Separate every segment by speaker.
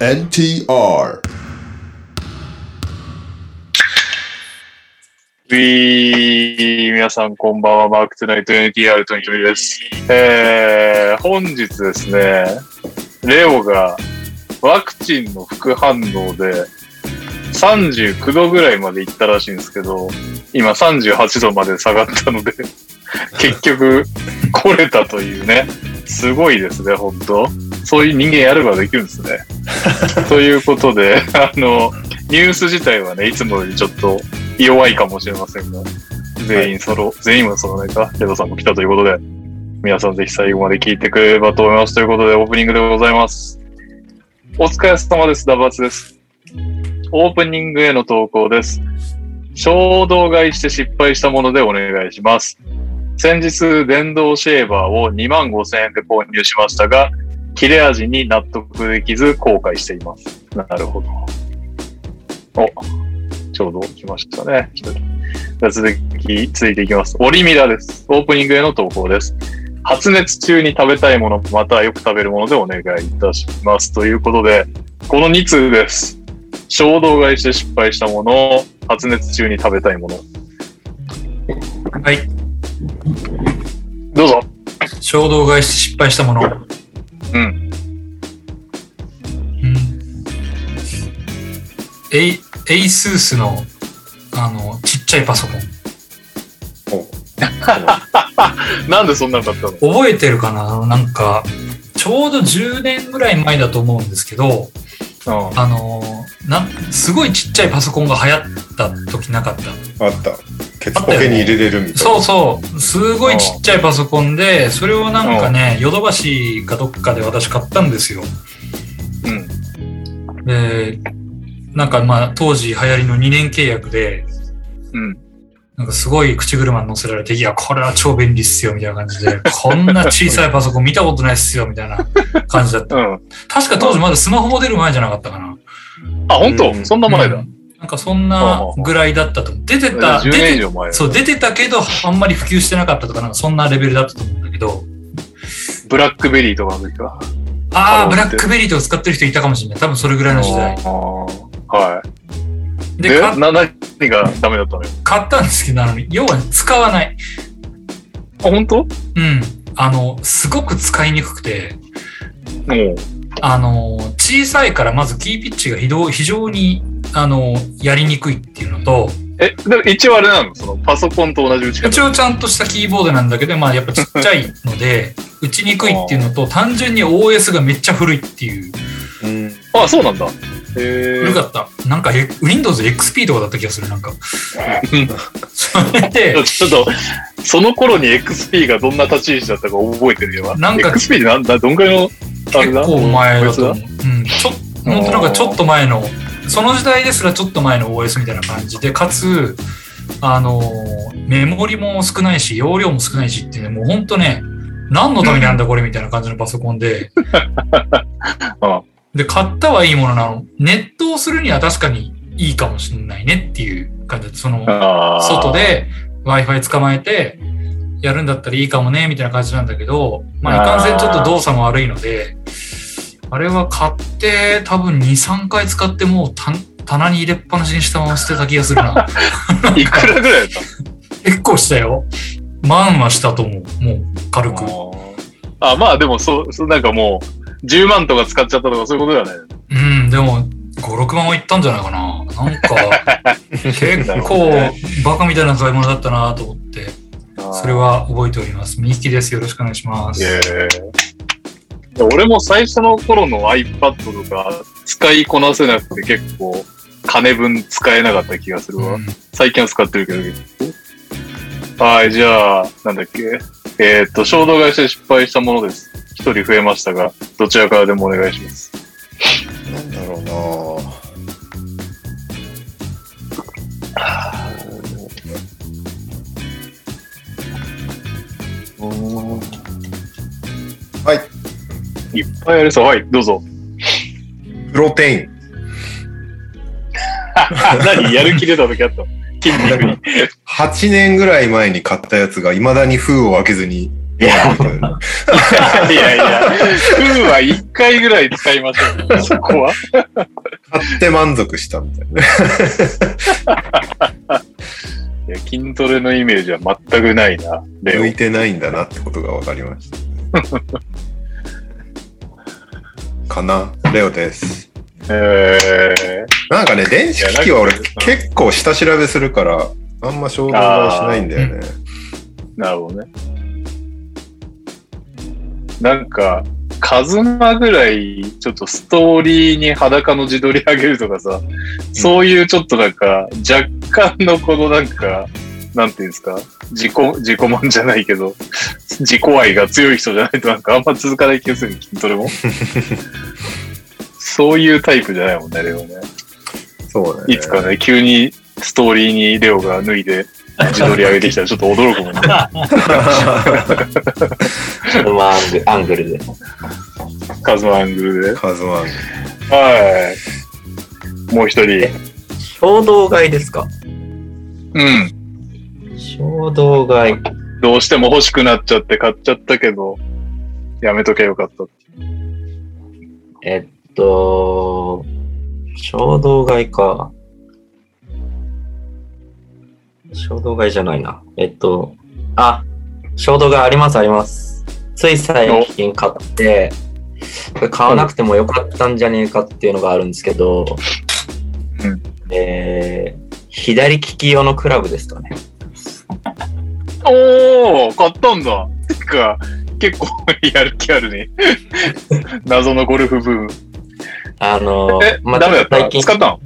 Speaker 1: NTR
Speaker 2: ウィー皆さんこんばんは、マークトゥナイト NTR トニトニです。えー、本日ですね、レオがワクチンの副反応で39度ぐらいまで行ったらしいんですけど、今38度まで下がったので、結局来れたというね、すごいですね、本当そういう人間やればできるんですね。ということで、あの、ニュース自体はね、いつもよりちょっと弱いかもしれませんが、全員揃、全員は揃わないか、レドさんも来たということで、皆さんぜひ最後まで聞いてくれればと思います。ということで、オープニングでございます。お疲れ様です。ダバツです。オープニングへの投稿です。衝動買いして失敗したものでお願いします。先日、電動シェーバーを2万5千円で購入しましたが、切れ味に納得できず後悔しています。なるほど。お、ちょうど来ましたね。一人じゃあ続き、続いていきます。オリミラです。オープニングへの投稿です。発熱中に食べたいもの、またはよく食べるものでお願いいたします。ということで、この2通です。衝動買いして失敗したもの、発熱中に食べたいもの。
Speaker 3: はい。
Speaker 2: どうぞ。
Speaker 3: 衝動買いして失敗したもの。
Speaker 2: うん
Speaker 3: うん。エイ、エイスースの、あの、ちっちゃいパソコン。
Speaker 2: なんでそんなんだったの
Speaker 3: 覚えてるかななんか、ちょうど10年ぐらい前だと思うんですけど、
Speaker 2: うん。
Speaker 3: あの、なん、すごいちっちゃいパソコンが流行った時なかった。
Speaker 1: あったケツポケに入れれるみたいな
Speaker 3: そうそう。すごいちっちゃいパソコンで、それをなんかね、ヨドバシかどっかで私買ったんですよ。
Speaker 2: うん。
Speaker 3: で、なんかまあ当時流行りの2年契約で、
Speaker 2: うん。
Speaker 3: なんかすごい口車に乗せられて、いや、これは超便利っすよ、みたいな感じで、こんな小さいパソコン見たことないっすよ、みたいな感じだった。
Speaker 2: うん。
Speaker 3: 確か当時まだスマホも出る前じゃなかったかな。
Speaker 2: あ、本当、
Speaker 1: うん
Speaker 2: そんな前だ。
Speaker 3: うんなんかそんなぐらいだったと思う。出てた、
Speaker 2: 10
Speaker 3: 出
Speaker 2: 年以
Speaker 3: て、
Speaker 2: 上前。
Speaker 3: そう、出てたけど、あんまり普及してなかったとか、なんかそんなレベルだったと思うんだけど、
Speaker 2: ブラックベリーとかの時か。
Speaker 3: あ
Speaker 2: あ
Speaker 3: ー、ブラックベリーとか使ってる人いたかもしれない。多分それぐらいの時代
Speaker 2: あ。ーはい。で、
Speaker 3: で、か
Speaker 2: な何がダメだったのよ。
Speaker 3: 買ったんですけど、あの、要は使わない。
Speaker 2: あ、本当も
Speaker 3: うん。あの、すごく使いにくくて、
Speaker 2: う。
Speaker 3: あの、小さいからまずキーピッチが非常非常に、あの、やりにくいっていうのと、
Speaker 2: え、でも一応あれなのそのパソコンと同じ打ち
Speaker 3: 一
Speaker 2: 方。
Speaker 3: 応ちゃんとしたキーボードなんだけど、まあやっぱちっちゃいので、打ちにくいっていうのと、単純に OS がめっちゃ古いっていう。
Speaker 1: うん
Speaker 2: あ、そうなんだ。へえ
Speaker 3: 古かった。なんか、え Windows XP とかだった気がする、なん か。それで、
Speaker 2: ちょっと、その頃に XP がどんな立ち位置だったか覚えてるよな。
Speaker 3: なんか
Speaker 2: XP ってなんだどんぐらいの、あれ
Speaker 3: 結
Speaker 2: だ
Speaker 3: 構前だと
Speaker 2: こ
Speaker 3: 思う。うん。ちょ本当なんかちょっと前の、その時代ですらちょっと前の OS みたいな感じで、かつ、あの、メモリも少ないし、容量も少ないしっていうね、もう本当ね、何のためにあんだこれみたいな感じのパソコンで
Speaker 2: あ。
Speaker 3: で、買ったはいいものなの。ネットをするには確かにいいかもしれないねっていう感じだったその、
Speaker 2: あー
Speaker 3: 外。で Wi-Fi 捕まえて、やるんだったらいいかもね、みたいな感じなんだけど、まあ、いかんせんちょっと動作も悪いので、あれは買って、多分2、3回使ってもうた棚に入れっぱなしにしたまま捨てた気がす るな。
Speaker 2: いくらぐらいだった
Speaker 3: 結構したよ。万はしたと思う。もう、軽く。
Speaker 2: あーあ、まあでもそう、そうなんかもう、10万とか使っちゃったとかそういうことだね。
Speaker 3: うん、でも、5、6万はいったんじゃないかな。なんか、 結構、バカみたいな買い物だったなと思って、それは覚えております。みゆきです。よろしくお願いします。
Speaker 2: いや俺も最初の頃の iPad とか使いこなせなくて結構金分使えなかった気がするわ。
Speaker 3: うん
Speaker 2: 最近は使ってるけど結構。はい、じゃあ、なんだっけ。えーっと、衝動買いして失敗したものです。一人増えましたが、どちらからでもお願いします。
Speaker 1: なんだろうなはい
Speaker 2: いっぱいありそう。はい、どうぞ。
Speaker 1: プロテイン
Speaker 2: 何やる気出た時あ ったの筋肉に。
Speaker 1: 8年ぐらい前に買ったやつがいまだに封を開けずにいや、みたいな。
Speaker 2: いやいや、フーは1回ぐらい使いましょう。 そこは。
Speaker 1: 買って満足したみたいな。
Speaker 2: いや筋トレのイメージは全くないな、レオ
Speaker 1: 向いてないんだなってことが分かりました。かなレオです。
Speaker 2: え
Speaker 1: なんかね、電子機器は俺結構下調べするから、あんま衝動買いしないんだよね。
Speaker 2: ー、なるほどね。なんか、カズマぐらい、ちょっとストーリーに裸の自撮り上げるとかさ、そういうちょっとなんか、若干のこのなんか、なんていうんですか、自己、自己満じゃないけど、自己愛が強い人じゃないとなんかあんま続かない気がする、筋トレも。そういうタイプじゃないもんね、レオね。
Speaker 1: そうだね。
Speaker 2: いつかね、急にストーリーにレオが脱いで自撮り上げてきたらちょっと驚くもんね。
Speaker 4: そのままアングアングルで。
Speaker 2: カズマアングルで。
Speaker 1: カズマン。
Speaker 2: はい。もう一人。
Speaker 4: 衝動買いですか
Speaker 2: うん。
Speaker 4: 衝動買い。
Speaker 2: どうしても欲しくなっちゃって買っちゃったけど、やめとけよかった。
Speaker 4: えっと、衝動買いか。衝動買いじゃないな。えっと、あ、衝動買いありますあります。つい最近買って、これ買わなくてもよかったんじゃねえかっていうのがあるんですけど、
Speaker 2: うん
Speaker 4: えー、左利き用のクラブですかね。
Speaker 2: おー買ったんだてか、結構やる気ある ね。謎のゴルフブーム。
Speaker 4: あの、
Speaker 2: え、
Speaker 4: まあ
Speaker 2: ダメだっ
Speaker 4: 最
Speaker 2: た
Speaker 4: 近
Speaker 2: 使ったの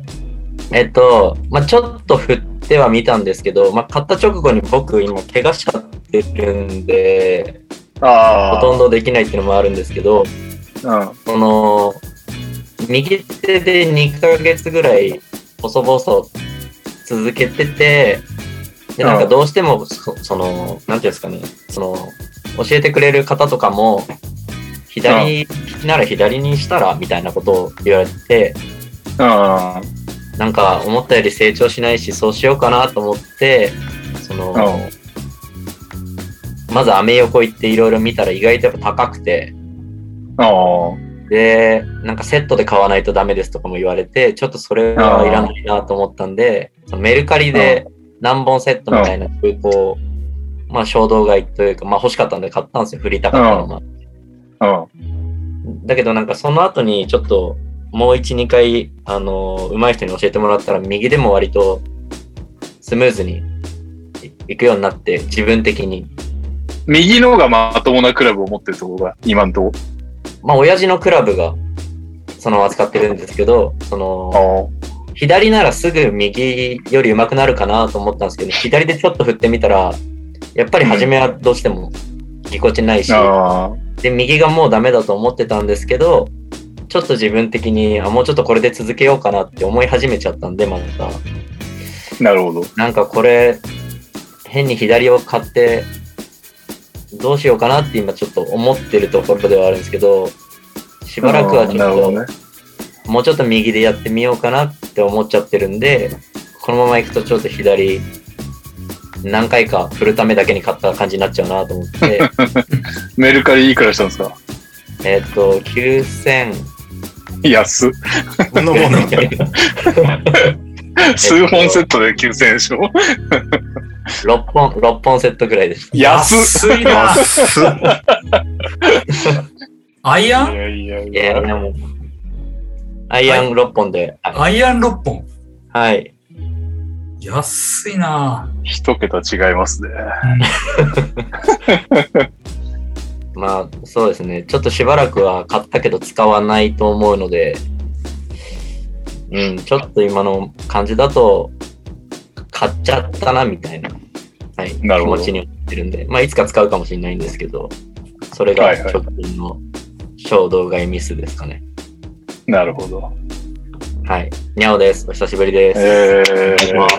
Speaker 4: えっと、まあ、ちょっと振っては見たんですけど、まあ、買った直後に僕今怪我しちゃってるんで、ほ
Speaker 2: あ
Speaker 4: とんどできないっていうのもあるんですけど、
Speaker 2: あ。うん。
Speaker 4: その、右手で2ヶ月ぐらい細々続けてて、で、なん
Speaker 2: う
Speaker 4: か
Speaker 2: ん
Speaker 4: どうしてもそ、その、なんていうんですかね、その、教えてくれる方とかも、左利きなら左にしたら、みたいなことを言われて、
Speaker 2: あ
Speaker 4: なんか思ったより成長しないしそうしようかなと思ってその、
Speaker 2: あ。
Speaker 4: まずアメ横行っていろいろ見たら意外とやっぱ高くて
Speaker 2: ああ。
Speaker 4: でなんかセットで買わないとダメですとかも言われてちょっとそれはいらないなと思ったんでそのメルカリで何本セットみたいな空港まあ衝動買いというかまあ欲しかったんで買ったんですよ振りたかったのもあって
Speaker 2: うん。
Speaker 4: だけどなんかその後にちょっともう1、2回、あのー、上手い人に教えてもらったら右でも割とスムーズにいいくようになって自分的に。
Speaker 2: 右の方がまともなクラブを持ってるところが、今んとこ。
Speaker 4: まあ親父のクラブがその扱ってるんですけど、その
Speaker 2: ああ。
Speaker 4: 左ならすぐ右より上手くなるかなと思ったんですけど、左でちょっと振ってみたら、やっぱり初めはどうしてもぎこちないし、
Speaker 2: あ
Speaker 4: で右がもうダメだと思ってたんですけどちょっと自分的にあもうちょっとこれで続けようかなって思い始めちゃったんでまた
Speaker 2: あ、なるほど。
Speaker 4: なんかこれ変に左を買ってどうしようかなって今ちょっと思ってるところではあるんですけどしばらくはち
Speaker 2: なるほ
Speaker 4: ょ
Speaker 2: どね
Speaker 4: っ。ともうちょっと右でやってみようかなって思っちゃってるんでこのまま行くとちょっと左何回か振るためだけに買った感じになっちゃうなと思って。
Speaker 2: メルカリいくらしたんですか
Speaker 4: えっと、9000、
Speaker 2: 安っ。
Speaker 1: こんなもん なんだ。
Speaker 2: 数本セットで9000円でしょ
Speaker 4: 6本、6本セットぐらいでした。
Speaker 2: 安っ。
Speaker 3: 安いな。
Speaker 1: 安っ
Speaker 3: アイア
Speaker 2: い
Speaker 3: ン
Speaker 2: やいやい
Speaker 4: いや、で
Speaker 2: や。
Speaker 4: も、アイアン6本で、は
Speaker 3: アイアン6本。
Speaker 4: い。はい、
Speaker 3: 安いな。
Speaker 2: 一桁違いますね。
Speaker 4: まあ、そうですね。ちょっとしばらくは買ったけど使わないと思うので、うん、ちょっと今の感じだと、買っちゃったな、みたいな、はい、
Speaker 2: なるほど
Speaker 4: 気持ちになってるんで、まあ、いつか使うかもしれないんですけど、それが
Speaker 2: はいはい
Speaker 4: 直近の衝動買いミスですかね。
Speaker 2: なるほど。
Speaker 4: はい。にゃおです。お久しぶりです。
Speaker 2: え
Speaker 4: お
Speaker 2: ー
Speaker 4: 願いします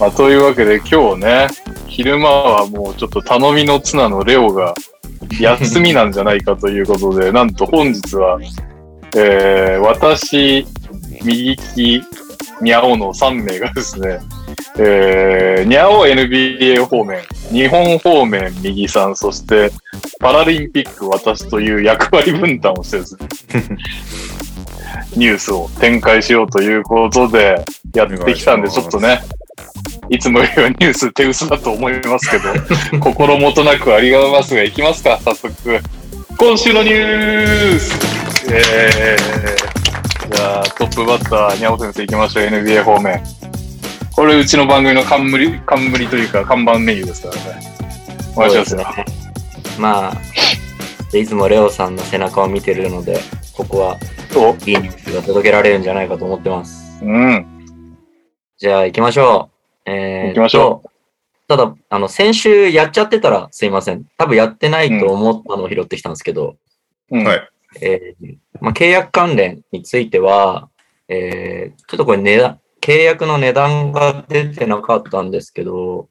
Speaker 2: まあ、というわけで今日ね、昼間はもうちょっと頼みの綱のレオが休みなんじゃないかということで、なんと本日は、えー、私、右利き、にゃおの3名がですね、えー、にゃお NBA 方面、日本方面右さん、そしてパラリンピック私という役割分担をせず、ニュースを展開しようということでやってきたんで、
Speaker 1: お願いします
Speaker 2: ちょっとね、いつもよりはニュース手薄だと思いますけ ど、心もとなくありがとうございますが、いきますか、早速。今週のニュースえー、じゃあ、トップバッター、にゃお先生いきましょう、NBA 方面。これ、うちの番組の冠、冠というか、看板メニューですからね。お願いしますよ。
Speaker 4: まあ、いつもレオさんの背中を見てるので、ここは
Speaker 2: そう
Speaker 4: いいニュースが届けられるんじゃないかと思ってます。
Speaker 2: うん。
Speaker 4: じゃあ行きましょう。えー、
Speaker 2: 行きましょ
Speaker 4: う。ただ、あの、先週やっちゃってたらすいません。多分やってないと思ったのを拾ってきたんですけど、
Speaker 2: うん
Speaker 1: はい
Speaker 4: えーまあ、契約関連については、えーちょっとこれ値段、契約の値段が出てなかったんですけど、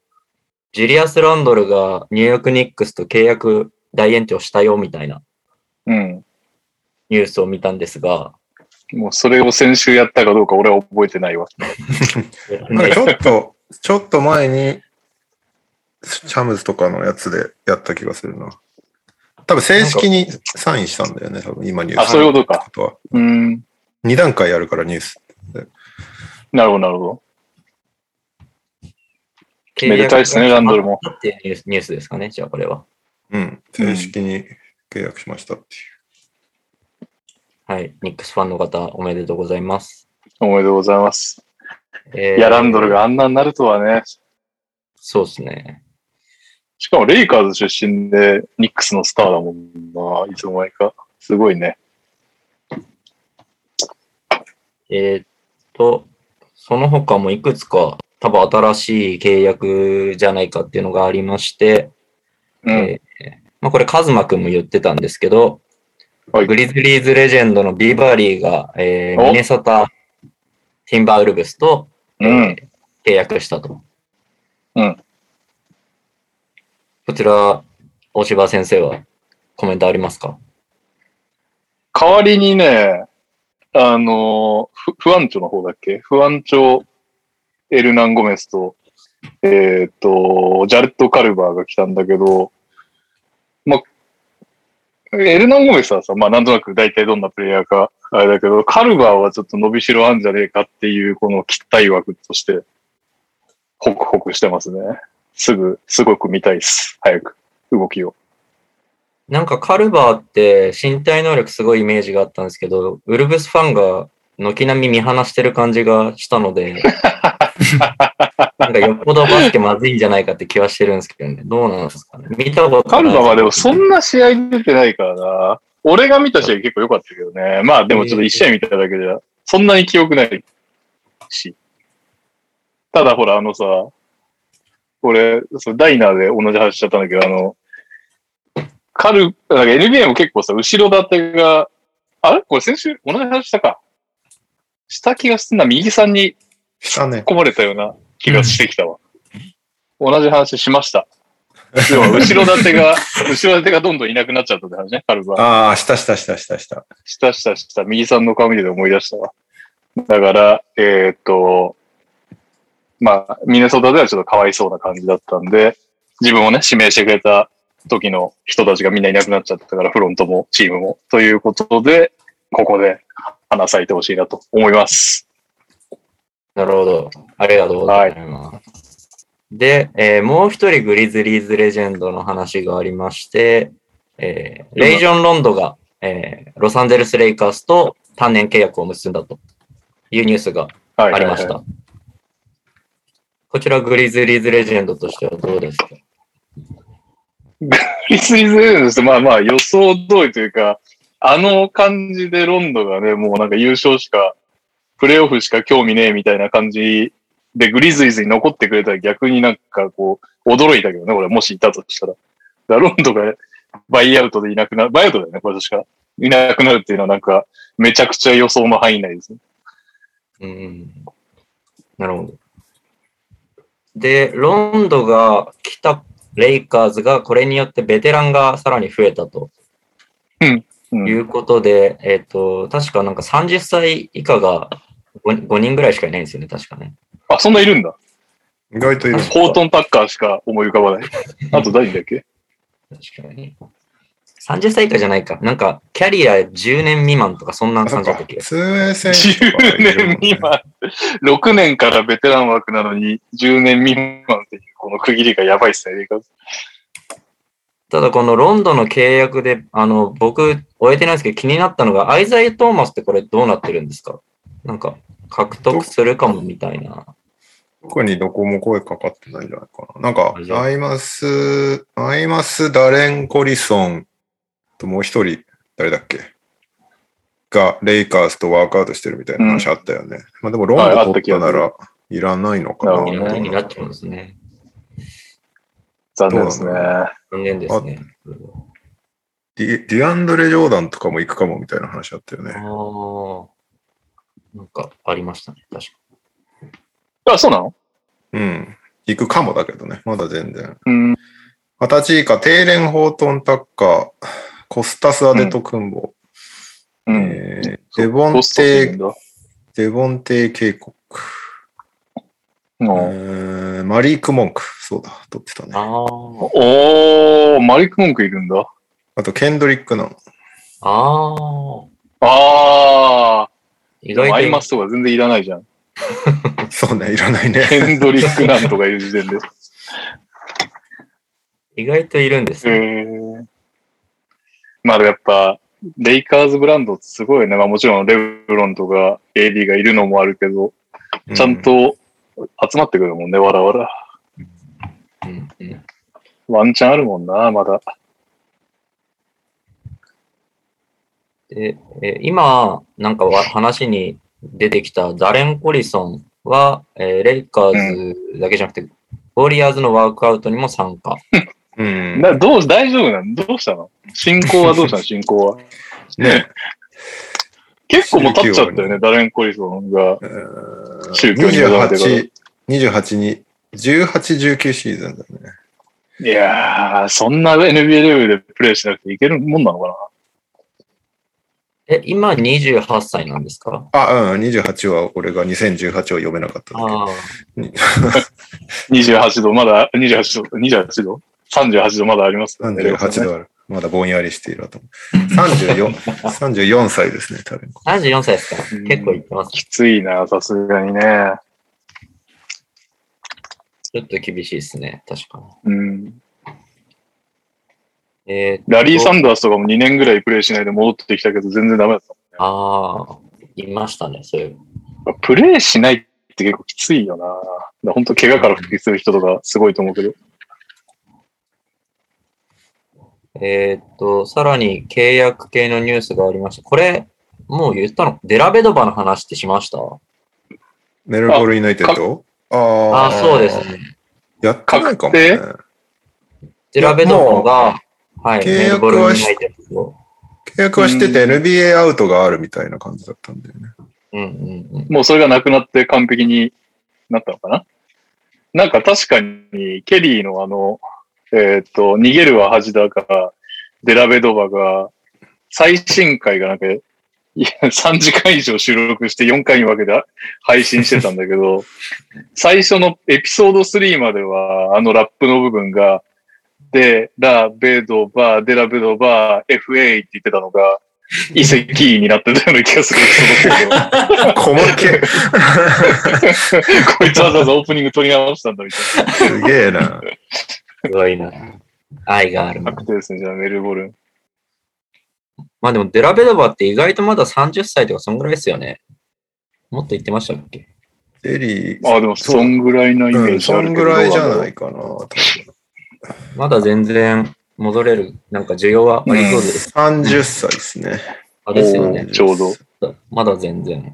Speaker 4: ジュリアス・ランドルがニューヨーク・ニックスと契約大延長したよみたいな
Speaker 2: うん。
Speaker 4: ニュースを見たんです が、
Speaker 2: もう、それを先週やったかどうか、俺は覚えてないわ。
Speaker 1: なんかちょっと、ちょっと前に、チャムズとかのやつでやった気がするな。多分正式にサインしたんだよね、多分今ニュース。
Speaker 2: あそういうことか
Speaker 1: ってことは。
Speaker 2: うん。
Speaker 1: 2段階あるからニュース。
Speaker 2: なるほど、なるほど。
Speaker 4: 契
Speaker 2: めでたいですね、ランドル
Speaker 4: も。
Speaker 2: も。
Speaker 4: っていうニュースニュースですかね、じゃあこれは。
Speaker 1: うん。正式に契約しましたって
Speaker 4: はい。ニックスファンの方、おめでとうございます。
Speaker 2: おめでとうございます。
Speaker 4: えー
Speaker 2: いや、ランドル。があんなになるとはね。
Speaker 4: そうですね。
Speaker 2: しかも、レイカーズ出身で、ニックスのスターだもんな。いつの間にか。すごいね。
Speaker 4: えーっと、その他もいくつか、多分新しい契約じゃないかっていうのがありまして、
Speaker 2: うん。
Speaker 4: えーまあ、これ、カズマくんも言ってたんですけど、
Speaker 2: はい
Speaker 4: グリズリーズレジェンドのビーバーリーが、えー
Speaker 2: お
Speaker 4: ミネソタ・ティンバーウルブスと、え
Speaker 2: う
Speaker 4: ー
Speaker 2: ん。
Speaker 4: 契約したと。
Speaker 2: うん
Speaker 4: こちら、大柴先生はコメントありますか
Speaker 2: 代わりにね、あの、ふ不安庁の方だっけ不安庁、エルナン・ゴメスと、えっ、と、ジャレット・カルバーが来たんだけど、ま、エルナン・ゴメスはさ、まあ、なんとなく大体どんなプレイヤーか、あれだけど、カルバーはちょっと伸びしろあんじゃねえかっていう、この期待枠として、ホクホクしてますね。すぐ、すごく見たいっす。早く、動きを。
Speaker 4: なんかカルバーって身体能力すごいイメージがあったんですけど、ウルブスファンが軒並み見放してる感じがしたの で、なんかよっぽどバスケまずいんじゃないかって気はしてるんですけどね。どうなんですかね見たこと
Speaker 2: カルバはでもそ
Speaker 4: なん
Speaker 2: な試合出てないからな。俺が見た試合結構良かったけどね。まあでもちょっと1試合見ただけじゃ、そんなに記憶ないし。ただほら、あのさ、俺、そうダイナーで同じ話しちゃったんだけど、あの、カル、なんか NBA も結構さ、後ろ盾が、あれこれ先週同じ話したか。した気がすんな、右さんに
Speaker 1: したね。
Speaker 2: 込まれたような気がしてきたわ。同じ話しました。で も、後ろ盾が、後ろ盾がどんどんいなくなっちゃったって話ね、カルバ。
Speaker 1: ああ、したしたしたしたした。
Speaker 2: したしたした、右さんの顔見てて思い出したわ。だから、えーっと、まあ、ミネソタではちょっとかわいそうな感じだったんで、自分をね、指名してくれた時の人たちがみんないなくなっちゃったから、フロントもチームも。ということで、ここで花咲いてほしいなと思います。
Speaker 4: なるほど。ありがとうございます。で、えーもう一人グリズリーズレジェンドの話がありまして、えーレイジョン・ロンドが、えーロサンゼルス・レイカーズと単年契約を結んだというニュースが
Speaker 2: はい。
Speaker 4: ありました。こちらグリズリーズレジェンドとしてはどうですか
Speaker 2: リスイズレーですまあまあ予想通りというか、あの感じでロンドがね、もうなんか優勝しか、プレイオフしか興味ねえみたいな感じで、グリズイズに残ってくれたら逆になんかこう、驚いたけどね、俺もしいたとしたら。だからロンドがバイアウトでいなくなる、バイアウトだよね、これ確か。いなくなるっていうのはなんか、めちゃくちゃ予想の範囲内ですね。
Speaker 4: うん。なるほど。で、ロンドが来たレイカーズがこれによってベテランがさらに増えたと
Speaker 2: うん
Speaker 4: いうことで、えっ、と、確かなんか30歳以下が 5, 人ぐらいしかいないんですよね、確かね。
Speaker 2: あ、そんないるんだ。
Speaker 1: 意外といる。
Speaker 2: ホートン・タッカーしか思い浮かばない。あと誰だっけ
Speaker 4: 確かに。30歳以下じゃないか。なんか、キャリア10年未満とか、そんな
Speaker 1: そ
Speaker 4: 感
Speaker 1: っ
Speaker 4: じだ
Speaker 1: か
Speaker 4: った気がす
Speaker 1: 通営戦
Speaker 2: 10年 未満。6年からベテラン枠なのに、10年未満っていう、この区切りがやばいっすね、レイカーズ
Speaker 4: る。ただ、このロンドンの契約で、あの、僕、終えてないですけど、気になったのが、アイザイア・トーマスってこれどうなってるんですかなんか、獲得するかもみたいな。
Speaker 1: 特にどこも声かかってないんじゃないかな。なんか、アイマス、アイマス、ダレン・コリソンともう一人、誰だっけが、レイカーズとワークアウトしてるみたいな話あったよね。まあでも、ロ
Speaker 2: はいあ
Speaker 1: ン
Speaker 2: っ
Speaker 1: ド
Speaker 2: た
Speaker 1: 取
Speaker 2: 気
Speaker 1: った
Speaker 2: が
Speaker 1: な
Speaker 2: する
Speaker 1: ら、いらないのかな。
Speaker 2: なるほ
Speaker 4: み
Speaker 2: ど
Speaker 4: たい
Speaker 2: ね
Speaker 4: になっちゃうんですね。
Speaker 2: 残念です
Speaker 1: そう。
Speaker 2: ね
Speaker 4: 残念ですね。
Speaker 1: ディディアンドレ・ジョーダンとかも行くかもみたいな話あったよ
Speaker 4: あ
Speaker 1: ね。
Speaker 4: あ。なんか、ありましたね。確か
Speaker 2: あ、そうなの
Speaker 1: うん。行くかもだけどね。まだ全然。
Speaker 2: うん。
Speaker 1: 二十歳以下、テイレン・ホートン・タッカー、コスタス・アデト・クンボ、
Speaker 2: うん。
Speaker 1: えーデボン
Speaker 2: ポスト
Speaker 1: テ
Speaker 2: って言うん
Speaker 1: イ、
Speaker 2: だ
Speaker 1: デボンテイ・ケイコック、
Speaker 2: うん
Speaker 1: えーマリーク・モンク、そうだ、取ってたね。
Speaker 4: に。
Speaker 2: おー、マリック・モンクいるんだ。
Speaker 1: あと、ケンドリック・ナン。
Speaker 4: ああ。ああ。
Speaker 2: あ
Speaker 4: 意
Speaker 2: ー、で
Speaker 4: 外
Speaker 2: も
Speaker 4: と。
Speaker 2: アイマスとか全然いらないじゃん。
Speaker 1: そうね、いらないね。
Speaker 2: ヘンドリック・なんとかいる 時点で。
Speaker 4: 意外といるんですね。
Speaker 2: えー、まあでもやっぱ、レイカーズブランドってすごいよね。まあもちろんレブロンとか AD がいるのもあるけど、ちゃん
Speaker 1: う。
Speaker 2: と集まってくるもんね、わらわら。
Speaker 4: うんうん
Speaker 2: ワンチャンあるもんな、まだ。
Speaker 4: でえー今、なんかわ話に出てきたダレン・コリソンは、えーレイカーズだけじゃなくて、ウォリアーズのワークアウトにも参加。
Speaker 1: うん。
Speaker 2: などう、大丈夫なのどうしたの進行はどうしたの進行は。
Speaker 1: ね。
Speaker 2: 結構もう経っちゃったよね、ダレン・コリソンが
Speaker 1: えー
Speaker 2: 宗教に目覚めてか
Speaker 1: 28、28に、18、19シーズンだね。
Speaker 2: ら。いやー、そんな NBA レベルでプレーしなくていけるもんなのかな
Speaker 4: え、今28歳なんですか
Speaker 1: あ、うん、28は俺が2018を読めなかっただけ。
Speaker 4: ああ、
Speaker 2: 28度、まだ、28度、28度 ?38 度まだありますね、
Speaker 1: 38度ある。まだぼんやりしていると思 う。34、34歳ですね、タレンコ。
Speaker 4: 34歳ですか
Speaker 2: うん
Speaker 4: 結構いってます。
Speaker 2: きついな、さすがにね。
Speaker 4: ちょっと厳しいですね。確か
Speaker 2: うん。
Speaker 4: に。えー
Speaker 2: ラリー・サンダースとかも2年ぐらいプレイしないで戻ってきたけど、全然ダメだった
Speaker 4: ああ、いましたね、そういう。
Speaker 2: もん。プレイしないって結構きついよな。だから本当怪我から復帰する人とかすごいと思うけど。
Speaker 4: えーっと、さらに契約系のニュースがありました。これ、もう言ったのデラベドバの話ってしました
Speaker 1: メルボルンユナイテッドあ
Speaker 4: あ
Speaker 1: あ
Speaker 4: あ、そうです。ね。
Speaker 1: やってないかも
Speaker 2: 確
Speaker 1: ね。
Speaker 4: デラベドバが、はい、
Speaker 1: 契
Speaker 4: メル
Speaker 1: 約
Speaker 4: ボルン
Speaker 1: は
Speaker 4: に
Speaker 1: し
Speaker 4: 入ってると。
Speaker 1: 契約はしてて
Speaker 2: うん
Speaker 1: NBA アウトがあるみたいな感じだったんだよね。
Speaker 4: うんうんうん。
Speaker 2: もうそれがなくなって完璧になったのかななんか確かに、ケリーのあの、えっ、と、逃げるは恥だか、デラベドバが、最新回がなんか、いや3時間以上収録して4回に分けて配信してたんだけど、最初のエピソード3までは、あのラップの部分が、で、ラ、ベドバ、デラベドバ、FA って言ってたのが、遺跡になってたような気がする。その時は
Speaker 1: 細けえ。
Speaker 2: こいつわざわざオープニング撮り直したんだみたいな。
Speaker 1: すげえな。
Speaker 4: すごいな。愛があるな
Speaker 2: アクテですね、じゃあメルボルン。
Speaker 4: まあでも、デラベドバって意外とまだ30歳とかそんぐらいですよね。もっと言ってましたっけ
Speaker 1: デリー、
Speaker 2: あ、でもそんぐらいのイメ
Speaker 1: う
Speaker 2: ー
Speaker 1: ん、
Speaker 2: ジ
Speaker 1: そ
Speaker 2: ある
Speaker 1: ん
Speaker 2: けど。。
Speaker 1: ぐらいじゃないいかな。多分
Speaker 4: まだ全然戻れる、なんか需要はありそうです。
Speaker 1: 30歳ですね。
Speaker 4: あですよね。
Speaker 2: ちょうど。
Speaker 4: まだ全然。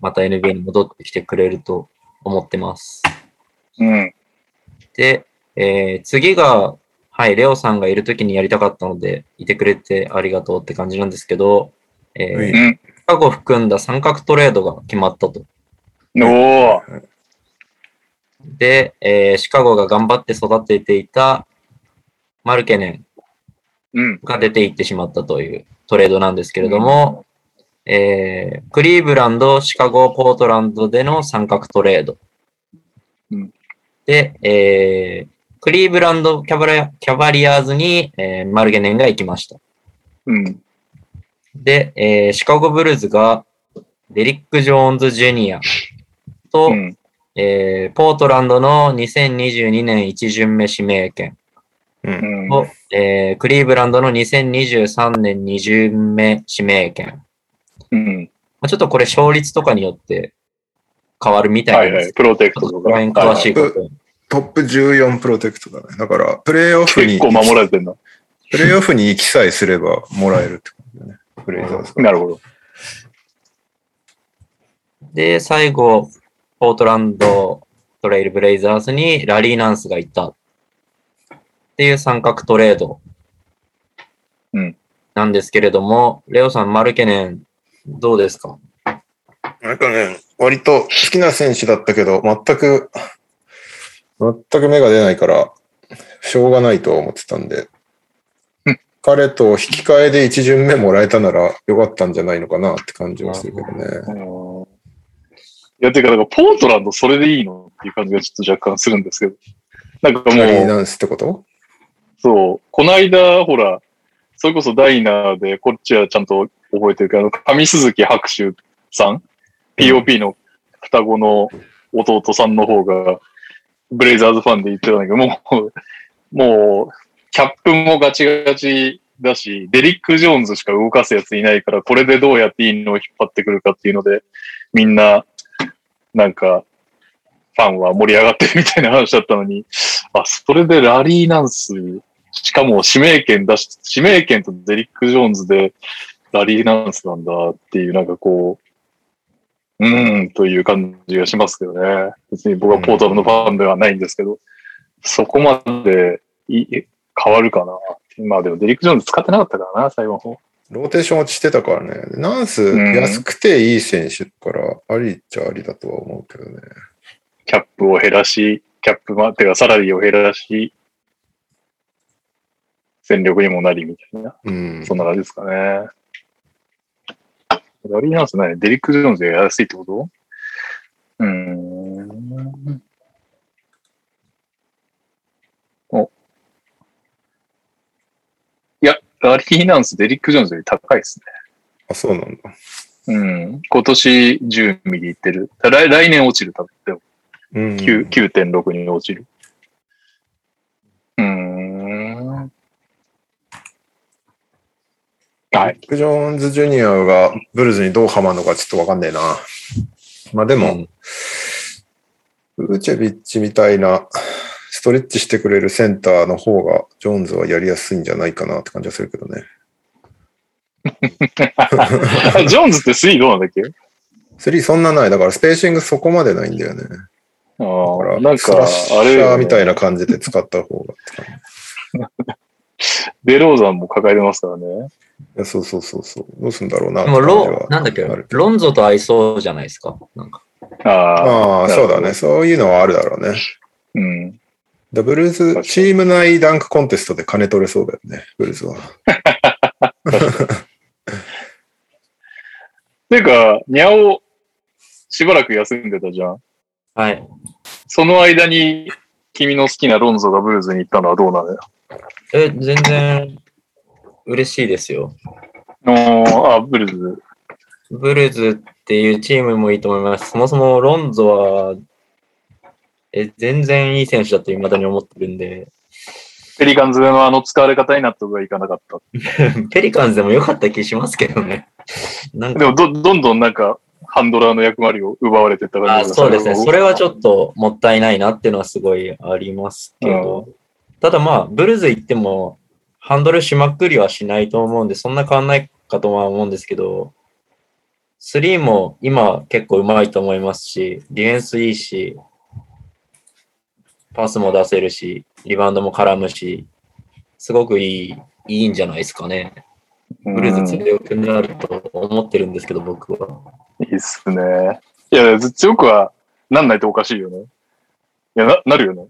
Speaker 4: また NBA に戻ってきてくれると思ってます。
Speaker 2: うん。
Speaker 4: で、えー次が、はい、レオさんがいるときにやりたかったので、いてくれてありがとうって感じなんですけど、えー
Speaker 1: はい
Speaker 2: うん。
Speaker 4: シカゴ含んだ三角トレードが決まったと。
Speaker 2: おー。
Speaker 4: で、えーシカゴが頑張って育てていたマルケネン
Speaker 2: うん。
Speaker 4: が出ていってしまったというトレードなんですけれども、えークリーブランド、シカゴ、ポートランドでの三角トレード
Speaker 2: うん
Speaker 4: で、えークリーブランドキャバリアキャバリアーズに、えーマルゲネンが行きました。
Speaker 2: うん。
Speaker 4: で、えーシカゴブルーズがデリック・ジョーンズ・ジュニアと、
Speaker 2: うん。
Speaker 4: えーポートランドの2022年1巡目指名権
Speaker 1: うん。
Speaker 2: うん
Speaker 4: と、えークリーブランドの2023年2巡目指名権。
Speaker 2: うん。
Speaker 4: まあ、ちょっとこれ勝率とかによって変わるみた
Speaker 2: はいい
Speaker 4: なん
Speaker 2: は
Speaker 4: です
Speaker 2: い。プロテ
Speaker 4: け
Speaker 2: ク
Speaker 4: ど、
Speaker 2: トと
Speaker 4: ちょっ
Speaker 2: か。
Speaker 4: とこの辺詳しいこ
Speaker 1: はい
Speaker 4: と。
Speaker 1: トップ14プロテクトだね。だから、プレイオフ
Speaker 2: 結
Speaker 1: に、
Speaker 2: 構守られてるな。
Speaker 1: プレイオフに行きさえすればもらえるってことだね。ブレイザーズが。
Speaker 2: なるほど。
Speaker 4: で、最後、ポートランドトレイルブレイザーズにラリー・ナンスが行ったっていう三角トレード
Speaker 2: うん
Speaker 4: なんですけれども、レオさん、マルケネン、どうですか
Speaker 1: なんかね、割と好きな選手だったけど、全く、全く芽が出ないから、しょうがないと思ってたんで
Speaker 2: うん、
Speaker 1: 彼と引き換えで1巡目もらえたならよかったんじゃないのかなって感じはするけどね。
Speaker 2: うんいや、てか、なんか、ポートランドそれでいいのっていう感じがちょっと若干するんですけど。なんかも
Speaker 1: ラリー
Speaker 2: う、
Speaker 1: ナンスってこと
Speaker 2: そう、この間、ほら、それこそダイナーで、こっちはちゃんと覚えてるけど、あの、上鈴木白秋さん、POP の双子の弟さんの方が、ブレイザーズファンで言ってたんだけど、もう、もう、キャップもガチガチだし、デリック・ジョーンズしか動かすやついないから、これでどうやっていいのを引っ張ってくるかっていうので、みんな、なんか、ファンは盛り上がってるみたいな話だったのに、あ、それでラリー・ナンス、しかも指名権出し、指名権とデリック・ジョーンズでラリー・ナンスなんだっていう、なんかこう、うーんという感じがしますけどね。別に僕はポートランドファンではないんですけど、そこまでい変わるかなって。まあでもデリック・ジョーンズ使ってなかったからな、最後の方。
Speaker 1: ローテーション落ちてたからね。ナンス、
Speaker 2: ん
Speaker 1: 安くていい選手だから、ありっちゃありだとは思うけどね。
Speaker 2: キャップを減らし、キャップま、てかサラリーを減らし、戦力にもなりみたいな。
Speaker 1: うん。
Speaker 2: そんな感じですかね。ラリーナンスないデリック・ジョーンズがやりやすいってことうーん。お。いや、ラリーナンス、デリック・ジョーンズより高いです
Speaker 1: あ、そうなんだ。
Speaker 2: ね。うん。今年10ミリいってる。来来年落ちる、多分。でも
Speaker 1: うん。
Speaker 2: 9 9.6に落ちる。うーん。はい。
Speaker 1: ディック・ジョーンズ・ジュニアがブルズにどうハマるのかちょっとわかんねえな。まあでも、ウーチェビッチみたいなストレッチしてくれるセンターの方がジョーンズはやりやすいんじゃないかなって感じはするけどね。
Speaker 2: あジョーンズってスリーどうなんだっけ
Speaker 1: スリーそんなない。だからスペーシングそこまでないんだよね。だか
Speaker 2: ああ、
Speaker 1: ら、
Speaker 2: なん
Speaker 1: ス
Speaker 2: か
Speaker 1: ラッシ、
Speaker 2: あれ
Speaker 1: ャ
Speaker 2: よ
Speaker 1: ー
Speaker 2: ね、
Speaker 1: みたいな感じで使った方がって感じ。い
Speaker 2: デローザンも抱えてますからね。
Speaker 1: やそうそうそうそう。どうすんだろうなって
Speaker 4: で
Speaker 1: 感
Speaker 4: も
Speaker 1: じ
Speaker 4: ロ
Speaker 1: は
Speaker 4: ン、なんだっけ
Speaker 1: ある、
Speaker 4: ロンゾと合いそうじゃないですか。なんか
Speaker 2: ああ、
Speaker 1: まあ、
Speaker 2: なる
Speaker 1: そ
Speaker 2: ほ
Speaker 1: う
Speaker 2: ど
Speaker 1: だね。そういうのはあるだろうね。
Speaker 2: うん。
Speaker 1: だブルー
Speaker 2: 確
Speaker 1: ズ
Speaker 2: か、に
Speaker 1: チーム内ダンクコンテストで金取れそうだよね、ブルーズは。
Speaker 2: ていうか、ニャオ、しばらく休んでたじゃん。
Speaker 4: はい。
Speaker 2: その間に、君の好きなロンゾがブルーズに行ったのはどうなのよ。
Speaker 4: え、全然嬉しいですよ。
Speaker 2: おーあ、ブルーズ。
Speaker 4: ブルーズっていうチームもいいと思います。そもそもロンゾは、え、全然いい選手だと未だに思ってるんで、
Speaker 2: ペリカンズのあの使われ方になった方がいかなかった。
Speaker 4: ペリカンズでも良かった気しますけどね。 なん
Speaker 2: で
Speaker 4: か、
Speaker 2: もど、どんどんなんか、ハンドラーの役割を奪われてった感
Speaker 4: あ
Speaker 2: じが
Speaker 4: そうですね。それはち
Speaker 2: っ
Speaker 4: ょっともったいないなっていうのはすごいありますけど、ただまあ、ブルーズ行っても、ハンドルしまくりはしないと思うんで、そんな変わんないかとは思うんですけど、スリーも今結構うまいと思いますし、ディフェンスいいし、パスも出せるし、リバウンドも絡むし、すごくいい、いいんじゃないですかね。
Speaker 2: と
Speaker 4: ブルーズ強くなると思ってるんですけど、僕は。
Speaker 2: いいっすね。いや、強くはなんないとおかしいよね。いや、な、なるよね。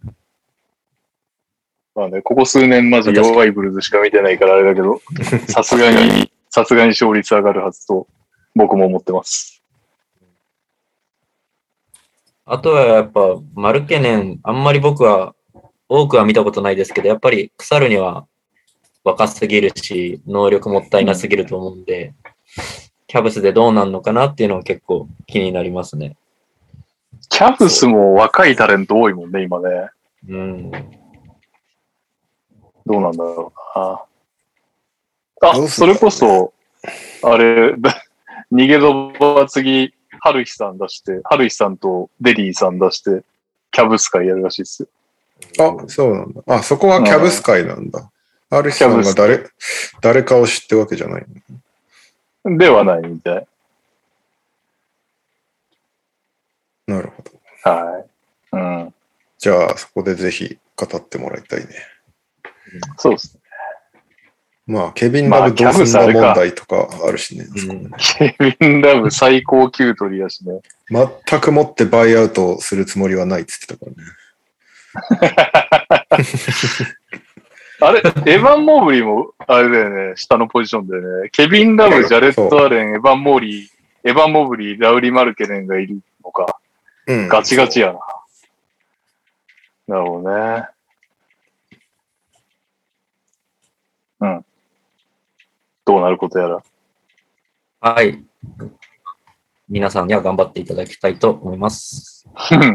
Speaker 2: まあね、ここ数年マジ弱いブルーズしか見てないからあれだけ ど、さすがに、さすがに勝率上がるはずと僕も思ってます。
Speaker 4: あとはやっぱ、マルケネン、あんまり僕は、多くは見たことないですけど、やっぱり腐るには若すぎるし、能力もったいなすぎると思うんで、キャブスでどうなんのかなっていうのは結構気になりますね。
Speaker 2: キャブスも若いタレント多いもんね、今ね。
Speaker 4: うん。
Speaker 2: どうなんだろうな。
Speaker 1: ど
Speaker 2: あ、
Speaker 1: うす
Speaker 2: そ
Speaker 1: る
Speaker 2: れこそ、あれ、 だ逃げ飛ば次、春日さん出して、春日さんとデリーさん出して、キャブス会やるらしいっすよ。
Speaker 1: あ、そうなんだ。あ、そこはキャブス会なんだ。ある日さんが誰、誰かを知ってわけじゃない。
Speaker 2: ではないみたい。
Speaker 1: なるほど。
Speaker 2: はい。うん。
Speaker 1: じゃあ、そこでぜひ語ってもらいたいね。
Speaker 2: そうっすね。
Speaker 1: まあ、ケビン・
Speaker 2: まあ
Speaker 1: ラブどうすんだ
Speaker 2: キャブスあれ
Speaker 1: 問
Speaker 2: か
Speaker 1: 題とかあるしね。そこね
Speaker 2: ケビン・ラブ最高級取りやしね。
Speaker 1: 全くもってバイアウトするつもりはないっつってたからね。
Speaker 2: あれ、エ ヴァン・モーブリーも、あれだよね、下のポジションだよね。ケビン・ラブ、ジャレット・アレン、エヴァン・モーリー、エヴァン・モーブリー、ラウリ・マルケネンがいるのか。
Speaker 1: うん。
Speaker 2: ガチガチやな。なるほどね。うん。どうなることやら。
Speaker 4: はい。皆さんには頑張っていただきたいと思います。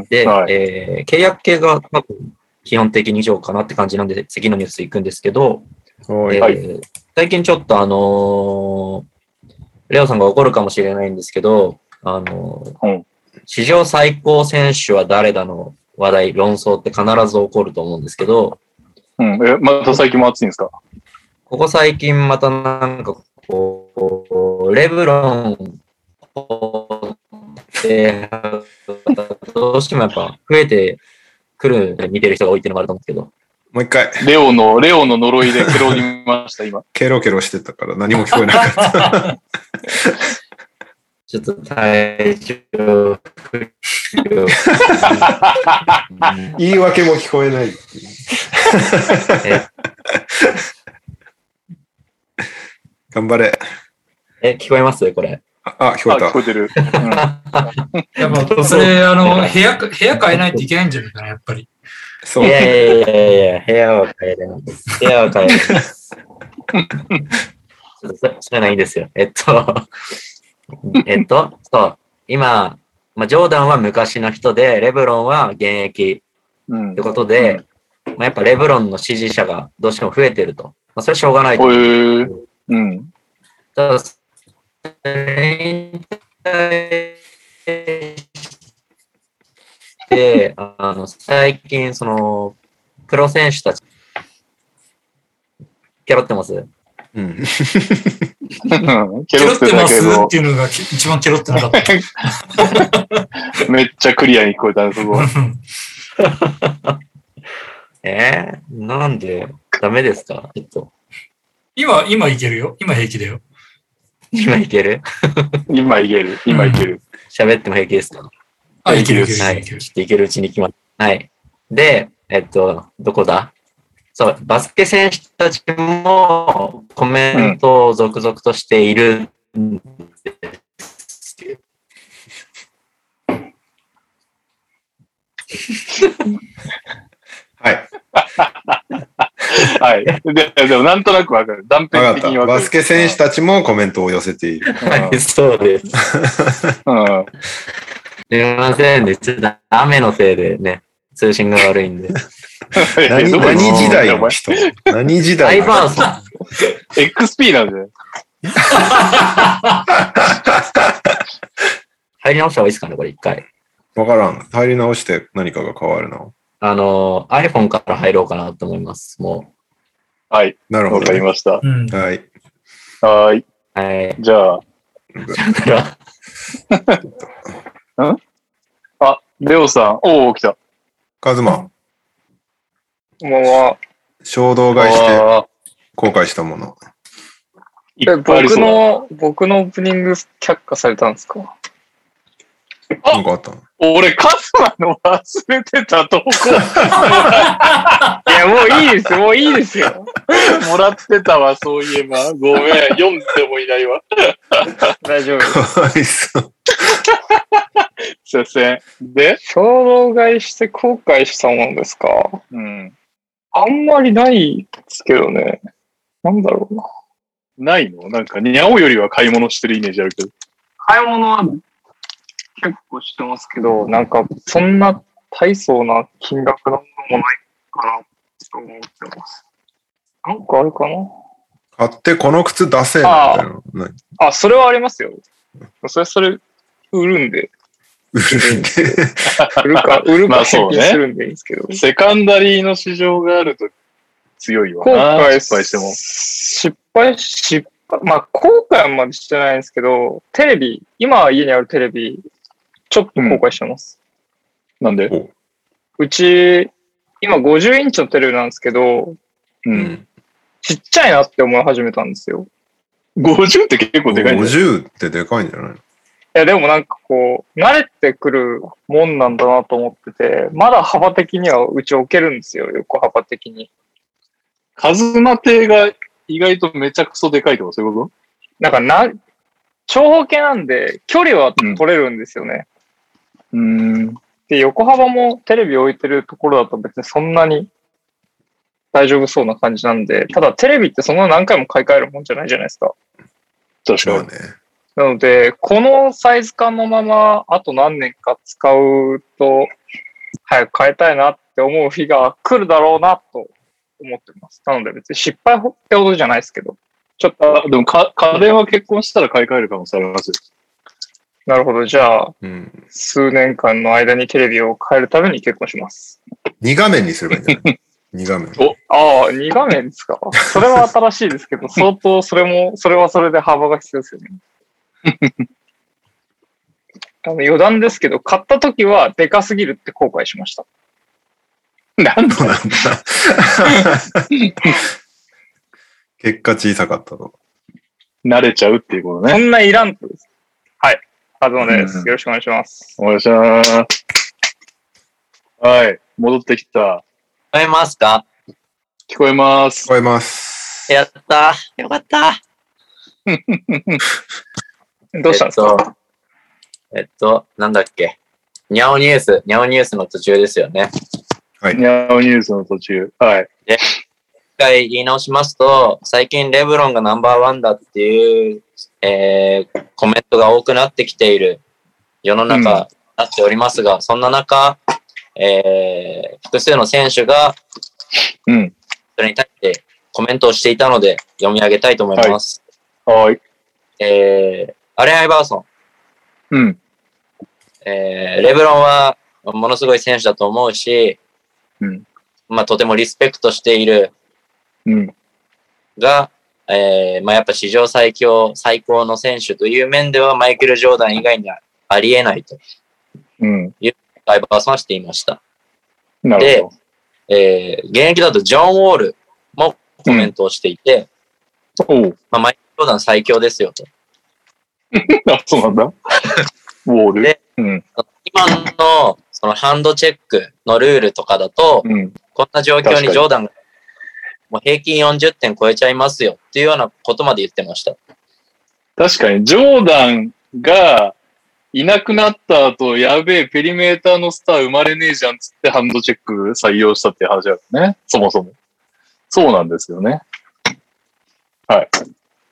Speaker 4: で、
Speaker 2: はい。
Speaker 4: えー契約系が多分基本的に以上かなって感じなんで、次のニュース行くんですけど、
Speaker 1: はい
Speaker 4: えー
Speaker 2: はい
Speaker 4: 最近ちょっとあのーレオさんが怒るかもしれないんですけど、あのー
Speaker 2: うん
Speaker 4: 史上最高選手は誰だの話題、論争って必ず起こると思うんですけど、
Speaker 2: うん。え、また最近も暑いんですか
Speaker 4: ここ最近またなんかこう、レブロンで、どうしてもやっぱ増えてくるんで見てる人が多いっていうのもあると思うんですけど、
Speaker 1: もう一回、
Speaker 2: レオの、レオの呪いでケロにました、今。
Speaker 1: ケロケロしてたから何も聞こえなか った。
Speaker 4: ちょっと体調不 良。
Speaker 1: 言い訳も聞こえない。
Speaker 4: え
Speaker 1: 頑張れ。
Speaker 4: え、聞こえますこれ。
Speaker 1: あ、あ聞
Speaker 2: あ、
Speaker 1: こえた
Speaker 2: 聞こ。えてる。
Speaker 3: やっぱ、 それ、あの、部屋、部屋変えないといけないんじゃないかな、やっ ぱり。
Speaker 4: い
Speaker 1: そう。
Speaker 4: やいやいやいやいや、部屋は変えれないです。部屋は変えれないです。ちょっとそそういうのいいんですよ。えっと、えっと、そう、今、まあ、ジョーダンは昔の人で、レブロンは現役
Speaker 2: うん。う
Speaker 4: っ
Speaker 2: ん。
Speaker 4: てことで、まあ、やっぱレブロンの支持者がどうしても増えてると。まあ、それはしょうがないと
Speaker 2: こういう、うん。
Speaker 4: ただ、それに対して、あの、最近、その、プロ選手たち、キャロってます
Speaker 1: うん。
Speaker 2: ケ
Speaker 3: ケ
Speaker 2: ロ
Speaker 3: ロ
Speaker 2: っ
Speaker 3: ってて
Speaker 2: た
Speaker 3: ま
Speaker 2: け
Speaker 3: す
Speaker 2: ど
Speaker 3: っ、ていうのがき一番ケロってなか った。
Speaker 2: めっちゃクリアに聞こえたね、す ごい。
Speaker 4: えー、なんで、ダメですかちょっと、
Speaker 3: 今、今いけるよ。今平気だよ。
Speaker 4: 今いける
Speaker 2: 今いける。今いける。
Speaker 4: 喋っても平気ですか
Speaker 3: あ、いけるよいける
Speaker 4: は
Speaker 3: よい
Speaker 4: い。
Speaker 3: け
Speaker 4: ちょ
Speaker 3: る。
Speaker 4: っといけるうちに行きます。はい。で、えっと、どこだそう、バスケ選手たちもコメントを続々としているんですけど
Speaker 1: はい。
Speaker 2: はい。で、でもなんとなくわかる。断片
Speaker 1: わかっ
Speaker 2: 的に
Speaker 1: た。
Speaker 2: わかる。
Speaker 1: バスケ選手たちもコメントを寄せている。
Speaker 4: はい、 そうです。す
Speaker 2: うん。うん
Speaker 4: みませんね。ちょっと雨のせいでね、通信が悪いんで。
Speaker 1: 何
Speaker 2: どこ
Speaker 1: 何時代
Speaker 2: お前
Speaker 1: の人 何時
Speaker 4: ダ
Speaker 1: 代
Speaker 4: イ
Speaker 1: の人
Speaker 4: バーさん、
Speaker 2: XP なんで。
Speaker 4: 入り直した方がいいですかね、これ一回。
Speaker 1: わからん。入り直して何かが変わるな。
Speaker 4: あの、iPhone から入ろうかなと思います。も
Speaker 2: はい。
Speaker 1: なるほ
Speaker 2: わか
Speaker 1: ど
Speaker 2: り。ました。
Speaker 3: うん。
Speaker 1: はい。
Speaker 2: はーい。
Speaker 4: う。はい。
Speaker 2: じゃあ、
Speaker 4: だから、
Speaker 2: あ、レオさん。おお、来た。
Speaker 1: カズマ、
Speaker 2: こんばんは。
Speaker 1: 衝動買いして
Speaker 2: あー
Speaker 1: 後悔したもの。
Speaker 2: い
Speaker 5: え
Speaker 2: っぱいあり
Speaker 5: 僕
Speaker 2: そうだ。
Speaker 5: の、僕のオープニング却下されたんですか
Speaker 2: あ
Speaker 1: なんかあった の
Speaker 2: 俺、カズマの忘れてた投稿
Speaker 5: いや、もういいです、もういいです よ。
Speaker 2: もらってたわ、そういえば。ごめん。読んでもいないわ。
Speaker 5: 大丈夫。
Speaker 1: かわいそう。
Speaker 2: すいません。で、
Speaker 5: 衝動買いして後悔したものですか
Speaker 2: うん。
Speaker 5: あんまりないですけどね。なんだろうな。
Speaker 2: ないのなんか、にゃおよりは買い物してるイメージあるけど。
Speaker 5: 買い物は結構してますけど、なんかそんな大層な金額のものもないかなと思ってます。なんかあるかな
Speaker 1: 買ってこの靴出せみたいなのない。
Speaker 5: あ、それはありますよ。それ、それ、売るんで、
Speaker 1: 売るんで。
Speaker 5: 売る か、売る
Speaker 2: ま
Speaker 5: か
Speaker 2: あそ
Speaker 5: 返
Speaker 2: うね
Speaker 5: 品するんでいいんですけど。
Speaker 2: セカンダリーの市場があると強いわ
Speaker 5: 後
Speaker 2: な。
Speaker 5: 悔
Speaker 2: 失敗しても。
Speaker 5: 失敗、失敗、まあ、後悔はまでしてないんですけど、テレビ、今家にあるテレビ、ちょっと後悔してます。
Speaker 2: なんで
Speaker 5: うち、今50インチのテレビなんですけど、
Speaker 2: う。
Speaker 1: うんん。
Speaker 5: ちっちゃいなって思い始めたんですよ。
Speaker 2: 50って結構で かいんだよ。
Speaker 1: 50ってでかいんじゃないの
Speaker 5: いや、でもなんかこう、慣れてくるもんなんだなと思ってて、まだ幅的にはうち置けるんですよ、横幅的に。
Speaker 2: カズマ亭が意外とめちゃくそでかいとかそういうこ
Speaker 5: なんかな、長方形なんで、距離は取れるんですよね。
Speaker 2: とうん。
Speaker 5: で、横幅もテレビ置いてるところだと別にそんなに大丈夫そうな感じなんで、ただテレビってそんな何回も買い替えるもんじゃないじゃないですか。
Speaker 2: 確
Speaker 1: まあ
Speaker 2: かに。
Speaker 1: ね。
Speaker 5: なので、このサイズ感のまま、あと何年か使うと、早く変えたいなって思う日が来るだろうなと思ってます。なので別に失敗ってほどじゃないですけど、ちょっと、
Speaker 2: あでもか、家電は結婚したら買い替える可能性ありますよ。
Speaker 5: なるほど、じゃあ、
Speaker 1: うん。
Speaker 5: 数年間の間にテレビを変えるために結婚します。
Speaker 1: 2画面にすればいいんじゃ ない ?2 画面。
Speaker 5: ああ、2画面ですか。それは新しいですけ ど、相当それも、それはそれで幅が必要ですよね。あの余談ですけど、買った時はでかすぎるって後悔しました。
Speaker 2: なん
Speaker 1: そうなんだ。 結果小さかったと。
Speaker 2: 慣れちゃうっていうこと
Speaker 5: そ
Speaker 2: ね。
Speaker 5: んないらんとです。はい。カズマで
Speaker 2: うん
Speaker 5: す。よろしくお願いします。
Speaker 2: お願いします。はい。戻ってきた。
Speaker 4: 聞こえますか
Speaker 2: 聞こえます
Speaker 1: 聞。こえます。
Speaker 4: やったー。よかった。
Speaker 5: どうしたんですか、
Speaker 4: えっと、えっと、なんだっけ。ニャオニュース、ニャオニュースの途中ですよね。
Speaker 2: ニャオニュースの途中。はい。
Speaker 4: 一回言い直しますと、最近レブロンがナンバーワンだっていう、えーコメントが多くなってきている世の中になっておりますが、そんな中、えー複数の選手が
Speaker 2: うん。
Speaker 4: それに対してコメントをしていたので読み上げたいと思います。
Speaker 2: はい。
Speaker 4: えーアレン・アイバーソン、
Speaker 2: うん。
Speaker 4: えーレブロンはものすごい選手だと思うし、
Speaker 2: うん
Speaker 4: まあ、とてもリスペクトしている
Speaker 2: うん。
Speaker 4: が、えーまあ、やっぱ史上最強、最高の選手という面では、マイケル・ジョーダン以外にはありえないと、
Speaker 2: うん。
Speaker 4: アイバーソンはしていました。
Speaker 2: なるほ
Speaker 4: えー現役だとジョン・ウォールもコメントをしていて、
Speaker 2: ど。おう。
Speaker 4: まあ、マイケル・ジョーダン最強ですよと。
Speaker 2: あ、そうなんだ。ウォール
Speaker 4: で。
Speaker 2: うん。
Speaker 4: 今のそのハンドチェックのルールとかだと、
Speaker 2: うん。
Speaker 4: こんな状況
Speaker 2: 確か
Speaker 4: に
Speaker 2: に
Speaker 4: ジョーダンがもう平均40点超えちゃいますよっていうようなことまで言ってました。
Speaker 2: 確かに、ジョーダンがいなくなった後、やべえ、ペリメーターのスター生まれねえじゃんっつってハンドチェック採用したっていう話だよね。そもそも。そうなんですよね。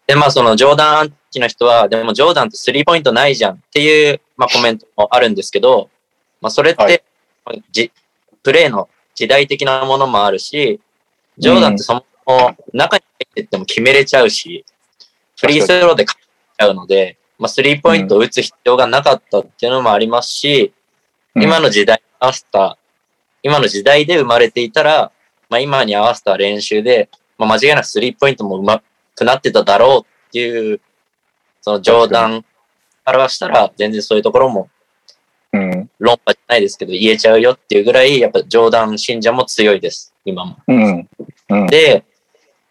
Speaker 4: で、まあそのジョーダンアンチの人は、でもジョーダンってスリーポイントないじゃんっていう、まあ、コメントもあるんですけど、まあそれって、
Speaker 2: はい
Speaker 4: まあじプレーの時代的なものもあるし、ジョーダンってそもそも中に入ってっても決めれちゃうし、フリースローで勝っちゃうので、まあスリーポイントを打つ必要がなかったっていうのもありますし、
Speaker 2: うん
Speaker 4: 今の時代に合わせた、今の時代で生まれていたら、まあ今に合わせた練習で、まあ間違いなくスリーポイントもうまくなってただろうっていう、その冗談表したら、全然そういうところも
Speaker 2: うん。
Speaker 4: 論破じゃないですけど、言えちゃうよっていうぐらい、やっぱ冗談信者も強いです、今も。
Speaker 2: うん。
Speaker 4: で、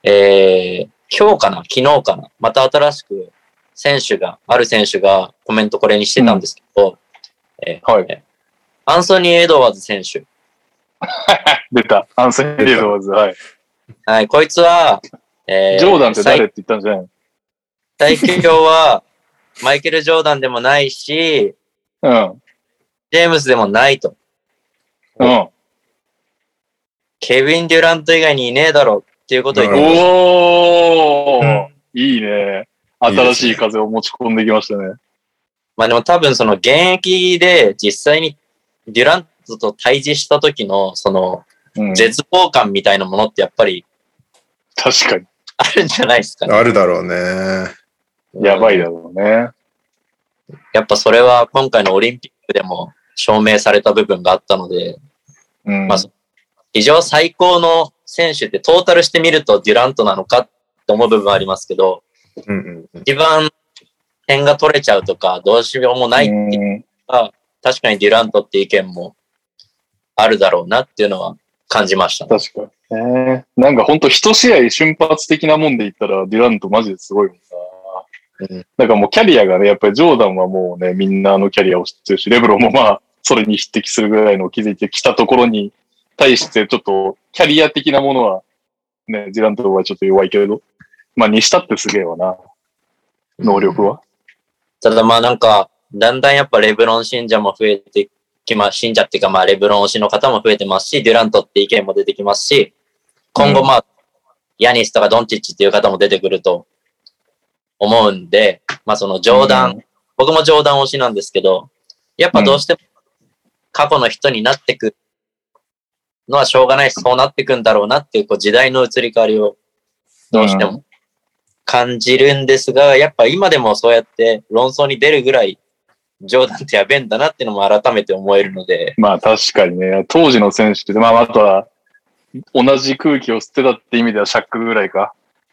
Speaker 4: えー、今日かな昨日かなまた新しく選手が、ある選手がコメントこれにしてたんですけど、えー
Speaker 2: はい。
Speaker 4: アンソニー・エドワーズ選手。
Speaker 2: 出た。アンソニー・エドワーズ。はい。
Speaker 4: はい、こいつは、えー
Speaker 2: ジョーダンって誰って言ったんじゃない
Speaker 4: 最最強は、マイケル・ジョーダンでもないし、
Speaker 2: の
Speaker 4: ジェームスでもないと。
Speaker 2: うん。
Speaker 4: ケビン・デュラント以外にいねえだろっていうことを言って
Speaker 2: お
Speaker 3: うん
Speaker 2: ー、いいね。新しい風を持ち込んできましたね。
Speaker 4: まあでも多分その現役で実際にデュラントと対峙した時のその
Speaker 2: うん、
Speaker 4: 絶望感みたいなものってやっぱり
Speaker 2: 確か
Speaker 4: あるんじゃないですかね。
Speaker 1: あるだろうね。
Speaker 2: に。やばいだろうね。
Speaker 4: やっぱそれは今回のオリンピックでも証明された部分があったので、
Speaker 2: うん。
Speaker 4: まあ非常最高の選手ってトータルしてみるとデュラントなのかって思う部分はありますけど、
Speaker 1: うんうんうん。
Speaker 4: 一番点が取れちゃうとかどうしようもないっていう
Speaker 2: うん
Speaker 4: か、確かにデュラントって意見もあるだろうなっていうのは感じましたね。
Speaker 2: 確かにね。なんかほんと一試合瞬発的なもんで言ったら、デュラントマジですごいもんな。
Speaker 4: うん
Speaker 2: なんかもうキャリアがね、やっぱりジョーダンはもうね、みんなあのキャリアを知ってるし、レブロンもまあ、それに匹敵するぐらいのを築いてきたところに対して、ちょっとキャリア的なものは、ね、デュラントはちょっと弱いけど、まあ、にしたってすげえわな、能力は。
Speaker 4: ただまあなんか、だんだんやっぱレブロン信者も増えてきま、信者っていうかまあレブロン推しの方も増えてますし、デュラントって意見も出てきますし、今後まあ、ヤニスとかドンチッチっていう方も出てくると思うんで、まあその冗談、僕も冗談推しなんですけど、やっぱどうしても過去の人になってくのはしょうがないし、そうなってくんだろうなっていうこう時代の移り変わりをどうしても感じるんですが、やっぱ今でもそうやって論争に出るぐらい冗談ってやべえんだなっていうのも改めて思えるので、
Speaker 2: まあ確かにね、当時の選手って、まああとは、同じ空気を吸ってたって意味ではシャックぐらいか。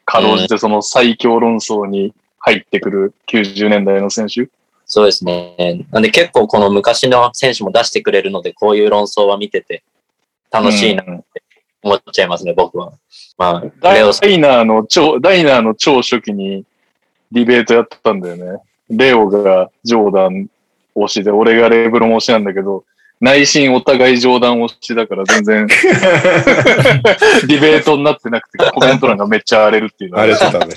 Speaker 2: かろうじてその最強論争に入ってくる90年代の選手。
Speaker 4: そうですね。なんで結構この昔の選手も出してくれるので、こういう論争は見てて楽しいなと
Speaker 2: うん
Speaker 4: 思っちゃいますね、僕は。まあ、
Speaker 2: ダイ
Speaker 4: レオさん、
Speaker 2: ダイナーの超、ダイナーの超初期にディベートやってたんだよね。レオがジョーダン推しで、俺がレブロン推しなんだけど、内心お互いジョーダン推しだから全 然ディベートになってなくてコメント欄がめっちゃ荒れるっていうの は
Speaker 1: あれしてたね。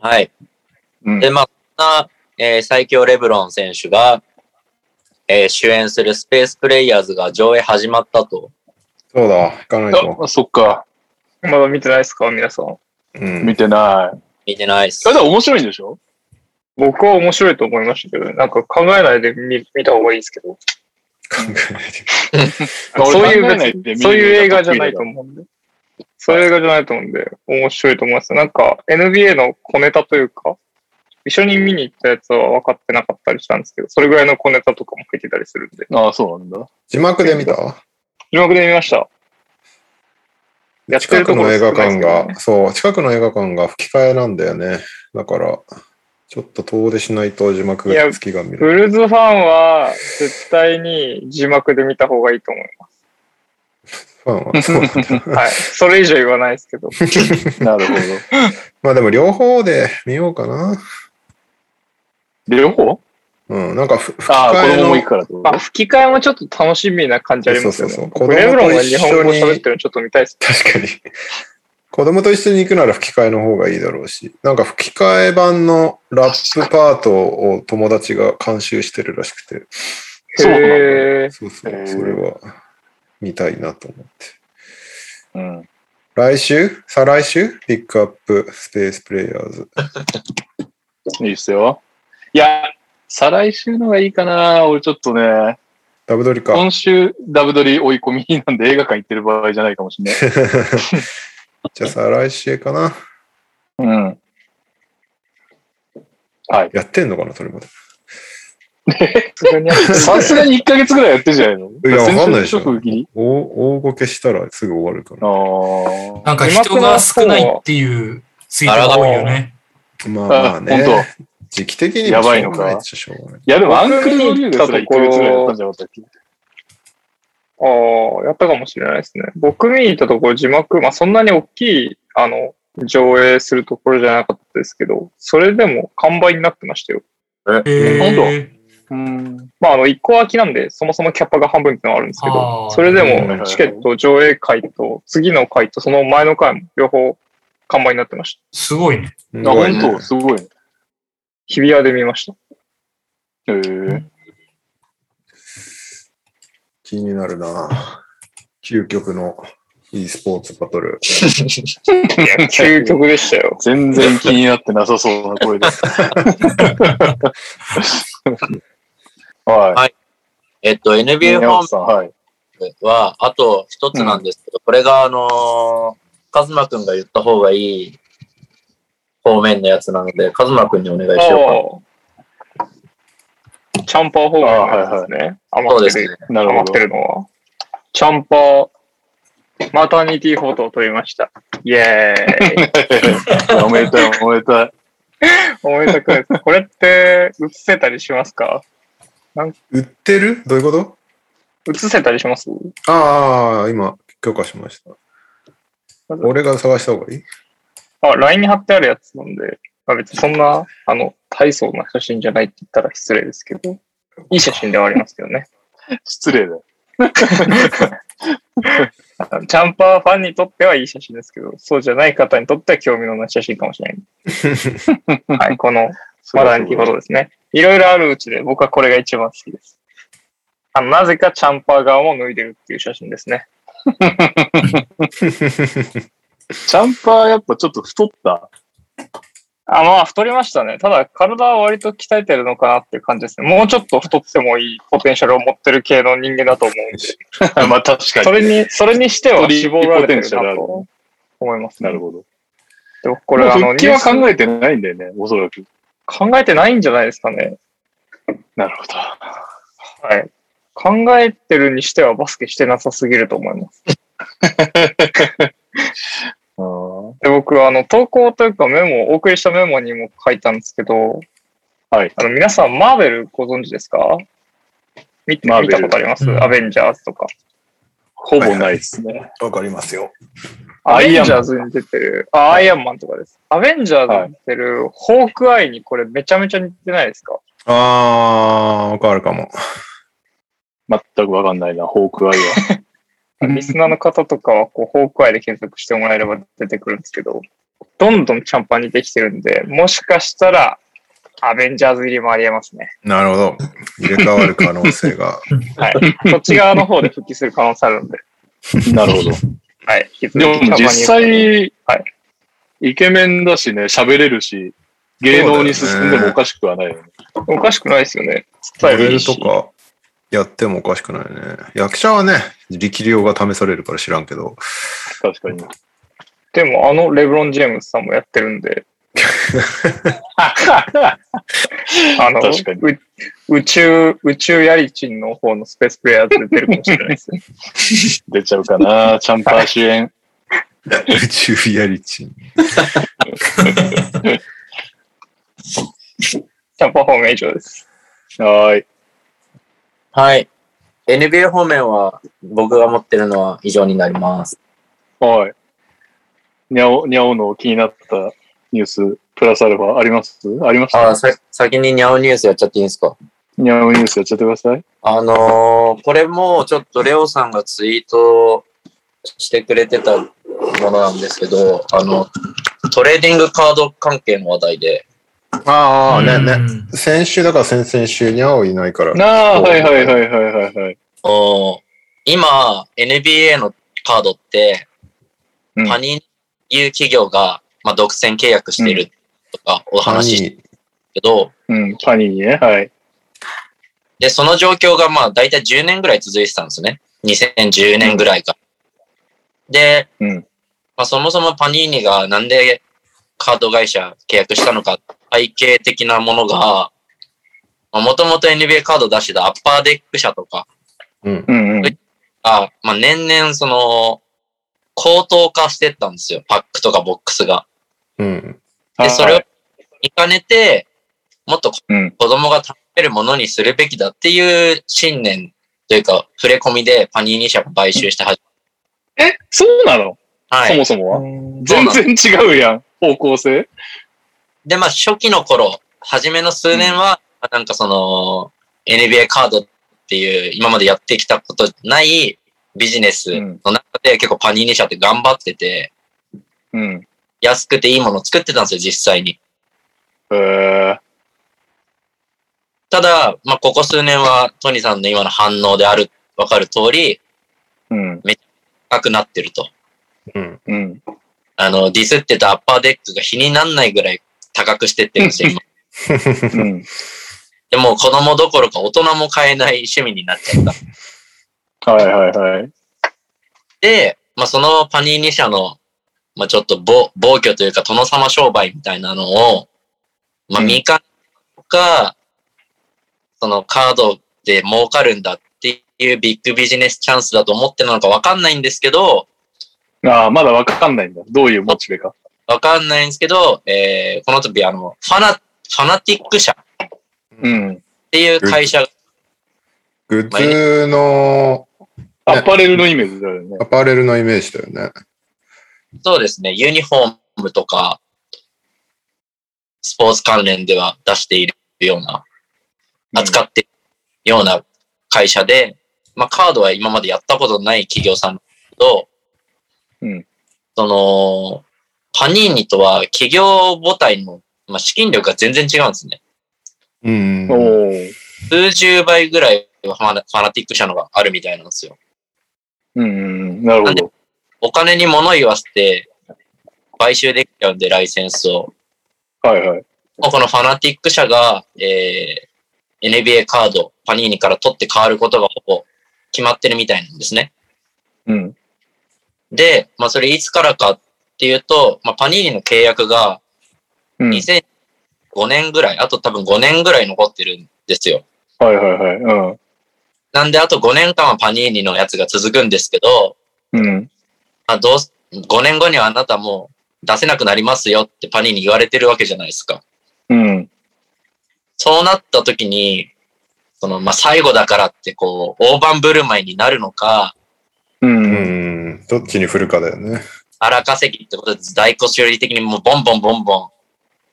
Speaker 4: はい。
Speaker 2: うん
Speaker 4: で、まあ、そんな、えー最強レブロン選手が、えー主演するスペースプレイヤーズが上映始まったと。
Speaker 1: そうだ、行かないと。
Speaker 2: あそっか。
Speaker 5: まだ見てないですか皆さん。
Speaker 1: うん
Speaker 2: 見。てない。
Speaker 4: 見てないっす
Speaker 2: あれ。でも面白いんでしょ
Speaker 5: 僕は面白いと思いましたけど、なんか考えないで見見た方がいいですけど。
Speaker 1: 考えないで
Speaker 2: まあ
Speaker 5: そうい
Speaker 2: 俺
Speaker 5: う
Speaker 2: 考えないで見るのが得意だから
Speaker 5: そういう映画じゃないと思うんで。そういう映画じゃないと思うんで、面白いと思います。なんか NBA の小ネタというか、一緒に見に行ったやつは分かってなかったりしたんですけど、それぐらいの小ネタとかも入ってたりするんで。
Speaker 2: ああ、そうなんだ。
Speaker 1: 字幕で見た
Speaker 5: 字幕で見ました。やって
Speaker 1: 近
Speaker 5: る
Speaker 1: く
Speaker 5: とこ
Speaker 1: の
Speaker 5: ろ
Speaker 1: 映画
Speaker 5: 少ない
Speaker 1: 館
Speaker 5: ですけどね
Speaker 1: が、そう、近くの映画館が吹き替えなんだよね。だから、ちょっと遠出しないと字幕が月が見
Speaker 5: ブ
Speaker 1: る。
Speaker 5: ルーズファンは絶対に字幕で見た方がいいと思いま
Speaker 1: ファンはそうなんだ
Speaker 5: す。はい。それ以上言わないですけど。
Speaker 2: なるほど。
Speaker 1: まあでも両方で見ようかな。
Speaker 2: 両方
Speaker 1: うん、なんかふ吹き
Speaker 2: ああ、
Speaker 1: 替
Speaker 2: 子
Speaker 1: え
Speaker 2: 供
Speaker 1: の
Speaker 2: も行くからってこと
Speaker 5: あ、吹き替えもちょっと楽しみな感じありますよね。
Speaker 1: そうそうそう
Speaker 5: 僕レブロンが
Speaker 1: 子供と一
Speaker 5: 日
Speaker 1: 緒に
Speaker 5: 本語喋ってるのちょっと見たいです。
Speaker 1: 確かに。子供と一緒に行くなら吹き替えの方がいいだろうし、なんか吹き替え版のラップパートを友達が監修してるらしくて、
Speaker 2: そうなんだ
Speaker 5: へー
Speaker 1: そうそ
Speaker 2: へ
Speaker 1: う、
Speaker 2: ー
Speaker 1: それは見たいなと思って。
Speaker 2: うん。
Speaker 1: 来週再来週ピックアップスペースプレイヤーズ。
Speaker 2: いいっすよ。いや、再来週のがいいかな。俺ちょっとね、
Speaker 1: ダブドリか。
Speaker 2: 今週ダブドリ追い込みなんで映画館行ってる場合じゃないかもしれない。
Speaker 1: じゃあ再来週かな。
Speaker 2: うん。
Speaker 1: やってんのかな、それまで。
Speaker 5: さすがに
Speaker 2: さすがに1ヶ月ぐらいやってんじゃないの
Speaker 1: やわかんないでしょ
Speaker 2: 先週の直撃に
Speaker 1: 大大ごけしたらすぐ終わるから。
Speaker 2: あ
Speaker 3: な
Speaker 2: あ。
Speaker 3: んか人が少ないっていうツイートが多いよね。
Speaker 1: まあまあね。
Speaker 2: 本
Speaker 1: 時期的に
Speaker 2: や
Speaker 1: も
Speaker 2: ば
Speaker 1: し
Speaker 2: い
Speaker 1: ょ
Speaker 2: の
Speaker 1: う
Speaker 2: か
Speaker 1: がないでしょ、しょうがない。
Speaker 2: いや、でもアンクルの竜がそれ1ヶ月ぐらいやったんじゃなかったっけ
Speaker 5: ああ、やったかもしれないですね。僕見に行ったところ字幕、まあそんなに大きい、あの、上映するところじゃなかったですけど、それでも完売になってましたよ。
Speaker 3: え
Speaker 2: 本当
Speaker 3: ー、
Speaker 2: うん。
Speaker 5: まああの、一個空きなんで、そもそもキャパが半分ってのはあるんですけ
Speaker 3: あ
Speaker 5: ど
Speaker 3: ー、
Speaker 5: それで
Speaker 2: はいはいは
Speaker 5: も
Speaker 2: い
Speaker 5: チケット上映会と次の回とその前の回も両方看板になってました。
Speaker 3: すごいね。
Speaker 1: す
Speaker 2: あ、
Speaker 1: ごいね
Speaker 2: 本当すごいね。
Speaker 5: 日比谷で見ました。
Speaker 2: へえ。
Speaker 1: 気になるな究極の e スポーツバトル。
Speaker 5: いや、究極でしたよ。
Speaker 2: 全然気になってなさそうな声です。は
Speaker 4: えっと、
Speaker 2: い。
Speaker 4: NBA
Speaker 2: 宮
Speaker 4: ホ
Speaker 2: 本さん、はい。
Speaker 4: ームは、あと一つなんですけど、これが、あのー、カズマくんが言った方がいい方面のやつなので、カズマくんにお願いしよ
Speaker 5: ああチャンパーホームのやつですね。
Speaker 4: うか。そう
Speaker 5: 余
Speaker 4: で
Speaker 5: っ
Speaker 4: す
Speaker 5: て
Speaker 4: ね
Speaker 5: る。。
Speaker 2: なる
Speaker 5: 余
Speaker 2: ほ
Speaker 5: って
Speaker 2: ど。
Speaker 5: るのは。チャンパー、マタニティフォトを撮りました。イエー イ。
Speaker 2: おめでたい、おめでたい。
Speaker 5: おめでとうございます。これって映せたりしますか
Speaker 1: 売ってるどういうこと
Speaker 5: 映せたりします
Speaker 1: ああ、今、許可しました。俺が探した方がいい
Speaker 5: あ、LINE に貼ってあるやつなんで、まあ、別にそんな、あの、大層な写真じゃないって言ったら失礼ですけど、いい写真ではありますけどね。
Speaker 2: 失礼だよ。
Speaker 5: あのチャンパーファンにとってはいい写真ですけど、そうじゃない方にとっては興味のない写真かもしれ ない。はい、このマダニティフォトですね。いろいろあるうちで僕はこれが一番好きです。あのなぜかチャンパー側も脱いでるっていう写真ですね。
Speaker 2: チャンパーやっぱちょっと太った。
Speaker 5: あ、まあ、太りましたね。ただ、体は割と鍛えてるのかなっていう感じですね。もうちょっと太ってもいいポテンシャルを持ってる系の人間だと思うんで、
Speaker 2: まあ確か
Speaker 5: そ
Speaker 2: に。
Speaker 5: れに、それにしては
Speaker 2: 太り
Speaker 5: 脂肪がある
Speaker 2: ポテンシャルある
Speaker 5: と思いますね。
Speaker 2: なるほど。
Speaker 5: でも
Speaker 2: こ
Speaker 5: こ
Speaker 2: れ
Speaker 5: れ、あの、
Speaker 2: 復帰は考
Speaker 5: え、
Speaker 2: えてないんだよね、おそらく。
Speaker 5: 考えてないんじゃないですかね。
Speaker 2: なるほど。
Speaker 5: はい。考えてるにしてはバスケしてなさすぎると思います。 で、僕はあの、投稿というかメモ、お送りしたメモにも書いたんですけど、
Speaker 2: はい。
Speaker 5: あの、皆さん、マーベルご存知ですか見
Speaker 2: マーベ
Speaker 5: 見
Speaker 2: ル
Speaker 5: たことあります、
Speaker 3: うん
Speaker 5: アベンジャーズとか。
Speaker 2: ほぼないですね。
Speaker 1: わかりますよ。
Speaker 5: ア
Speaker 2: ア
Speaker 5: ベ
Speaker 2: イ
Speaker 5: ン
Speaker 2: アンマン
Speaker 5: ジャーズに出てる、あ、アイアンマンとかです。アベンジャーズに出てる、ホークアイにこれめちゃめちゃ似てないですか
Speaker 1: ああ、わかるかも。
Speaker 2: 全くわかんないな、ホークアイは。
Speaker 5: リスナーの方とかは、こう、ホークアイで検索してもらえれば出てくるんですけど、どんどんチャンパンにできてるんで、もしかしたら、アベンジャーズ入りもありえますね。
Speaker 1: なるほど。入れ替わる可能性 が。
Speaker 5: はい。そっち側の方で復帰する可能性あるんで、
Speaker 2: なるほど。
Speaker 5: はい。引き続
Speaker 2: で
Speaker 5: き
Speaker 2: も
Speaker 5: チャ
Speaker 2: 実
Speaker 5: ンパンに
Speaker 2: 際、
Speaker 5: はい
Speaker 2: イケメンだしね、喋れるし、芸能に進んでもおかしくはないよね。
Speaker 5: おかしくないですよね。スタ
Speaker 1: モ
Speaker 5: イル
Speaker 1: デ
Speaker 5: いい
Speaker 1: ル
Speaker 5: し
Speaker 1: とかやってもおかしくないね。役者はね、力量が試されるから知らんけど。
Speaker 2: 確かに。
Speaker 5: でも、あのレブロン・ジェームスさんもやってるんで、あの、
Speaker 2: 確かに
Speaker 5: う宇宙、宇宙やりちんの方のスペースプレイヤーズ出てるかもしれないですね。
Speaker 2: 出ちゃうか な、チャンパー主演。
Speaker 1: 宇宙やりちん。
Speaker 5: チャンパフォームは以上です。
Speaker 2: はーい。
Speaker 4: はい。NBA 方面は、僕が持ってるのは以上になります。
Speaker 2: はい。にゃお、にゃおの気になったニュース、プラスアルファありますありまし
Speaker 4: あ
Speaker 2: た
Speaker 4: ー、さ先にニャオニュースやっちゃっていいんですか
Speaker 2: にゃおニュースやっちゃってください。
Speaker 4: あのーこれもちょっとレオさんがツイートしてくれてたものなんですけど、あの、トレーディングカード関係の話題で、
Speaker 1: ああ、ね、
Speaker 3: う
Speaker 1: ね。
Speaker 3: ん
Speaker 1: 先週だから先々週に青いないから。
Speaker 2: なあ、はいはいはいはいはいはい。
Speaker 4: お今、NBA のカードって、
Speaker 2: うん
Speaker 4: 他人いう企業が、まあ、独占契約してるとかお話ししてる
Speaker 1: に
Speaker 4: けど、
Speaker 2: うん、パニーにね、はい。
Speaker 4: で、その状況がまあ大体10年ぐらい続いてたんですね。2010年ぐらいから。で、
Speaker 2: うん
Speaker 4: まあ、そもそもパニーニがなんでカード会社契約したのか、背景的なものが、もともと NBA カード出してたアッパーデック社とか
Speaker 1: うん。
Speaker 2: うんうん。
Speaker 4: が、まあ、年々その、高騰化してったんですよ。パックとかボックスが。
Speaker 1: うん。
Speaker 2: あ
Speaker 4: で、それを
Speaker 2: はい
Speaker 4: 見かねて、もっと
Speaker 2: うん。
Speaker 4: 子供が食べるものにするべきだっていう信念というか、触れ込みでパニーニ社が買収してはじ
Speaker 2: え、そうなの、
Speaker 4: は
Speaker 2: そ
Speaker 4: い。
Speaker 2: もそもは。
Speaker 4: そうなの
Speaker 2: 全然違うやん、方向性。
Speaker 4: で、まあ、初期の頃、初めの数年は、まあなんかその、NBA カードっていう、今までやってきたことないビジネスの中で結構パニーニ社って頑張ってて、
Speaker 2: うん。
Speaker 4: 安くていいものを作ってたんですよ、実際に。
Speaker 2: へえ
Speaker 4: ただ、まあ、ここ数年はトニーさんの今の反応である、わかる通り、
Speaker 2: うん。
Speaker 4: 高くなってると。
Speaker 1: うん。
Speaker 2: うん。
Speaker 4: あの、ディスってたアッパーデックが比になんないぐらい高くしてってる んですよ、今
Speaker 2: うん。
Speaker 4: でもう子供どころか大人も買えない趣味になっちゃった。
Speaker 2: はいはいはい。
Speaker 4: で、まあ、そのパニーニ社の、まあ、ちょっと暴暴挙というか殿様商売みたいなのを、まあ、
Speaker 2: うん
Speaker 4: みかんとか、そのカードで儲かるんだっていうビッグビジネスチャンスだと思ってなのかわかんないんですけど、
Speaker 2: ああ、まだわかんないんだ。どういうモチベか。
Speaker 4: わかんないんですけど、えー、この度あの、ファナ、ファナティック社っ
Speaker 2: うん。
Speaker 4: ていう会社、
Speaker 1: グッズの
Speaker 2: アパレルのイメージだよね。
Speaker 1: アパレルのイメージだよね。
Speaker 4: そうですね、ユニフォームとか、スポーツ関連では出しているような、扱っているような会社で、まあカードは今までやったことない企業さんと、
Speaker 2: うん
Speaker 4: その、パニーニとは企業母体の、まあ、資金力が全然違うんですね。
Speaker 1: うん。
Speaker 2: おー
Speaker 4: 数十倍ぐらいはファナファナティック社のがあるみたいなんですよ。
Speaker 2: うんうんうん。なるほど。
Speaker 4: お金に物言わせて、買収できちゃうんで、ライセンスを。
Speaker 2: はいはい。
Speaker 4: もうこのファナティック社が、えー、NBA カード、パニーニから取って変わることがほぼ決まってるみたいなんですね。
Speaker 2: うん。
Speaker 4: で、まあそれいつからかっていうと、まあパニーニの契約が
Speaker 2: うん。
Speaker 4: 2005年ぐらい、あと多分5年ぐらい残ってるんですよ。
Speaker 2: はいはいはい。
Speaker 4: なんであと5年間はパニーニのやつが続くんですけど、
Speaker 2: うん。うん。
Speaker 4: まあ、どうす、5年後にはあなたもう出せなくなりますよってパニーに言われてるわけじゃないですか。
Speaker 2: うん。
Speaker 4: そうなった時に、その、まあ、最後だからってこう、大盤振る舞いになるのか、
Speaker 2: う。
Speaker 1: うんん。どっちに振るかだよね。
Speaker 4: 荒稼ぎってことで在庫処理的にもうボンボンボンボン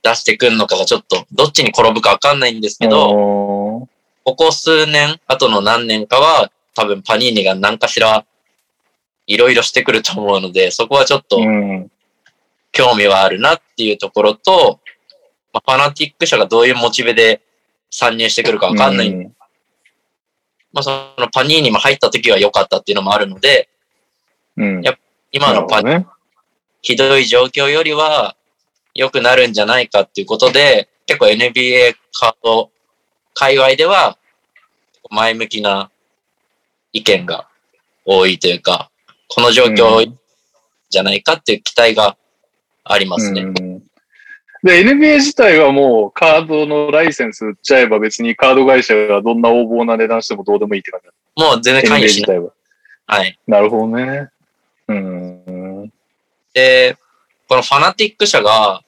Speaker 4: 出してくんのかがちょっと、どっちに転ぶかわかんないんですけど、
Speaker 2: ど、
Speaker 4: ここ数年、後の何年かは、多分パニーニが何かしら、いろいろしてくると思うので、そこはちょっと、
Speaker 2: うん。
Speaker 4: 興味はあるなっていうところと、まあ、ファナティック社がどういうモチベで参入してくるかわかんない。
Speaker 2: うん
Speaker 4: まあ、そのパニーにも入った時は良かったっていうのもあるので、
Speaker 2: うん。
Speaker 4: やっ今のパニ、
Speaker 2: なるほどね。
Speaker 4: ひどい状況よりは良くなるんじゃないかっていうことで、結構 NBA カード界隈では前向きな意見が多いというか、この状況じゃないかっていう期待がありますね。
Speaker 2: うんで、NBA 自体はもうカードのライセンス売っちゃえば別にカード会社がどんな横暴な値段してもどうでもいいって感じ
Speaker 4: もう全然
Speaker 2: だ。
Speaker 4: 関
Speaker 2: NBA
Speaker 4: 与し
Speaker 2: 自
Speaker 4: ない。
Speaker 2: 体は。
Speaker 4: はい。
Speaker 2: なるほどね。うん。
Speaker 4: で、このファナティック社が、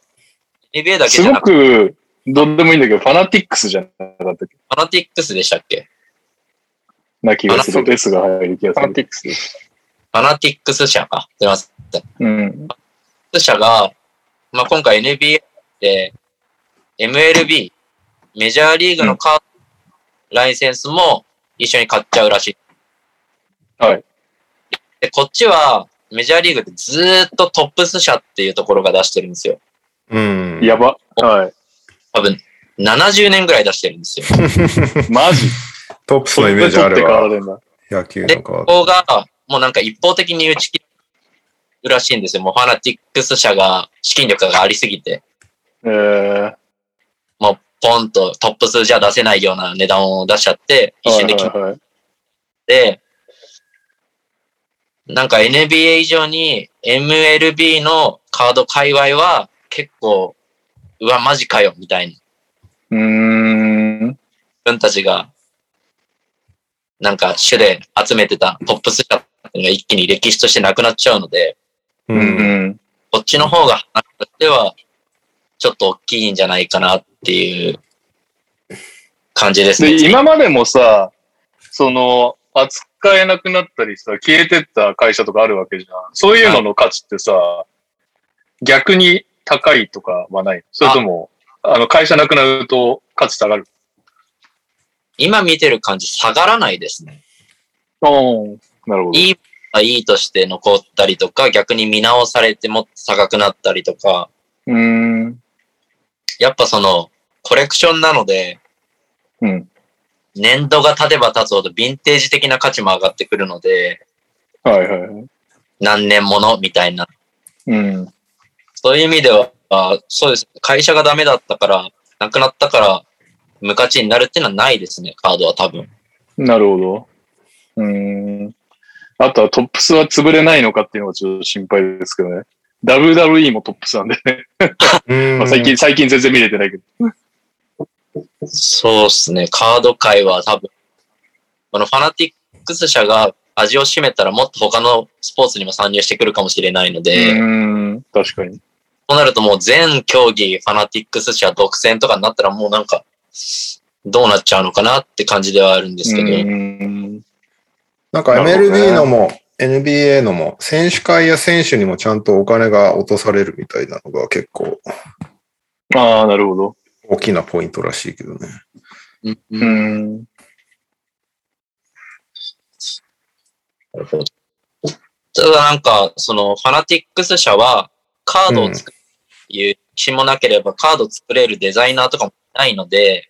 Speaker 4: NBA だけ
Speaker 2: す
Speaker 4: じゃ
Speaker 2: ご
Speaker 4: なくて、
Speaker 2: く、どうでもいいんだけど、ファナティックスじゃなかったっけ
Speaker 4: ファナティックスでしたっけ
Speaker 2: な気がす
Speaker 4: ファナ
Speaker 2: る。S が入る気がす
Speaker 5: ファ
Speaker 2: る
Speaker 5: ナ。ティックスです。
Speaker 4: ファナティックス社か。すいません。ファナティ
Speaker 2: うん。
Speaker 4: ックス社が、まあ、今回 NBA で、MLB、メジャーリーグのカード、ライセンスも一緒に買っちゃうらしい。
Speaker 2: はい。
Speaker 4: で、こっちは、メジャーリーグってずーっとトップス社っていうところが出してるんですよ。
Speaker 1: うん。
Speaker 2: やば。はい。
Speaker 4: 多分、70年ぐらい出してるんですよ。
Speaker 2: マジ。
Speaker 1: トップスのイメージある
Speaker 2: 取
Speaker 1: わ
Speaker 2: っ。て変わるんだ
Speaker 1: 野球
Speaker 4: で、
Speaker 1: のカ
Speaker 4: こ
Speaker 1: ード。
Speaker 4: こが、もうなんか一方的に打ち切るらしいんですよ。もうファナティックス社が、資金力がありすぎて、
Speaker 2: え
Speaker 4: もうポンとトップ数じゃ出せないような値段を出しちゃって、
Speaker 2: ー、
Speaker 4: 一瞬で切っ
Speaker 2: はいはいはい
Speaker 4: て、なんか NBA 以上に MLB のカード界隈は結構、うわ、マジかよ、みたいに。
Speaker 2: うーん。
Speaker 4: 自分たちが、なんか主で集めてたトップ数社っていうのが一気に歴史としてなくなっちゃうので、
Speaker 1: う。
Speaker 2: うんん。
Speaker 4: こっちの方が話としては、ちょっと大きいんじゃないかなっていう感じですね。
Speaker 2: で、今までもさ、その、扱えなくなったりさ、消えてった会社とかあるわけじゃん。そういうのの価値ってさ、逆に高いとかはないそれとも、あの、会社なくなると価値下がる
Speaker 4: 今見てる感じ、下がらないですね。
Speaker 2: うん。なるほど。
Speaker 4: いいまあいいとして残ったりとか、逆に見直されてもっと高くなったりとか、
Speaker 2: うん。
Speaker 4: やっぱその、コレクションなので、
Speaker 2: うん。
Speaker 4: 年度が経てば経つほどヴィンテージ的な価値も上がってくるので、
Speaker 2: はいはいはい。
Speaker 4: 何年ものみたいな。
Speaker 2: うん。
Speaker 4: そういう意味では、あそうです。会社がダメだったから、なくなったから、無価値になるっていうのはないですね、カードは多分。
Speaker 2: なるほど。うん。あとはトップスは潰れないのかっていうのがちょっと心配ですけどね。WWE もトップスなんでね。まあ最近、最近全然見れてないけど。
Speaker 4: そうですね、カード界は多分、このファナティックス社が味を占めたらもっと他のスポーツにも参入してくるかもしれないので、
Speaker 2: うん。確かに。
Speaker 4: となるともう全競技ファナティックス社独占とかになったらもうなんか、どうなっちゃうのかなって感じではあるんですけど。
Speaker 2: うん。
Speaker 1: なんか
Speaker 2: なるほどね
Speaker 1: MLB のも NBA のも選手会や選手にもちゃんとお金が落とされるみたいなのが結構
Speaker 2: ああ、なるほど。
Speaker 1: 大きなポイントらしいけどね。
Speaker 4: うんうん
Speaker 2: うん。
Speaker 4: なるほどただなんか、その、ファナティックス社は、カードを作るっていう歴史もなければ、カードを作れるデザイナーとかもいないので、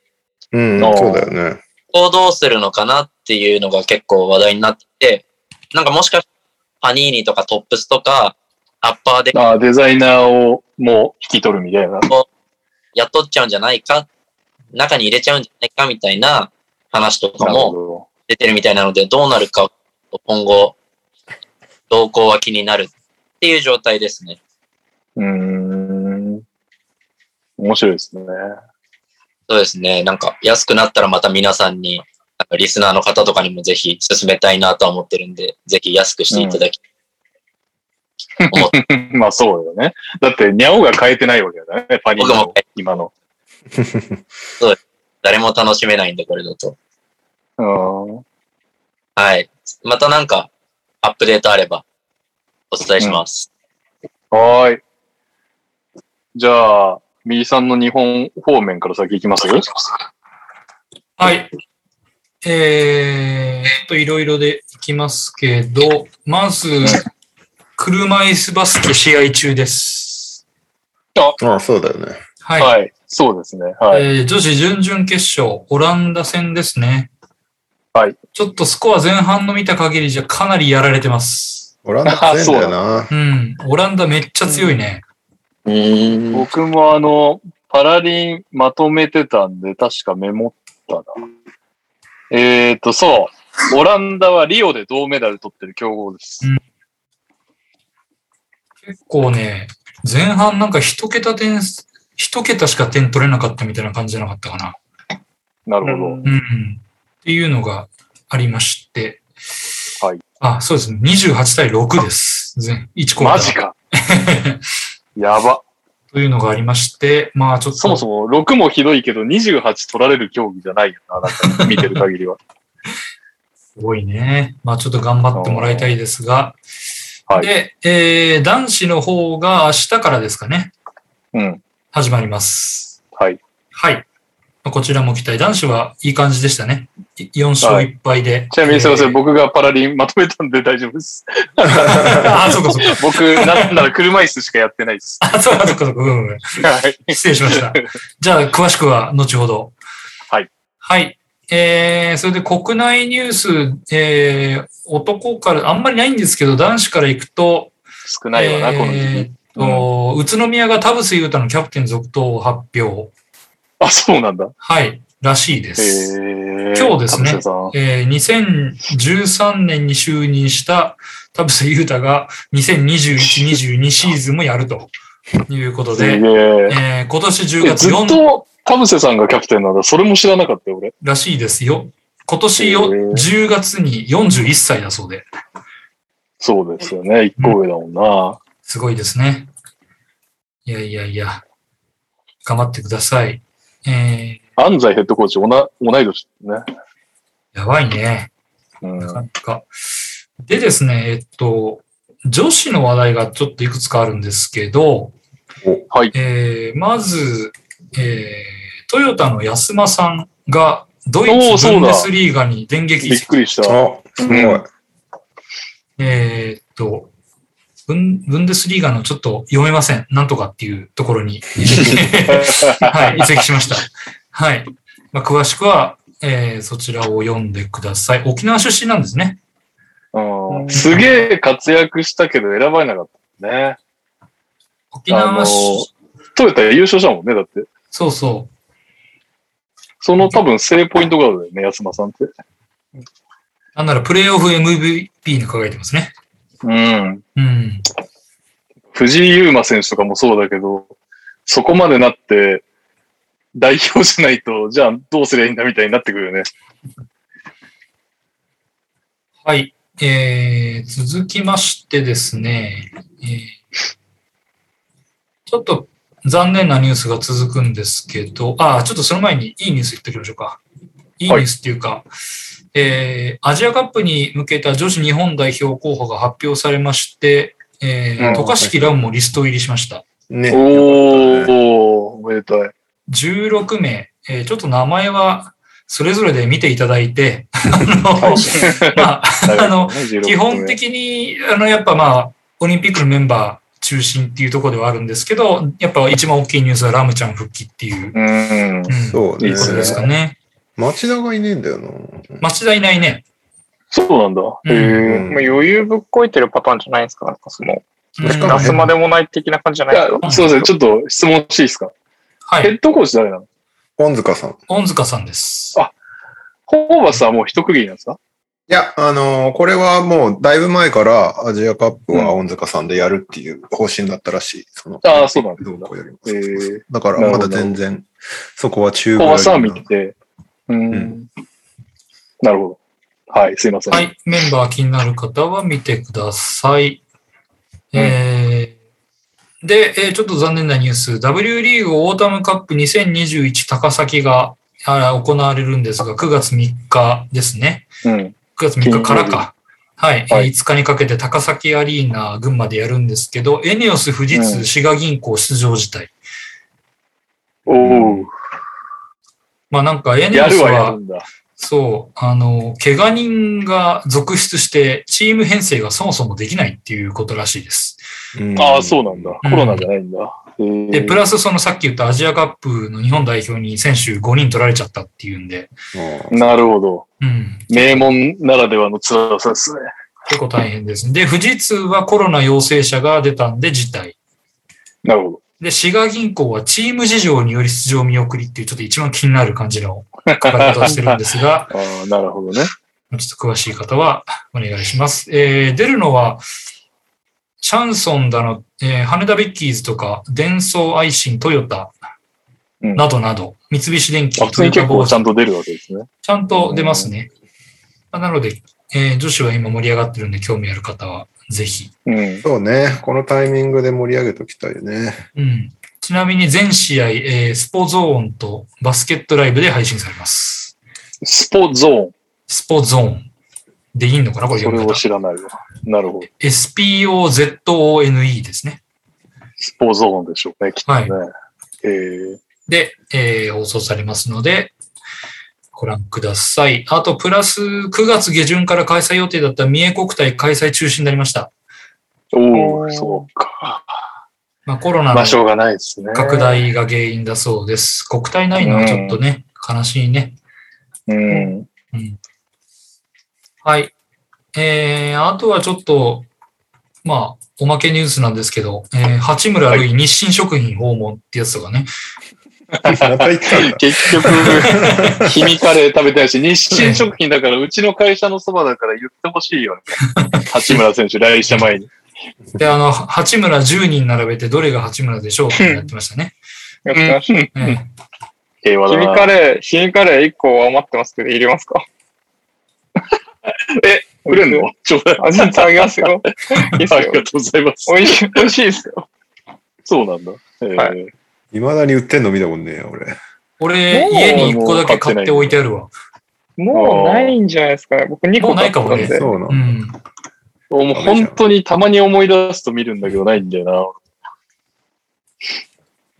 Speaker 1: うん、
Speaker 2: あー
Speaker 1: そうだよね。
Speaker 4: こうどうするのかなっていうのが結構話題になってて、なんかもしかしたら、パニーニとかトップスとか、アッパーで
Speaker 2: ああ、デザイナーをもう引き取るみたいな。
Speaker 4: 雇っちゃうんじゃないか、中に入れちゃうんじゃないかみたいな話とか
Speaker 2: なるほ
Speaker 4: も
Speaker 2: ど。
Speaker 4: 出てるみたいなので、どうなるか、今後、動向は気になるっていう状態ですね。
Speaker 2: うーん。面白いですね。
Speaker 4: そうですね。なんか安くなったらまた皆さんに、なんかリスナーの方とかにもぜひ進めたいなとは思ってるんで、ぜひ安くしていただき、
Speaker 2: まあそうだよね。だって、ニャオが変えてないわけだからね、パニーニ
Speaker 4: 僕
Speaker 2: の
Speaker 4: も
Speaker 2: 今の。
Speaker 4: 誰も楽しめないんで、これだと。
Speaker 2: うん
Speaker 4: はい。またなんか、アップデートあれば、お伝えします。
Speaker 2: はーい。じゃあ、右さんの日本方面から先行きます
Speaker 3: はい。えー、っと、いろいろでいきますけど、まず、車椅子バスケ試合中です。
Speaker 1: ああ、そうだよね。
Speaker 3: はい。
Speaker 2: はい。そうですね。はい。
Speaker 3: えー女子準々決勝、オランダ戦ですね。
Speaker 2: はい。
Speaker 3: ちょっとスコア前半の見た限りじゃかなりやられてます。
Speaker 1: オランダ強いんだよ な。
Speaker 3: うん。オランダめっちゃ強いね。
Speaker 4: うーん。
Speaker 2: 僕もあの、パラリンまとめてたんで、確かメモったな。えーと、そう。オランダはリオで銅メダル取ってる強豪です。
Speaker 3: 結構ね、前半なんか一桁点、一桁しか点取れなかったみたいな感じじゃなかったかな。
Speaker 2: なるほど。
Speaker 3: うん。っていうのがありまして。
Speaker 2: はい。
Speaker 3: あ、そうですね。28対6です。全1コーナー。
Speaker 2: マジか。やば。
Speaker 3: というのがありまして、まあちょっと。
Speaker 2: そもそも6もひどいけど28取られる競技じゃないよな、なんか見てる限り は。
Speaker 3: すごいね。まあちょっと頑張ってもらいたいです
Speaker 2: はい
Speaker 3: が。で、えー男子の方が明日からですかね。
Speaker 2: うん。
Speaker 3: 始まります。
Speaker 2: はい。
Speaker 3: はい。まあこちらも期待。男子はいい感じでしたね。い4勝1敗で。
Speaker 2: ちなみにすいません、
Speaker 3: えー
Speaker 2: 僕がパラリンまとめたんで大丈夫です。
Speaker 3: あ、そうかそうか。
Speaker 2: 僕、なんなら車椅子しかやってない です。
Speaker 3: あ、そうかそうかそうか。うんうん
Speaker 2: はい。
Speaker 3: 失礼しま した。じゃあ、詳しくは後ほど。
Speaker 2: はい。
Speaker 3: はい。えー、それで国内ニュース、えー、男から、あんまりないんですけど、男子から行くと、
Speaker 2: 少ないわな、この
Speaker 3: え
Speaker 2: 時
Speaker 3: ー
Speaker 2: 期
Speaker 3: っ。と、宇都宮が田臥勇太のキャプテン続投を発表。
Speaker 2: あ、そうなんだ。
Speaker 3: はい。らしいで
Speaker 2: へ
Speaker 3: す。
Speaker 2: ー
Speaker 3: 今日ですね
Speaker 2: 田臥さん
Speaker 3: えー2013年に就任した田臥勇太が2021-22シーズンもやるということ
Speaker 2: すげ
Speaker 3: で、
Speaker 2: え
Speaker 3: えー今年10
Speaker 2: え。
Speaker 3: 月
Speaker 2: ずっ
Speaker 3: 4
Speaker 2: と田臥さんがキャプテンなんだ。それも知らなかったよ、俺。
Speaker 3: らしいですよ。今年よ
Speaker 2: へー
Speaker 3: 10月に41歳だそうで、
Speaker 2: そうですよね。一個上だもんな。
Speaker 3: すごいですね。いやいやいや、頑張ってください。え
Speaker 2: 安西ヘッドコーチ、おな同い年だね。
Speaker 3: ー、やばいね。
Speaker 2: うん
Speaker 3: なかなか。でですね、えっと、女子の話題がちょっといくつかあるんですけど、
Speaker 2: はい。
Speaker 3: えー、まず、えー、トヨタの安間さんがドイ
Speaker 2: おー
Speaker 3: ツ
Speaker 2: そ
Speaker 3: ブ
Speaker 2: う
Speaker 3: ン
Speaker 2: だ
Speaker 3: デスリーガに電撃移
Speaker 2: びっ
Speaker 3: 籍
Speaker 2: くりした。
Speaker 1: あ、すごい。
Speaker 3: えーっと、ブンブンデスリーガのちょっと読めません。なんとかっていうところに移籍、はい、移籍しました。はい。まあ、詳しくは、えーそちらを読んでください。沖縄出身なんですね。
Speaker 2: うんすげえ活躍したけど選ばれなかったね。
Speaker 3: 沖縄出、
Speaker 2: トヨタ優勝したもんね、だって。
Speaker 3: そうそう。
Speaker 2: その多分正ポイントガードだよね、安間さんって。
Speaker 3: なんならプレイオフ MVP に輝いてますね。
Speaker 2: うん。
Speaker 3: うん。
Speaker 2: 藤井優馬選手とかもそうだけど、そこまでなって、代表じゃないと、じゃあどうすりゃいいんだみたいになってくるよね。
Speaker 3: はい。えー、続きましてですね、えーちょっと残念なニュースが続くんですけど、あー、ちょっとその前にいいニュース言っておきましょうか。いいニュースっていうか、えーアジアカップに向けた女子日本代表候補が発表されまして、え
Speaker 2: うん
Speaker 3: ー、渡嘉敷蘭もリスト入りしました。
Speaker 1: ね。
Speaker 2: おー、おめでたい。
Speaker 3: 16名、えーちょっと名前はそれぞれで見ていただいて、 あの、 まあ、あの基本的に、あの、やっぱまあ、オリンピックのメンバー中心っていうところではあるんですけど、やっぱ一番大きいニュースはラムちゃん復帰っていう、
Speaker 2: うん
Speaker 3: う。ん、
Speaker 1: そうね
Speaker 2: いいっ
Speaker 3: ことですかね。
Speaker 1: 町田がいねえんだよな。
Speaker 3: 町田いないね。
Speaker 2: そうなんだ。
Speaker 3: うん
Speaker 2: へ
Speaker 1: うん
Speaker 5: もう余裕ぶっこいてるパターンじゃないんですかなんかそ
Speaker 3: う
Speaker 5: の、
Speaker 3: ん
Speaker 1: しかも
Speaker 5: 出
Speaker 1: ね
Speaker 5: すまでもない的な感じじゃ
Speaker 2: え。
Speaker 5: ない
Speaker 2: い
Speaker 5: ですか
Speaker 2: や、すいません。ちょっと質問していいですか
Speaker 3: は
Speaker 2: ヘ
Speaker 3: い。
Speaker 2: ッドコーチ誰なの
Speaker 1: 恩塚さん。い
Speaker 3: 恩塚さんです。
Speaker 2: ホーバスはもう一区切りなんですか
Speaker 1: や、あのーこれはもうだいぶ前からアジアカップは恩塚さんでやるっていう方針だったらしい。その
Speaker 2: あーそうなんだ
Speaker 1: どうこうやりま
Speaker 2: え
Speaker 1: すか
Speaker 2: ー、
Speaker 1: だからまだ全然、そこは中
Speaker 2: ホーバスは見
Speaker 1: 国
Speaker 2: てて。うん。
Speaker 1: うん
Speaker 2: なるほど。はい、すいません。
Speaker 3: はい。メンバー気になる方は見てください。
Speaker 2: うん
Speaker 3: えーで、えーちょっと残念なニュース。W リーグオータムカップ2021高崎があ行われるんですが、9月3日ですね。
Speaker 2: うん。
Speaker 3: 9月3日から
Speaker 2: 金曜
Speaker 3: か。はい。
Speaker 2: はい
Speaker 3: えー5日にかけて高崎アリーナ、群馬でやるんですけど、エネオス、富士
Speaker 2: うん
Speaker 3: 通、滋賀銀行出場自体。
Speaker 2: おー。
Speaker 3: まあなんかエネ
Speaker 2: や
Speaker 3: オス
Speaker 2: るはや
Speaker 3: は
Speaker 2: る、んだ。
Speaker 3: そう、あの、怪我人が続出して、チーム編成がそもそもできないっていうことらしいです。
Speaker 2: ああ、そうなんだ。
Speaker 3: うん
Speaker 2: コロナじゃないんだ。えー
Speaker 3: で、プラスそのさっき言ったアジアカップの日本代表に選手5人取られちゃったっていうんで、
Speaker 1: うん。
Speaker 2: なるほど。
Speaker 3: うん、
Speaker 2: 名門ならではの辛さですね。
Speaker 3: 結構大変ですね。で、富士通はコロナ陽性者が出たんで辞退。
Speaker 2: なるほど。
Speaker 3: で、滋賀銀行はチーム事情により出場見送りっていうちょっと一番気になる感じの書き方をしてるんです が、
Speaker 2: ああ、なるほどね。
Speaker 3: ちょっと詳しい方はお願いします。えー出るのは、シャンソンだの、えー羽田ベッキーズとか、デンソーアイシン、トヨタ、
Speaker 2: うん
Speaker 3: などなど、三菱電機、
Speaker 2: あ普通に結構ちゃんと出るわけですね。
Speaker 3: ちゃんと出ますね。まあなので、えー女子は今盛り上がってるんで、興味ある方はぜひ。
Speaker 2: うん。
Speaker 1: そうね。このタイミングで盛り上げときたいよね。
Speaker 3: うん、ちなみに全試合、えースポゾーンとバスケットライブで配信されます。
Speaker 2: スポゾ
Speaker 3: スポゾーンでいいのかな
Speaker 2: ー
Speaker 3: こ
Speaker 2: ン。
Speaker 3: れ
Speaker 2: そ
Speaker 3: 読
Speaker 2: れ
Speaker 3: み
Speaker 2: を
Speaker 3: 方。
Speaker 2: 知らないわ。なるほど。
Speaker 3: SPOZONE ですね。
Speaker 2: スポゾーンでしょうね、きっとね。えー
Speaker 3: で、えー放送されますので、ご覧ください。あと、プラス9月下旬から開催予定だった三重国体開催中止になりました。
Speaker 2: お
Speaker 5: お
Speaker 2: お、
Speaker 5: ー
Speaker 2: そうか。
Speaker 3: まあ、コロナ
Speaker 2: ま
Speaker 3: の
Speaker 2: あ、しょうがないですね。
Speaker 3: 拡。大が原因だそうです。国体ないのはちょっとね、悲しいね。
Speaker 2: うん。
Speaker 3: うん。はい。えー、あとはちょっと、まあ、おまけニュースなんですけど、えー、八村塁日清食品訪問ってやつとかね。
Speaker 1: また行ったんだ。
Speaker 2: 結局、黄身カレー食べたいし、日清食品だから、うちの会社のそばだから言ってほしいよね。八村選手、来社前に。
Speaker 3: で、あの、八村10人並べてどれが八村でしょうってやってましたね。
Speaker 5: やってました
Speaker 3: えー
Speaker 2: 平和
Speaker 5: ひ
Speaker 2: だ
Speaker 5: み
Speaker 2: な。
Speaker 5: カレー、ひみカレー1個余ってますけど、入れますか
Speaker 2: え、くれんのちょうだい。
Speaker 5: あ、全然あげますよ。いいっす
Speaker 2: あ
Speaker 5: よ
Speaker 2: りがとうございます。
Speaker 5: 美味しい、美味しいですよ。
Speaker 2: そうなんだ。えー
Speaker 5: は
Speaker 1: 未だに売ってんの見たもんねえよ、俺。
Speaker 3: 俺、
Speaker 5: もう
Speaker 3: 家に1個だけ買って置いてあるわ。
Speaker 5: もうないんじゃないですかね。僕2個買ったん
Speaker 3: もうないか
Speaker 5: で。
Speaker 1: そうな
Speaker 3: うん
Speaker 1: だ。
Speaker 3: ん。
Speaker 2: もう本当にたまに思い出すと見るんだけど、ないんだよ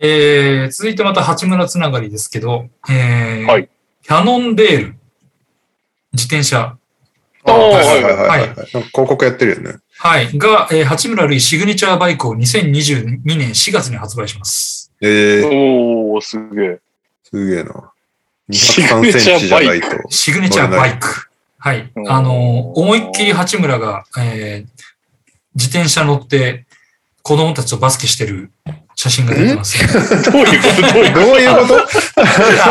Speaker 3: えー、続いてまた八村つながりですけど、えー
Speaker 2: はい
Speaker 3: キャノンデール、自転車、
Speaker 1: あ
Speaker 5: おー
Speaker 1: はい
Speaker 5: はい
Speaker 1: はい
Speaker 5: はい
Speaker 1: はいはい。広告やってるよね。
Speaker 3: はい。が、えー八村塁シグニチャーバイクを2022年4月に発売します。
Speaker 1: えー、
Speaker 2: おー、すげえ。
Speaker 1: すげえな。203センチじゃないと。
Speaker 3: シグニチャーバイク。はい。あのー、思いっきり八村が、えー自転車乗って子供たちとバスケしてる写真が出てます、
Speaker 2: どういうことどういう
Speaker 1: どういうこと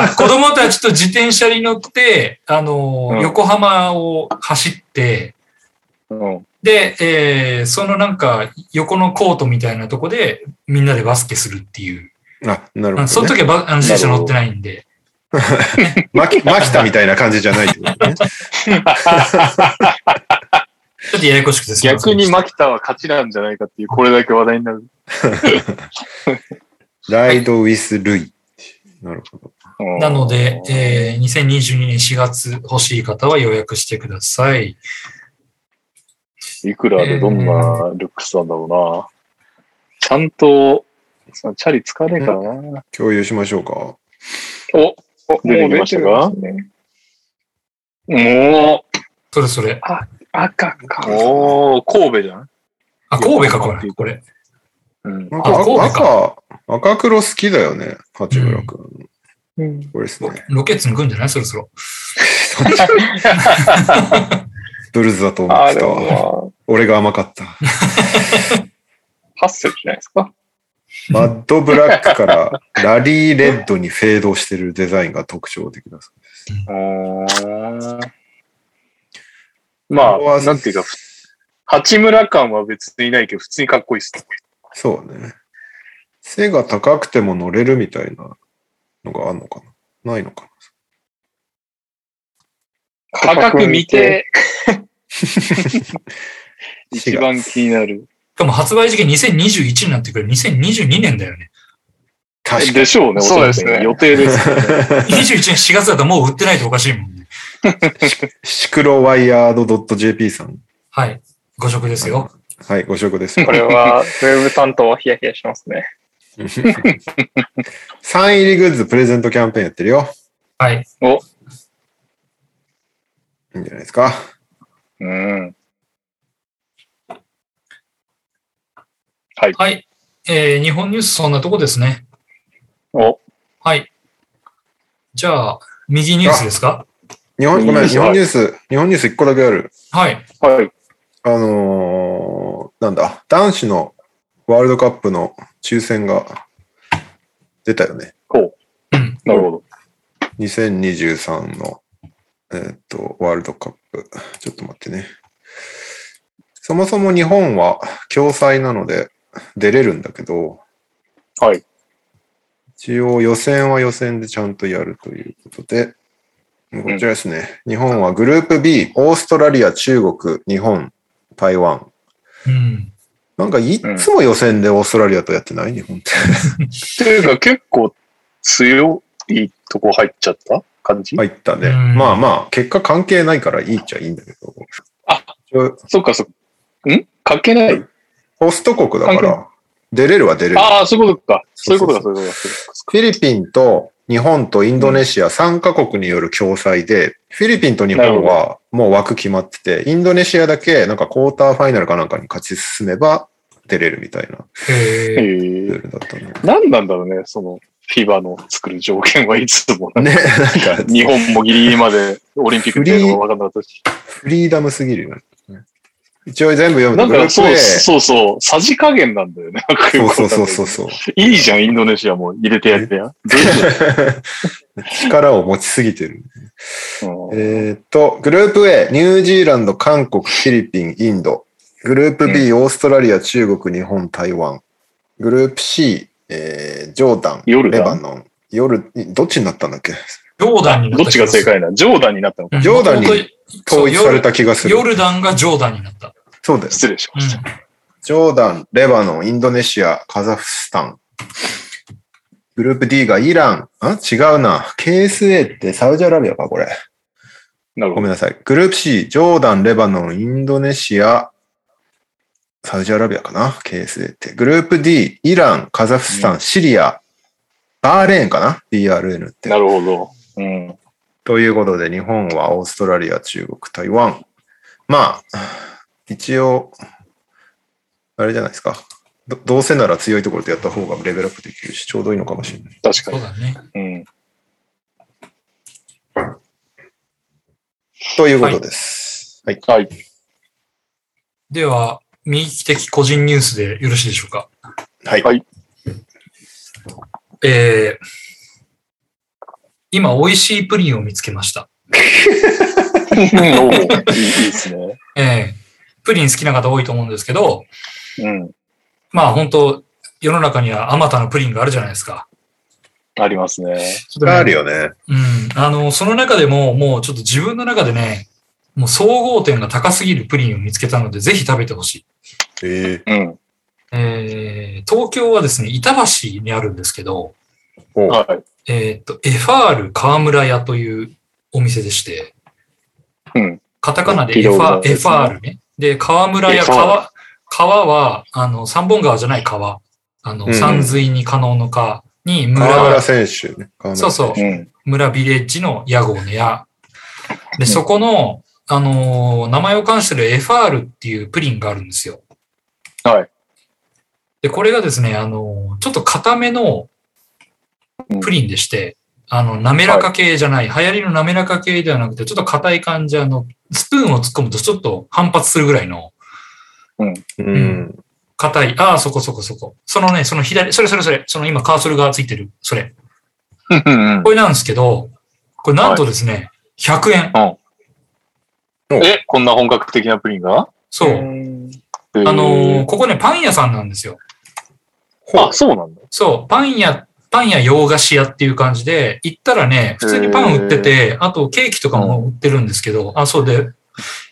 Speaker 3: あ 子供たちと自転車に乗って、あの
Speaker 2: う
Speaker 3: ー、
Speaker 2: ん
Speaker 3: 横浜を走って、
Speaker 2: こ
Speaker 3: で、えーそのなんか横のコートみたいなとこでみんなでバスケするっていう。
Speaker 1: あ、なる
Speaker 3: あのそ
Speaker 1: ほ
Speaker 3: の
Speaker 1: ど、ね。
Speaker 3: 時はバあの自転車乗ってないんで。
Speaker 1: マキ、マキタみたいな感じじゃないってことね。
Speaker 3: ちょっとややこしくてすいませ
Speaker 2: 逆
Speaker 3: ん
Speaker 2: に
Speaker 3: でした
Speaker 2: マキタは勝ちなんじゃないかっていう、これだけ話題になる。
Speaker 1: ライドウィス・ルイ。なるほど。
Speaker 2: うん
Speaker 3: なので、えー2022年4月欲しい方は予約してください。
Speaker 2: いくらでどんなルックスなんだろうな。ちゃんと、そのチャリ使わねえからな。
Speaker 1: 共有しましょうか。
Speaker 5: お、おもう
Speaker 2: 出て
Speaker 5: 出
Speaker 2: きましてた
Speaker 5: ま
Speaker 2: か
Speaker 5: すね。もう、
Speaker 3: それそれ。
Speaker 5: 赤か。
Speaker 2: おー、神戸じゃん
Speaker 3: あ、神戸か、これ。これ。
Speaker 2: うん。
Speaker 1: なん
Speaker 3: あ
Speaker 1: か
Speaker 3: 神戸
Speaker 1: 赤、赤黒好きだよね。八村くん。
Speaker 5: うん
Speaker 1: これですね。
Speaker 3: ロケッツに来るんじゃないそろそろ。
Speaker 1: ブルーズだと思っ
Speaker 5: あ、
Speaker 1: て
Speaker 5: で
Speaker 1: た
Speaker 5: も
Speaker 1: わ。俺が甘かった。
Speaker 5: まあ、8センチじゃないですか。
Speaker 1: マッドブラックからラリーレッドにフェードしてるデザインが特徴的だそうです。
Speaker 2: ま
Speaker 1: ここは
Speaker 2: あ、なんていうか、ふ八村感は別にないけど、普通にかっこいいっす。
Speaker 1: そうね。背が高くても乗れるみたいなのがあるのかなないのか
Speaker 2: 価格見て、
Speaker 1: な
Speaker 2: 一番気になる。
Speaker 3: しかも発売時期2021になってくる。2022年だよね。
Speaker 1: 確か
Speaker 2: でしょうね、
Speaker 5: そうです
Speaker 2: お
Speaker 5: ね
Speaker 2: そらく予定です。
Speaker 3: 21年4月だともう売ってないとおかしいもんね。
Speaker 1: シクロワイヤード .jp さん。
Speaker 3: はい。誤食ですよ。
Speaker 1: はい、ご紹介ですよ。
Speaker 5: これは、ウェブ担当はヒヤヒヤしますね。
Speaker 1: サイン入りグッズプレゼントキャンペーンやってるよ。
Speaker 3: はい。
Speaker 1: いいんじゃないですか。
Speaker 2: うん。
Speaker 3: はい。えー日本ニュースそんなとこですね。
Speaker 2: お、
Speaker 3: はい。じゃあ、右ニュースですか
Speaker 1: 日本、ごめ
Speaker 2: い
Speaker 1: ん、
Speaker 2: いです
Speaker 1: 日
Speaker 2: よ
Speaker 1: 本ニュース、日本ニュース1個だけある。
Speaker 3: はい。
Speaker 2: はい。
Speaker 1: あのーなんだ、男子のワールドカップの抽選が出たよね。
Speaker 2: こ
Speaker 3: うん。
Speaker 2: う。なるほど。
Speaker 1: 2023の、えーっと、ワールドカップ。ちょっと待ってね。そもそも日本は共催なので出れるんだけど、
Speaker 2: はい。
Speaker 1: 一応予選は予選でちゃんとやるということで、こちらですね。日本はグループ B、オーストラリア、中国、日本、台湾。
Speaker 3: うん。
Speaker 1: なんかいっつも予選でオーストラリアとやってない日本って。
Speaker 2: というか、結構強いとこ入っちゃった感じ、
Speaker 1: 入ったね。
Speaker 3: うん
Speaker 1: まあまあ、結果関係ないからいいっちゃいいんだけど。
Speaker 2: あ
Speaker 1: 一応
Speaker 2: そっかそっか。んかけない
Speaker 1: ホスト国だか
Speaker 2: 関
Speaker 1: ら、出れるは出れる。
Speaker 2: ああ、そういうことか。そういうことか、
Speaker 1: そ
Speaker 2: そういうことか。そういうことか
Speaker 1: フィリピンと日本とインドネシア3カ国による共催で、フィリピンと日本
Speaker 2: な
Speaker 1: はもう枠決まってて、インドネシアだけなんかクォーターファイナルかなんかに勝ち進めば出れるみたいな
Speaker 3: えー、
Speaker 2: へ
Speaker 1: ル
Speaker 2: え
Speaker 1: ールだ ったね。
Speaker 2: 何なんだろうね、その、フィバの作る条件はいつも。
Speaker 1: ね、なんか
Speaker 2: 日本もギリギリ までオリンピックっていうのも分かんなかったし。
Speaker 1: フリーダムすぎるよね。一応全部読む
Speaker 2: な
Speaker 1: と
Speaker 2: ん
Speaker 1: グル
Speaker 2: か
Speaker 1: ープ
Speaker 2: そう、
Speaker 1: A。
Speaker 2: そうそう、さじ加減なんだよね。
Speaker 1: そうそうそうそう そう。
Speaker 2: いいじゃん、インドネシアも入れてやってや。
Speaker 1: 力を持ちすぎてる。
Speaker 2: うん
Speaker 1: えーっと、グループ A、ニュージーランド、韓国、フィリピン、インド。グループ B、オーストラリア、中国、日本、台湾。グループ C、えー、ジョーダン、
Speaker 2: ヨルダン
Speaker 1: レバノン。夜、どっちになったんだっけ
Speaker 3: ヨーダンになった
Speaker 2: どっちが正解なジョーダンになったのか
Speaker 3: うん
Speaker 1: ヨーダンに
Speaker 3: 本当そう
Speaker 1: 統一された気がする
Speaker 3: ヨ。ルダンがジョーダンになった。
Speaker 1: そうです。
Speaker 2: 失礼しました。
Speaker 1: ジョーダン、レバノン、インドネシア、カザフスタン。グループ D がイラン。あ違うな。KSA ってサウジアラビアか、これ。
Speaker 2: なる
Speaker 1: ごめ
Speaker 2: ほど。
Speaker 1: んなさい。グループ C、ジョーダン、レバノン、インドネシア、サウジアラビアかな ?KSA って。グループ D、イラン、カザフスタン、シリア、バーレーンかな ?BRN って
Speaker 2: な。るほど。うん。
Speaker 1: ということで、日本はオーストラリア、中国、台湾。まあ、一応、あれじゃないですか。どどうせなら強いところでやった方がレベルアップできるし、ちょうどいいのかもしれない。
Speaker 2: 確か
Speaker 3: そう
Speaker 2: に。
Speaker 3: だね。
Speaker 2: うん。
Speaker 1: ということです。はい。
Speaker 2: はい。
Speaker 3: では、右利き的個人ニュースでよろしいでしょうか。
Speaker 1: はい。
Speaker 2: はい
Speaker 3: えー、今、美味しいプリンを見つけました。
Speaker 2: おーいいいいですね。
Speaker 3: えー、プリン好きな方多いと思うんですけど、
Speaker 2: うん。
Speaker 3: まあ本当世の中にはあまたのプリンがあるじゃないですか。
Speaker 2: ありますね。
Speaker 3: ちょっとね
Speaker 1: あるよね。
Speaker 3: うん。あの、その中でも、もうちょっと自分の中でね、もう総合点が高すぎるプリンを見つけたので、ぜひ食べてほしい。
Speaker 1: え
Speaker 2: うん。
Speaker 3: えー、東京はですね、板橋にあるんですけど、
Speaker 1: えお
Speaker 2: はい。
Speaker 3: えーっと、エファール川村屋というお店でして、
Speaker 2: うん。
Speaker 3: カタカナで
Speaker 2: 聞い
Speaker 3: エ
Speaker 2: た
Speaker 3: フ
Speaker 2: ことな
Speaker 3: ァ,、
Speaker 2: いですね
Speaker 3: エファールね。で、川村
Speaker 2: エ
Speaker 3: 屋、
Speaker 2: ファール
Speaker 3: 川、川は、あの、三本川じゃない川。あ
Speaker 1: う
Speaker 3: の、
Speaker 1: ん
Speaker 3: 山水に可能の川に
Speaker 1: 河
Speaker 3: 村
Speaker 1: 村、選手ね。河村
Speaker 3: そうそう
Speaker 2: う、ん。
Speaker 3: 村ビレッジの屋号の屋。で、そこの、あのー名前を冠してるエファールっていうプリンがあるんですよ。
Speaker 2: はい。
Speaker 3: で、これがですね、あのーちょっと固めのプリンでして、あの、滑らか系じゃない、流行りの滑らか系ではなくて、ちょっと硬い感じ、あの、スプーンを突っ込むとちょっと反発するぐらいの
Speaker 1: うん。うん。
Speaker 3: 硬い、ああ、そこそこそこ。そのね、その左、それそれそれ、その今カーソルがついてる、それ。
Speaker 2: うん。
Speaker 3: これなんですけど、これなんとですね、100円。
Speaker 2: え、こんな本格的なプリンが
Speaker 3: そう。
Speaker 2: あ
Speaker 3: あのーここね、パン屋さんなんですよ。
Speaker 2: あ、そうなんだ。
Speaker 3: そう、パン屋、パン屋洋菓子屋っていう感じで、行ったらね、普通にパン売ってて、あとケーキとかも売ってるんですけど、あ、そうで、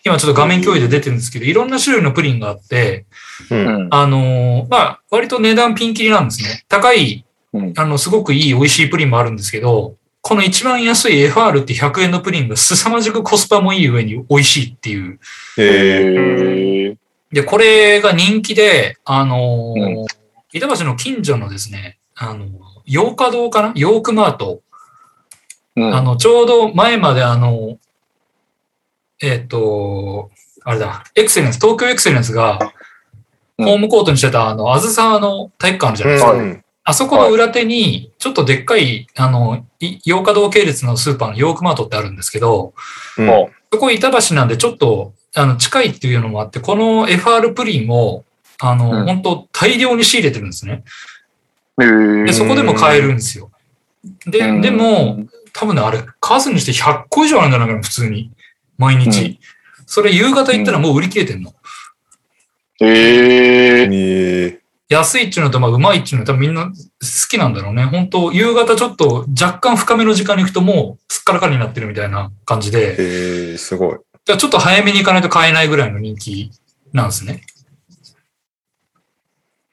Speaker 3: 今ちょっと画面共有で出てるんですけど、いろんな種類のプリンがあって、
Speaker 2: うん。
Speaker 3: あのーまあ、割と値段ピンキリなんですね。高い
Speaker 2: うん、
Speaker 3: あの、すごくいい美味しいプリンもあるんですけど、この一番安い FR って100円のプリンが凄まじくコスパもいい上に美味しいっていう
Speaker 1: ええ
Speaker 2: へえ。
Speaker 3: で、これが人気で、あのー
Speaker 2: う
Speaker 3: 板橋の近所のですね、あの、洋華堂かなヨークマート。
Speaker 2: うん。
Speaker 3: あ
Speaker 2: は
Speaker 3: の、ちょうど前まであの、えっ、と、あれだ、エクセレンス、東京エクセレンスが、
Speaker 2: うん
Speaker 3: ホームコートにしてた、あの、あずさの体育館あるじゃないですか。
Speaker 1: うん。
Speaker 3: あそこの裏手に、ちょっとでっかい、あの、い洋華堂系列のスーパーのヨークマートってあるんですけど、
Speaker 1: うん
Speaker 2: も
Speaker 3: そこ板橋なんでちょっとあの近いっていうのもあって、この FR プリンを、あの、
Speaker 2: うん
Speaker 3: 本当大量に仕入れてるんですね。
Speaker 2: う。へ
Speaker 3: で、
Speaker 2: え。
Speaker 3: そこでも買えるんですよ。で、
Speaker 2: うん
Speaker 3: でも、多分ね、あれ、数にして100個以上あるんじゃないかな、普通に。毎日。
Speaker 2: うん
Speaker 3: それ夕方行ったらもう売り切れてんの。
Speaker 2: へえ。
Speaker 1: ええ
Speaker 3: 安いっちゅうのと、まあ、うまいっちゅうのは多分みんな好きなんだろうね。本当夕方ちょっと若干深めの時間に行くともうすっからかになってるみたいな感じで、
Speaker 1: ええすごい。
Speaker 3: じゃあちょっと早めに行かないと買えないぐらいの人気なんですね。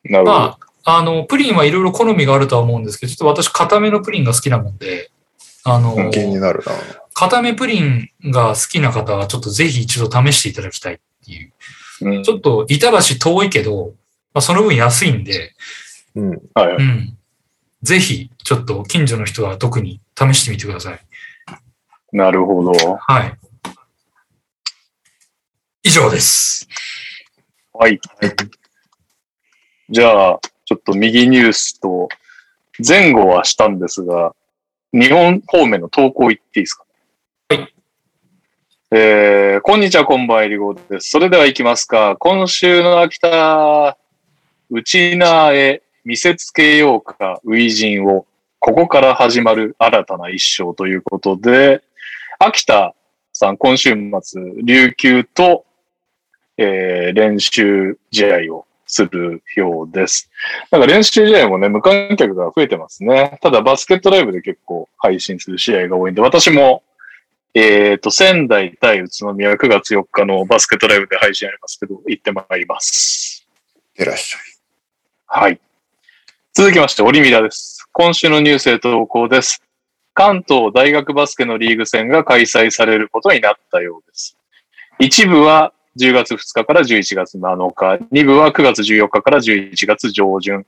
Speaker 2: なるほど。
Speaker 3: まあ、あの、プリンはいろいろ好みがあるとは思うんですけど、ちょっと私、固めのプリンが好きなもんで、あの、
Speaker 1: 気になるな。
Speaker 3: 固めプリンが好きな方は、ちょっとぜひ一度試していただきたいっていう。
Speaker 2: うん
Speaker 3: ちょっと、板橋遠いけど、まあ、その分安いんで、
Speaker 1: うん。
Speaker 2: はいは
Speaker 3: う
Speaker 2: い。
Speaker 3: ん。ぜひ、ちょっと、近所の人は特に試してみてください。
Speaker 2: なるほど。
Speaker 3: はい。以上です。
Speaker 2: はい。じゃあ、ちょっと右ニュースと、前後はしたんですが、日本方面の投稿行っていいですか
Speaker 3: はい。
Speaker 2: えー、こんにちは、こんばんは、えりごです。それでは行きますか。今週の秋田、うちなーへ見せつけようか、初陣を、ここから始まる新たな一生ということで、秋田さん、今週末、琉球とえー練習試合をするようです。なんか練習試合もね、無観客が増えてますね。ただバスケットライブで結構配信する試合が多いんで、私も、えっ、と、仙台対宇都宮9月4日のバスケットライブで配信ありますけど、行ってまいります。
Speaker 1: いらっしゃい。
Speaker 2: はい。続きまして、オリミラです。今週のニュースへ投稿です。関東大学バスケのリーグ戦が開催されることになったようです。一部は10月2日から11月7日、二部は9月14日から11月上旬、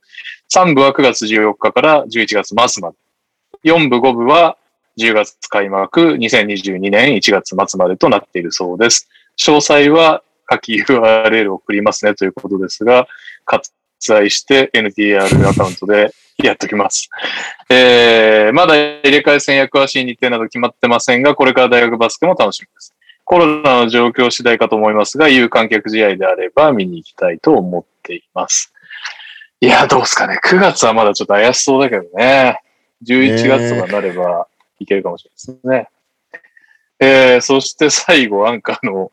Speaker 2: 三部は9月14日から11月末まで、四部5部は10月開幕、2022年1月末までとなっているそうです。詳細は下記 URL を送りますねということですが、割愛して NTR アカウントでやっときます。 えー、まだ入れ替え戦、役は新日程など決まってませんが、これから大学バスケも楽しみです。コロナの状況次第かと思いますが、有観客試合であれば見に行きたいと思っています。いや、どうですかね。9月はまだちょっと怪しそうだけどね。11月とかになればいけるかもしれないですね。えー、そして最後、アンカーの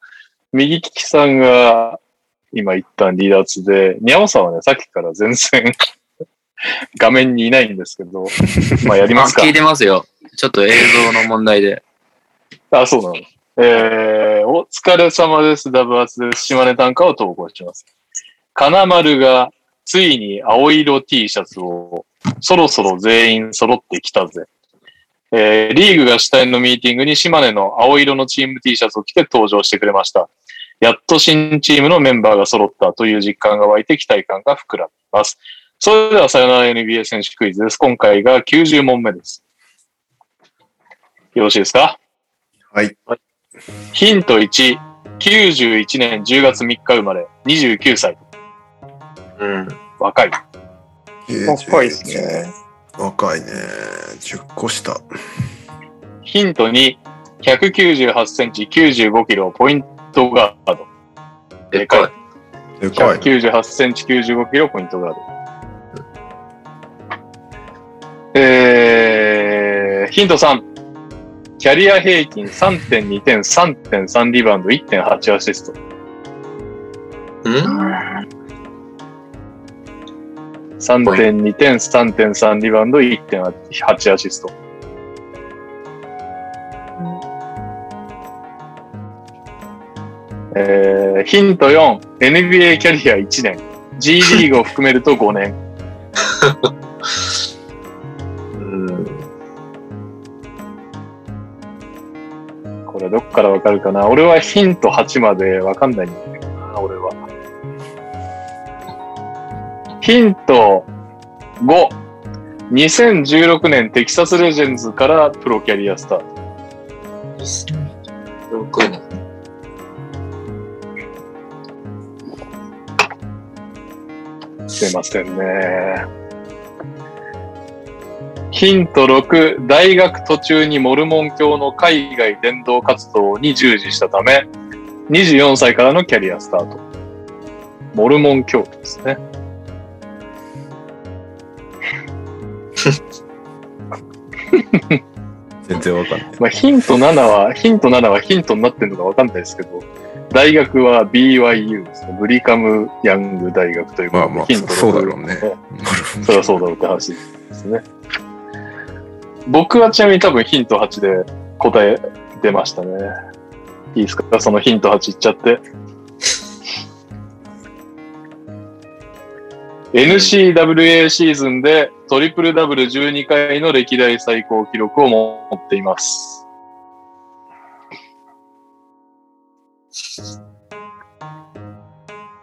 Speaker 2: 右利きさんが今一旦離脱で、にゃおさんはね、さっきから全然 画面にいないんですけど、まあやります か
Speaker 6: 聞い。てますよ。ちょっと映像の問題で。
Speaker 2: あ、そうなの。えー、お疲れ様です。ダブアツです。島根短歌を投稿します。金丸がついに青色 T シャツをそろそろ全員揃ってきたぜ。えーリーグが主体のミーティングに島根の青色のチーム T シャツを着て登場してくれました。やっと新チームのメンバーが揃ったという実感が湧いて期待感が膨らみます。それではさよなら NBA 選手クイズです。今回が90問目です。よろしいですか
Speaker 1: はい。
Speaker 2: ヒント1、91年10月3日生まれ、29歳、
Speaker 4: うん。
Speaker 2: 若い。
Speaker 5: 若いですね。
Speaker 1: 若いね。10個下。
Speaker 2: ヒント2、198センチ、95キロ、ポイントガード。でかい。
Speaker 1: でかい。
Speaker 2: 198センチ、95キロ、ポイントガード。えー、ヒント3、キャリア平均3.2点、3.3リバウンド、1.8アシスト。
Speaker 6: うん
Speaker 2: 3.2点、3.3リバウンド、1.8アシスト。えーヒント4、NBA キャリア1年、G リーグを含めると5年。
Speaker 4: うん。
Speaker 2: これどっからわかるかな俺はヒント8までわかんないんだけどな、俺は。ヒント5。2016年テキサスレジェンズからプロキャリアスタート。
Speaker 6: ?6 年。
Speaker 2: すいませんね。ヒント6。大学途中にモルモン教の海外伝道活動に従事したため、24歳からのキャリアスタート。モルモン教徒ですね。
Speaker 1: 全然わかんない。
Speaker 2: まあ、ヒント7は、ヒント7はヒントになってるのかわかんないですけど、大学は BYU ですね。ブリカム・ヤング大学という
Speaker 1: ま
Speaker 2: こと
Speaker 1: あ
Speaker 2: で、
Speaker 1: まあ
Speaker 2: ヒン、ト
Speaker 1: そうだ
Speaker 2: ろ
Speaker 1: ろうね。
Speaker 2: そりゃそうだろうって話ですね。僕はちなみに多分ヒント8で答え出ましたね。いいですかそのヒント8いっちゃって。NCWA シーズンでトリプルダブル12回の歴代最高記録を持っています。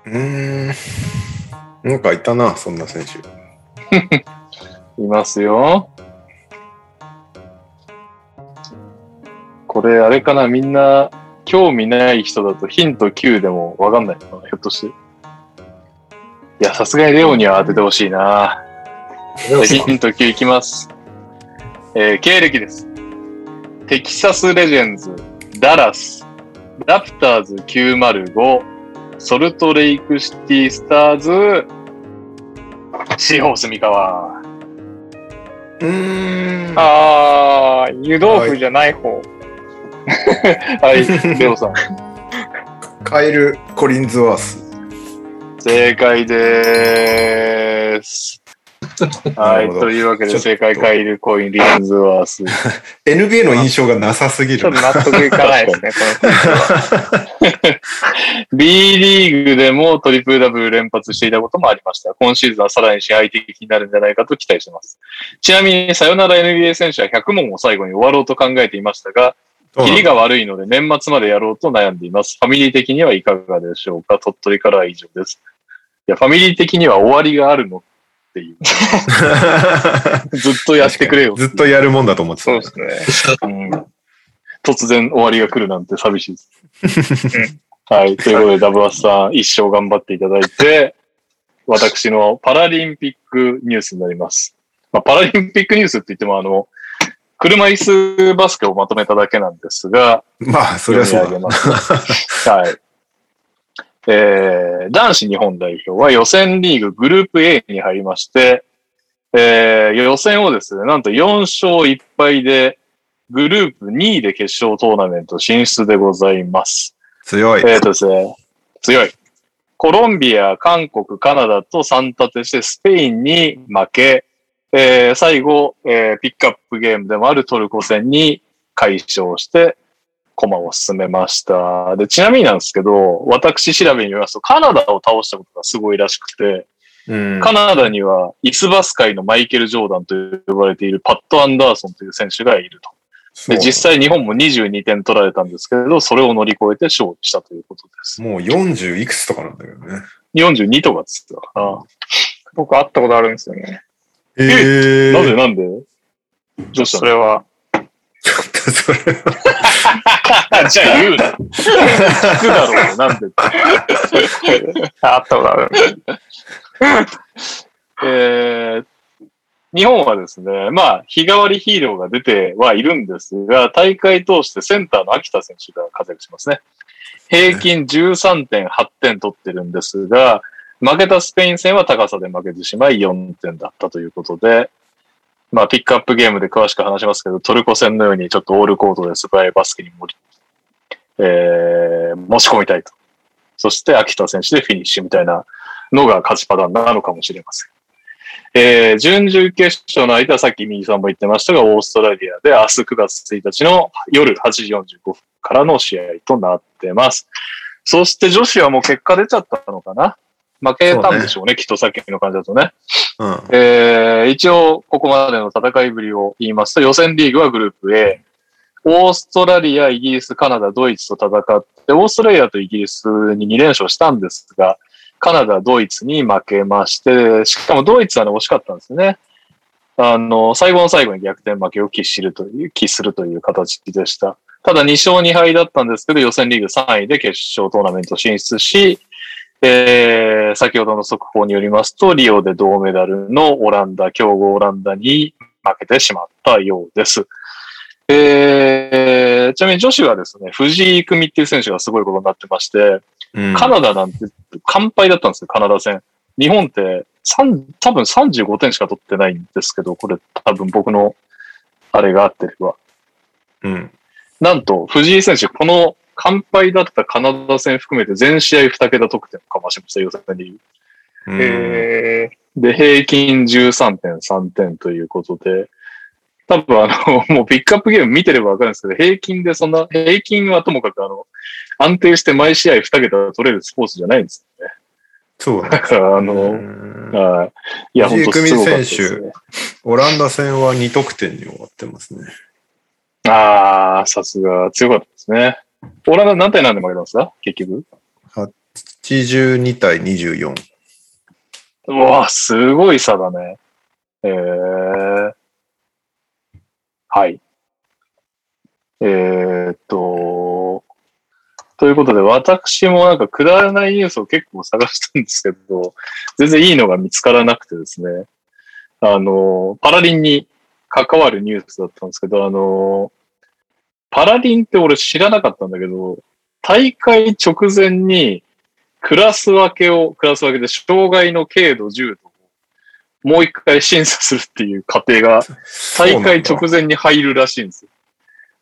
Speaker 1: うーん。なんかいたな、そんな選手。
Speaker 2: いますよ。これ、あれかなみんな、興味ない人だとヒント9でもわかんないのかなひょっとして。いや、さすがにレオには当ててほしいな。ヒント9いきます。えー経歴です。テキサスレジェンズ、ダラス、ラプターズ905、ソルトレイクシティスターズ、シーホース三河。
Speaker 1: うーん。
Speaker 5: あー、湯豆腐じゃない方。
Speaker 2: はい、レオさん。
Speaker 1: カエル・コリンズワース。
Speaker 2: 正解で ーす。は、
Speaker 1: ないるほど
Speaker 2: というわけ
Speaker 1: ち
Speaker 2: で
Speaker 1: ょっと
Speaker 2: 正解カイル・コイン・リーンズワース。
Speaker 1: NBA の印象がなさすぎ
Speaker 5: ちょ
Speaker 1: る
Speaker 5: っと。納得いかないです ね、この
Speaker 2: B リーグでもトリプルダブル連発していたこともありました。今シーズンはさらに支配的になるんじゃないかと期待しています。ちなみに、さよなら NBA 選手は100問を最後に終わろうと考えていましたが、キ リが悪いので年末までやろうと悩んでいます。ファミリー的にはいかがでしょうか鳥取からは以上です。いや、ファミリー的には終わりがあるのっていう。ずっとやってくれよ。
Speaker 1: ずっとやるもんだと思ってた。
Speaker 5: そうですね。
Speaker 2: うん突然終わりが来るなんて寂しいです。はい。ということで、ダブアスさん、一生頑張っていただいて、私のパラリンピックニュースになります。まあ、パラリンピックニュースって言っても、あの、車椅子バスケをまとめただけなんですが、
Speaker 1: まあ、そりゃそう
Speaker 2: 読み上
Speaker 1: だ。
Speaker 2: げます。はい。えー男子日本代表は予選リーググループ A に入りまして、えー予選をですね、なんと4勝1敗で、グループ2位で決勝トーナメント進出でございます。
Speaker 1: 強い。
Speaker 2: えーとですね、強い。コロンビア、韓国、カナダと3立てしてスペインに負け、えー最後、えーピックアップゲームでもあるトルコ戦に快勝して、駒を進めました。で、ちなみになんですけど、私調べによりますと、カナダを倒したことがすごいらしくて、
Speaker 1: うん。
Speaker 2: カナダにはイスバス界のマイケル・ジョーダンと呼ばれているパット・アンダーソンという選手がいると。
Speaker 1: そう
Speaker 2: で、実際日本も22点取られたんですけれど、それを乗り越えて勝利したということです。
Speaker 1: もう40いくつとかなんだけどね。
Speaker 2: 42とかっつってたか
Speaker 5: 僕会ったことあるんですよね。
Speaker 1: え
Speaker 2: な。なんでなんでどうし
Speaker 5: そ
Speaker 2: たの
Speaker 5: れは。
Speaker 1: ちょっと それは。
Speaker 2: じゃあ言うな。聞くだろう、なんで。
Speaker 5: あ会ったことある。
Speaker 2: えー日本はですね、まあ、日替わりヒーローが出てはいるんですが、大会通してセンターの秋田選手が活躍しますね。平均13.8点取ってるんですが、負けたスペイン戦は高さで負けてしまい4点だったということで、まあ、ピックアップゲームで詳しく話しますけど、トルコ戦のようにちょっとオールコートで素早いバスケに盛り、えー、持ち込みたいと。そして秋田選手でフィニッシュみたいなのが勝ちパターンなのかもしれません。えー準々決勝の間、さっき右さんも言ってましたが、オーストラリアで明日9月1日の夜8時45分からの試合となってます。そして女子はもう結果出ちゃったのかな負けたんでしょうね、きっとさっきの感じだとね。
Speaker 1: うん。
Speaker 2: えー一応、ここまでの戦いぶりを言いますと、予選リーグはグループ A。オーストラリア、イギリス、カナダ、ドイツと戦って、オーストラリアとイギリスに2連勝したんですが、カナダ、ドイツに負けまして、しかもドイツはね、惜しかったんですね。あの、最後の最後に逆転負けを喫するという、喫するという形でした。ただ2勝2敗だったんですけど、予選リーグ3位で決勝トーナメント進出し、えー先ほどの速報によりますと、リオで銅メダルのオランダ、強豪オランダに負けてしまったようです。えーちなみに女子はですね、藤井組っていう選手がすごいことになってまして、
Speaker 1: うん
Speaker 2: カナダなんて完敗だったんですよ、カナダ戦。日本って、三多分35点しか取ってないんですけど、これ多分僕のあれがあってれば。
Speaker 1: うん。
Speaker 2: なんと、藤井選手、この完敗だったカナダ戦含めて全試合2桁得点をかましました、予選リーグ。
Speaker 1: うん
Speaker 5: え
Speaker 2: で、平均13.3点ということで、多分あの、 もうピックアップゲーム見てればわかるんですけど、平均でそんな、平均はともかくあの、安定して毎試合2桁取れるスポーツじゃないんですよね。
Speaker 1: そうだ
Speaker 2: だ
Speaker 1: ね。
Speaker 2: からあ
Speaker 1: う
Speaker 2: の、
Speaker 1: ん
Speaker 2: はい。いや、本当すごかったです、ね。
Speaker 1: オランダ戦は2得点に終わってますね。
Speaker 2: ああ、さすが、強かったですね。オランダ何対何で負けたんですか結局。
Speaker 1: 82対24。
Speaker 2: うわ、すごい差だね。えー、はい。えー、っと、ということで、私もなんかくだらないニュースを結構探したんですけど、全然いいのが見つからなくてですね、あの、パラリンに関わるニュースだったんですけど、あの、パラリンって俺知らなかったんだけど、大会直前にクラス分けを、クラス分けで障害の軽度、重度をもう一回審査するっていう過程が大会直前に入るらしいんですよ。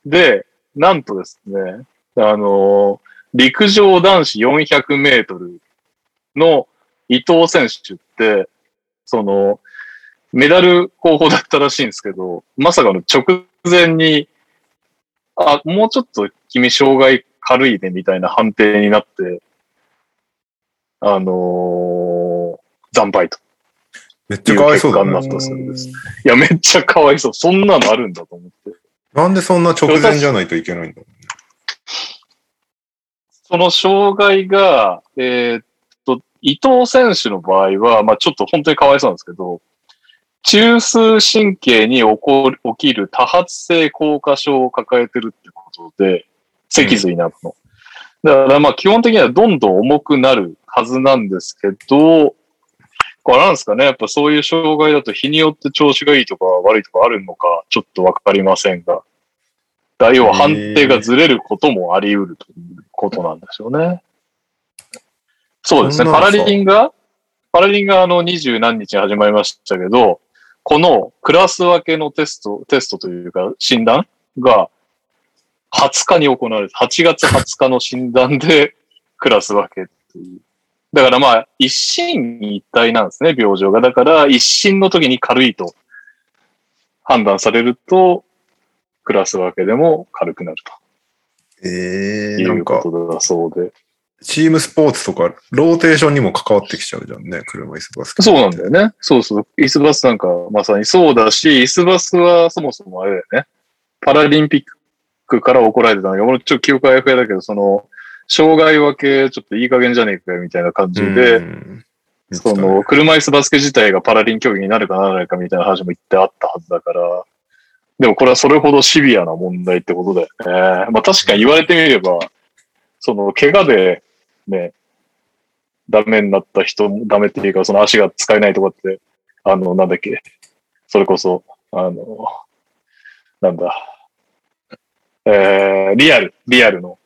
Speaker 2: で、なんとですね、あのー陸上男子400メートルの伊藤選手って、その、メダル候補だったらしいんですけど、まさかの直前に、あ、もうちょっと君障害軽いねみたいな判定になって、あのー惨敗と。
Speaker 1: めっちゃかわいそうだ
Speaker 2: な
Speaker 1: ね
Speaker 2: っ。たそうです。いや、めっちゃかわいそう。そんなのあるんだと思って。
Speaker 1: なんでそんな直前じゃないといけないんだろ
Speaker 2: その障害が、えーっと、伊藤選手の場合は、まあちょっと本当にかわいそうなんですけど、中枢神経に起こる、起きる多発性硬化症を抱えてるってことで、脊髄などの。だからまあ基本的にはどんどん重くなるはずなんですけど、これなんですかね、やっぱそういう障害だと日によって調子がいいとか悪いとかあるのか、ちょっとわかりませんが。だ要は判定がずれることもあり得るということなんでしょうね。そうです
Speaker 1: そ
Speaker 2: ね。
Speaker 1: んな
Speaker 2: パ
Speaker 1: のさ
Speaker 2: ラリンが、パラリンがあの二十何日に始まりましたけど、このクラス分けのテスト、テストというか診断が20日に行われて、8月20日の診断でクラス分けっていう。だからまあ、一心一体なんですね、病状が。だから、一心の時に軽いと判断されると、クラス分けでも軽くなる
Speaker 1: え
Speaker 2: と
Speaker 1: え
Speaker 2: い
Speaker 1: なん
Speaker 2: う
Speaker 1: か
Speaker 2: こ、とだそうで。
Speaker 1: チームスポーツとか、ローテーションにも関わってきちゃうじゃんね、車椅子バスケ。
Speaker 2: そうなんだよね。そうそう。イスバスなんかまさにそうだし、イスバスはそもそもあれだよね。パラリンピックから怒られてたのが、俺ちょっと記憶あやふやだけど、その、障害分けちょっといい加減じゃねえかよみたいな感じで、
Speaker 1: うん、
Speaker 2: その、車椅子バスケ自体がパラリン競技になるかならないかみたいな話も一ってあったはずだから、でもこれはそれほどシビアな問題ってことだよね。まあ確かに言われてみれば、その、怪我でね、ダメになった人も、ダメっていうか、その足が使えないとかって、あの、なんだっけ、それこそ、あの、なんだ、えー、リアル、リアルの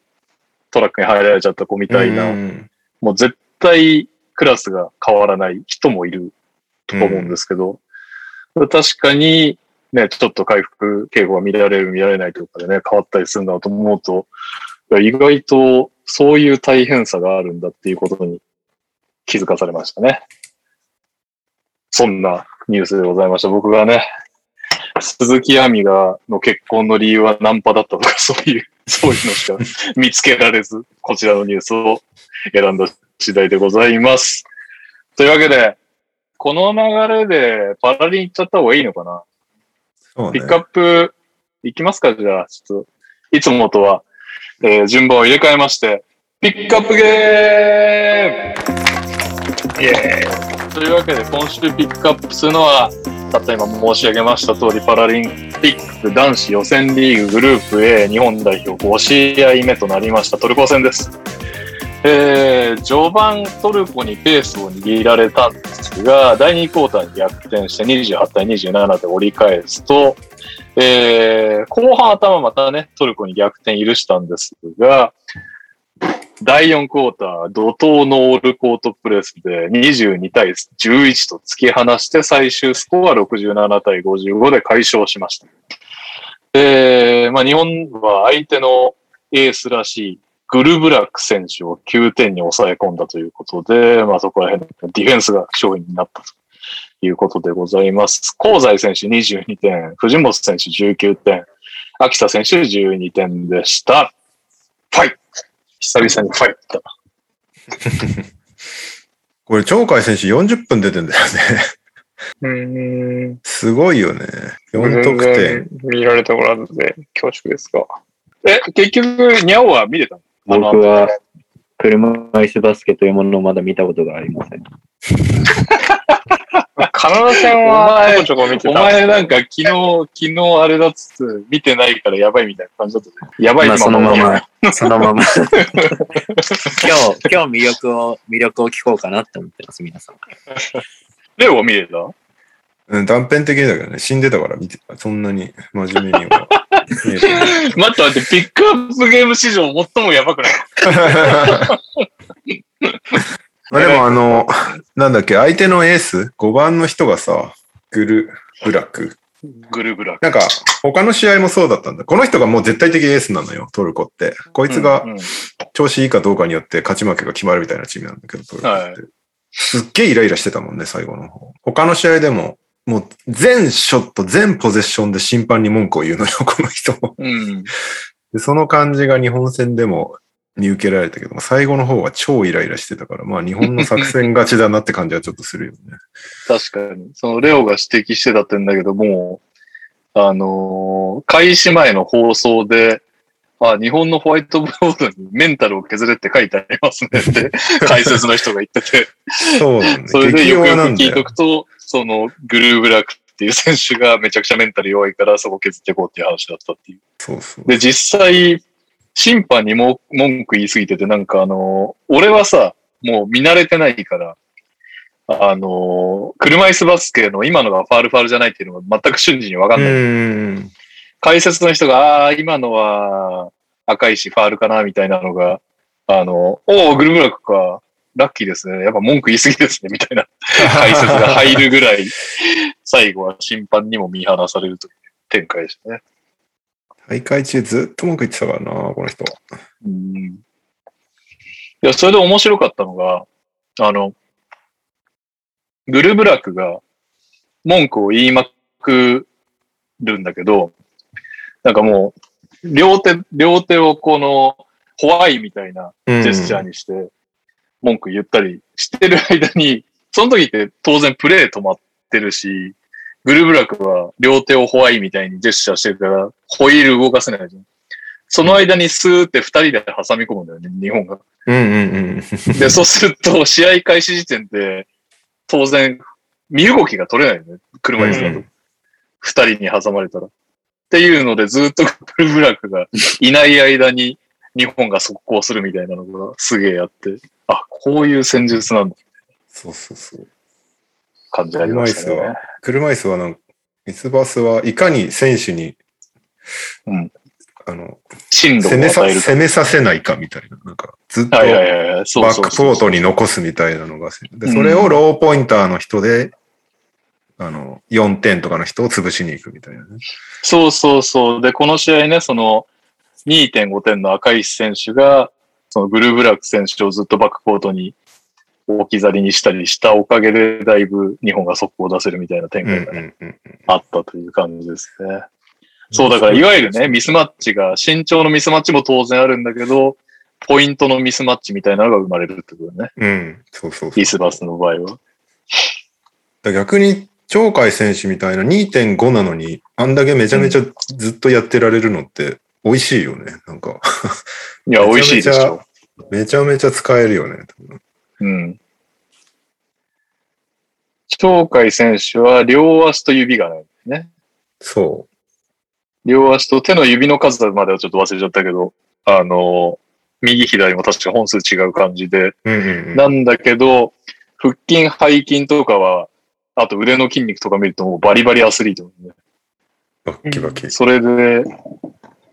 Speaker 2: トラックに入られちゃった子みたいな、
Speaker 1: うん
Speaker 2: もう絶対クラスが変わらない人もいると思うんですけど、確かに、ね、ちょっと回復傾向が見られる、見られないとかでね、変わったりするんだと思うと、いや意外とそういう大変さがあるんだっていうことに気づかされましたね。そんなニュースでございました。僕がね、鈴木亜美がの結婚の理由はナンパだったとか、そういう、そういうのしか見つけられず、こちらのニュースを選んだ次第でございます。というわけで、この流れでパラリン行っちゃった方がいいのかな、
Speaker 1: そうね
Speaker 2: ピックアップ行きますかじゃあ、ちょっと、いつもとは、えー順番を入れ替えまして、ピックアップゲームイエーイというわけで、今週ピックアップするのは、たった今申し上げました通り、パラリンピック男子予選リーググループ A 日本代表5試合目となりましたトルコ戦です。えー序盤トルコにペースを握られたんですが、第2クォーターに逆転して28対27で折り返すと、えー後半頭またね、トルコに逆転許したんですが、第4クォーター、怒涛のオールコートプレスで22対11と突き放して最終スコア67対55で解消しました。えーまあ、日本は相手のエースらしいグルブラック選手を9点に抑え込んだということで、まあそこら辺、ディフェンスが勝因になったということでございます。香西選手22点、藤本選手19点、秋田選手12点でした。ファイト久々にファイトだ
Speaker 1: これ、鳥海選手40分出てんだよね。
Speaker 5: うーん。
Speaker 1: すごいよね。4
Speaker 5: 全
Speaker 1: 得点
Speaker 5: 然。見られておらずで恐縮ですが。
Speaker 2: な。え、結局、ニャオは見れたの
Speaker 4: 僕は車椅子バスケというものをまだ見たことがありま せん。
Speaker 5: カナダ戦はちょこちょこ見てた。
Speaker 2: お前なんか昨日、昨日あれだっつって見てないからやばいみたいな感じだったね。やばい
Speaker 4: まあ、そのま
Speaker 2: 今も
Speaker 4: ま、そのまま。今日、今日魅力を、魅力を聞こうかなって思ってます、皆さん。
Speaker 2: レオは見れた
Speaker 1: うん、断片的だけどね、死んでたから見てた。そんなに真面目に は。見えてない
Speaker 2: 待って待って、ピックアップゲーム史上最もやばくない
Speaker 1: まあでもあの、なんだっけ、相手のエース、5番の人がさ、グル、ブラック。
Speaker 2: グルグラ。
Speaker 1: なんか、他の試合もそうだったんだ。この人がもう絶対的エースなのよ、トルコって。こいつが
Speaker 2: うんうん
Speaker 1: 調子いいかどうかによって勝ち負けが決まるみたいなチームなんだけど、トルコって。
Speaker 2: はい
Speaker 1: すっげえイライラしてたもんね、最後の方。他の試合でも、もう全ショット、全ポゼッションで審判に文句を言うのよ、この人も。
Speaker 2: うん。
Speaker 1: で、その感じが日本戦でも見受けられたけども、最後の方は超イライラしてたから、まあ日本の作戦勝ちだなって感じはちょっとするよね。
Speaker 2: 確かに。そのレオが指摘してたってんだけど、もう、あのー開始前の放送で、あ、日本のホワイトボードにメンタルを削れって書いてありますねって、解説の人が言ってて、
Speaker 1: そうなん
Speaker 2: そ
Speaker 1: だ
Speaker 2: れ
Speaker 1: ね。
Speaker 2: で
Speaker 1: 激
Speaker 2: よ
Speaker 1: 弱
Speaker 2: くよく
Speaker 1: なんだ
Speaker 2: 聞いと
Speaker 1: よ。
Speaker 2: くと、そのグルーブラックっていう選手がめちゃくちゃメンタル弱いから、そこ削っていこうっていう話だったっていう。
Speaker 1: そうそう。
Speaker 2: で、実際、審判にも文句言いすぎてて、なんかあの、俺はさ、もう見慣れてないから、あの、車椅子バスケの今のがファールファールじゃないっていうのが全く瞬時にわかん
Speaker 1: う
Speaker 2: ない。
Speaker 1: ん。
Speaker 2: 解説の人が、ああー、今のは赤いしファールかな、みたいなのが、あの、おお、グルブラックか、ラッキーですね。やっぱ文句言いすぎですね、みたいな解説が入るぐらい、最後は審判にも見放されるという展開でしたね。
Speaker 1: 大会中ずっと文句言ってたからな、この人。
Speaker 2: うんいや、それで面白かったのが、あの、グルブラクが文句を言いまくるんだけど、なんかもう、両手、両手をこの、ホワイみたいな
Speaker 1: うん
Speaker 2: ジェスチャーにして、文句言ったりしてる間に、その時って当然プレー止まってるし、グルブラクは両手をホワイみたいにジェスチャーしてるから、ホイール動かせないじゃん。その間にスーって二人で挟み込むんだよね、日本が。
Speaker 1: うんうんうん。
Speaker 2: で、そうすると、試合開始時点で、当然、身動きが取れないよね。車椅子だ
Speaker 1: う
Speaker 2: と。二、人に挟まれたら。っていうので、ずっとブルブラックがいない間に日本が速攻するみたいなのがすげえあって、あ、こういう戦術なんだって
Speaker 1: そうそうそう。
Speaker 2: 感じありました
Speaker 1: うまいっ。
Speaker 2: ね
Speaker 1: 車椅子はなんか、ミスバスはいかに選手に、
Speaker 2: うん
Speaker 1: あの、
Speaker 2: 進路を
Speaker 1: 攻めさ
Speaker 2: 与えるか。
Speaker 1: 攻めさせないかみたいな。なんか、ずっと
Speaker 2: はいは
Speaker 1: バ
Speaker 2: いはいはい。そう
Speaker 1: ック
Speaker 2: そう
Speaker 1: ポ
Speaker 2: そう
Speaker 1: ートに残すみたいなのが。で、それをローポインターの人で、あの、4点とかの人を潰しに行くみたいなね。
Speaker 2: そうそうそう。で、この試合ね、その2.5点の赤石選手が、そのグルーブラック選手をずっとバックコートに置き去りにしたりしたおかげで、だいぶ日本が速攻を出せるみたいな
Speaker 1: う
Speaker 2: 展
Speaker 1: んう
Speaker 2: 開が
Speaker 1: んうん。
Speaker 2: あったという感じですね。そう、だからいわゆるね、ミスマッチが、身長のミスマッチも当然あるんだけど、ポイントのミスマッチみたいなのが生まれるってことね。
Speaker 1: うん。そうそうそう
Speaker 2: リ。スバスの場合は。
Speaker 1: だから逆に、鳥海選手みたいな2.5なのに、あんだけめちゃめちゃずっとやってられるのって、美味しいよね。なんか、
Speaker 2: いや、美味しいでしょ。
Speaker 1: めちゃめちゃ使えるよね。
Speaker 2: うん。鳥海選手は両足と指がない。
Speaker 1: そ
Speaker 2: 両足と手の指の数まではちょっと忘れちゃったけど、あの、右左も確か本数違う感じで、
Speaker 1: う。うんうんうん。
Speaker 2: なんだけど、腹筋、背筋とかは、あと腕の筋肉とか見るともうバリバリアスリートなんで、
Speaker 1: バッキバキ。
Speaker 2: それで、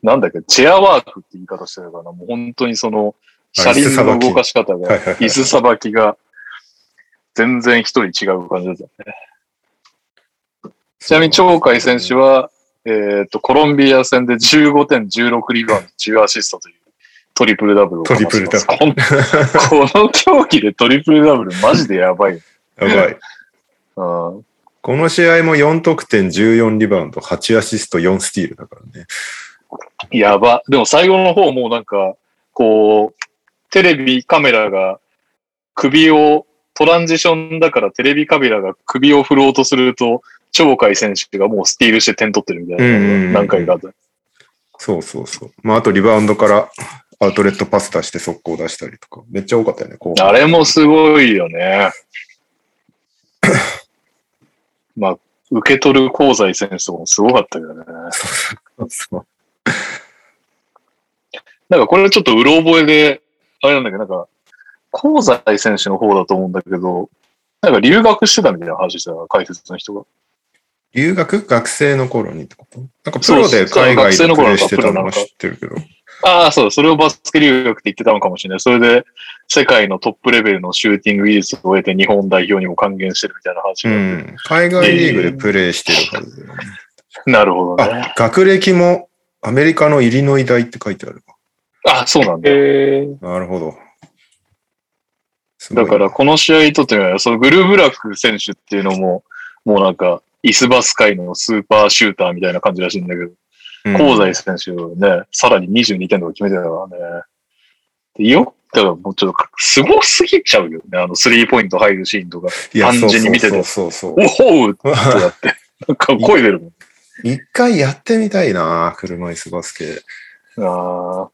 Speaker 2: なんだっけ、チェアワークって言い方してるかな、もう本当にその、
Speaker 1: あ
Speaker 2: 車輪の
Speaker 1: 椅子捌き
Speaker 2: 動かし方
Speaker 1: はい
Speaker 2: が、
Speaker 1: はいはい
Speaker 2: 椅子さばきが、全然一人違う感じだった。ちなみに鳥海選手は、えーっ、と、コロンビア戦で15点、16リバウンド、10アシストというトリプルダブルをこなしてます
Speaker 1: トリ
Speaker 2: こんこの競技でトリプルダブル、マジでやばい。
Speaker 1: やばい。
Speaker 2: うん、
Speaker 1: この試合も4得点、14リバウンド、8アシスト、4スティールだからね。
Speaker 2: やば。でも最後の方もうなんか、こう、テレビカメラが首を、トランジションだからテレビカメラが首を振ろうとすると、鳥海選手がもうスティールして点取ってるみたいな
Speaker 1: うんうんう
Speaker 2: の
Speaker 1: ん
Speaker 2: が何回かあった。
Speaker 1: そうそうそう。まあ、あとリバウンドからアウトレットパス出して速攻出したりとか。めっちゃ多かったよね、後半
Speaker 2: あれもすごいよ ね。まあ、受け取る香西選手もすごかったけどね。
Speaker 1: そう
Speaker 2: なんかこれちょっとうろ覚えで、あれなんだけど、なんか、香西選手の方だと思うんだけど、なんか留学してたみたいな話してたから、解説の人が。
Speaker 1: 留学学生の頃にってことなんかプロで海外でプレーしてたのは知ってるけど。
Speaker 2: ああ、そう、それをバスケ留学って言ってたのかもしれない。それで、世界のトップレベルのシューティング技術を得て日本代表にも還元してるみたいな話
Speaker 1: う
Speaker 2: が、
Speaker 1: ん。海外リーグでプレーしてるはずだよね。
Speaker 2: なるほどね。
Speaker 1: あ、学歴もアメリカのイリノイ大って書いてあるわ
Speaker 2: あそうなんだ。
Speaker 5: えー、
Speaker 1: なるほど。すごい
Speaker 2: だ
Speaker 1: ね
Speaker 2: から、この試合にとってみれば、そのグルーブラック選手っていうのも、もうなんか、イスバス界のスーパーシューターみたいな感じらしいんだけど、香
Speaker 1: うん
Speaker 2: 西選手をね、さらに22点とか決めてたからね。でよだからもうちょっと、すごすぎちゃうよね。あの、スリーポイント入るシーンとか。
Speaker 1: いや
Speaker 2: 単純に見てて
Speaker 1: そうそうそうそう
Speaker 2: おほうってな って。なんか声出るもん。
Speaker 1: 一回やってみたいな、車椅子バスケ。
Speaker 2: あー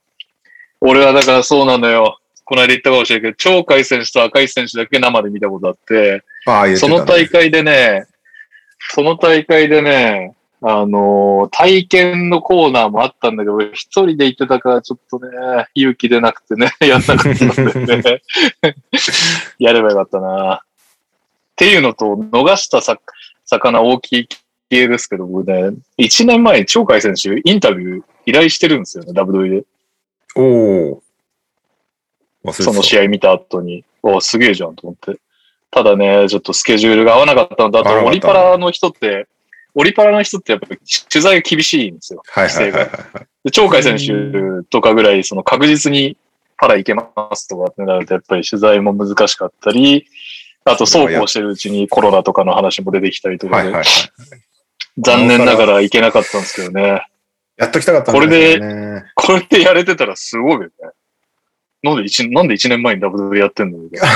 Speaker 2: 俺はだからそうなのよ。この間言ったかもしれないけど、鳥海選手と赤石選手だけ生で見たことあって、
Speaker 1: ああ、言って
Speaker 2: そ
Speaker 1: たね
Speaker 2: の大会でね、その大会でね、あのー体験のコーナーもあったんだけど、俺一人で行ってたから、ちょっとね、勇気出なくてね、 やんなかったんだよね。 やればよかったな。っていうのと、逃したさ魚大きい系ですけど、僕ね、1年前に鳥海選手インタビュー依頼してるんですよね、ダブドリで。
Speaker 1: おお。忘れてた
Speaker 2: その試合見た後に、おすげえじゃんと思って。ただね、ちょっとスケジュールが合わなかったのと、あ
Speaker 1: 合わなか
Speaker 2: と、オ
Speaker 1: った
Speaker 2: リパラの人って、オリパラの人ってやっぱり取材が厳しいんですよ。
Speaker 1: はいはいはいはいはい。
Speaker 2: で、鳥海選手とかぐらい、その確実にパラ行けますとかってなると、やっぱり取材も難しかったり、あと、そうこうしてるうちにコロナとかの話も出てきたりと
Speaker 1: はい
Speaker 2: か
Speaker 1: はい
Speaker 2: で、
Speaker 1: はい。
Speaker 2: 残念ながら行けなかったんですけどね。
Speaker 1: やっときたかったんだけどね。
Speaker 2: これでやれてたらすごいよね。なんで一、なんで一年前に WW やってんのみたい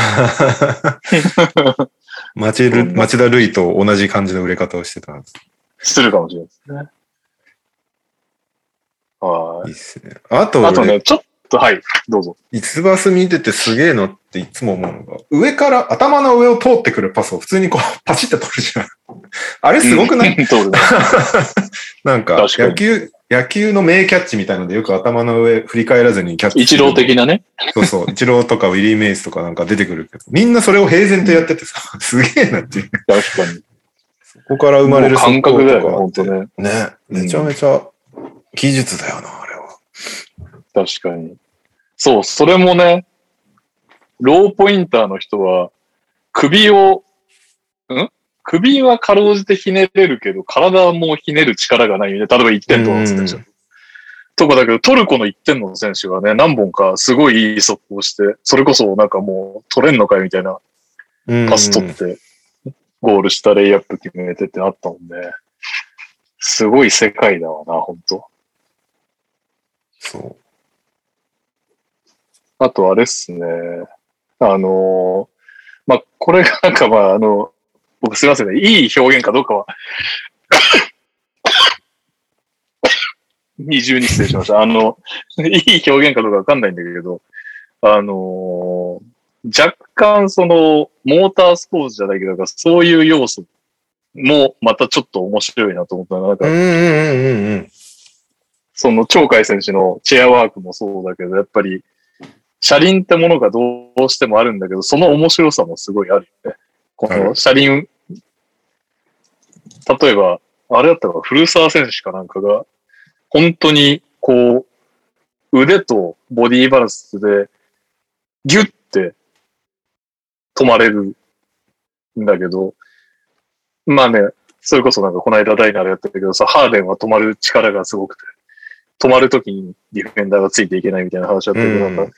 Speaker 2: な。
Speaker 1: 町る町田瑠唯と同じ感じの売れ方をしてたんです。
Speaker 2: するかもしれないですね。はい
Speaker 1: いっすね。あと
Speaker 2: い。あと
Speaker 1: 俺、
Speaker 2: ね、ちょっと、はい、どうぞ。
Speaker 1: いつバス見ててすげえのっていつも思うのが、上から、頭の上を通ってくるパスを普通にこう、パチって取るじゃん。あれすごくない、
Speaker 2: うん そうですね
Speaker 1: なんか、
Speaker 2: 確かに
Speaker 1: 野球、野球の名キャッチみたいのでよく頭の上振り返らずにキャッチ。
Speaker 2: 一郎。的な ね。
Speaker 1: そうそう。一郎とかウィリー・メイスとかなんか出てくるけど、みんなそれを平然とやっててさ、 すげえなっていう。
Speaker 2: 確かに。
Speaker 1: ここから生まれる
Speaker 2: もう感覚だよ
Speaker 1: 速攻
Speaker 2: ね、本
Speaker 1: と
Speaker 2: 当
Speaker 1: かあって
Speaker 2: ね。
Speaker 1: ね、
Speaker 2: うん
Speaker 1: めちゃめちゃ技術だよな、あれは。
Speaker 2: 確かに。そう、それもね、ローポインターの人は、首を、ん首はかろうじてひねれるけど、体はもうひねる力がないみたいな。例えば1点とかの選手
Speaker 1: う
Speaker 2: とかだけど、トルコの1点の選手がね、何本かすごいいい速攻して、それこそなんかもう取れんのかいみたいな
Speaker 1: うん
Speaker 2: パス取って、ゴールしたレイアップ決めてってなったもんね。すごい世界だわな、本当
Speaker 1: そう。
Speaker 2: あとあれっすね。あのーまあ、これがなんかまあ、あの、僕すいませんね。いい表現かどうかは。 二重に失礼しました。あの、いい表現かどうかわかんないんだけど、あのー若干その、モータースポーツじゃないけど、なんかそういう要素もまたちょっと面白いなと思ったのがなんか
Speaker 1: うんうんうんうんうん。
Speaker 2: その鳥海選手のチェアワークもそうだけど、やっぱり、車輪ってものがどうしてもあるんだけど、その面白さもすごいあるよね。こ
Speaker 1: あ
Speaker 2: の
Speaker 1: る
Speaker 2: 車輪、例えば、あれだったか、古澤選手かなんかが、本当に、こう、腕とボディバランスで、ギュッて止まれるんだけど、まあね、それこそなんかこの間ダイナーでやったけどさ、ハーデンは止まる力がすごくて、止まるときにディフェンダーがついていけないみたいな話だったけど、
Speaker 1: うん
Speaker 2: なんか、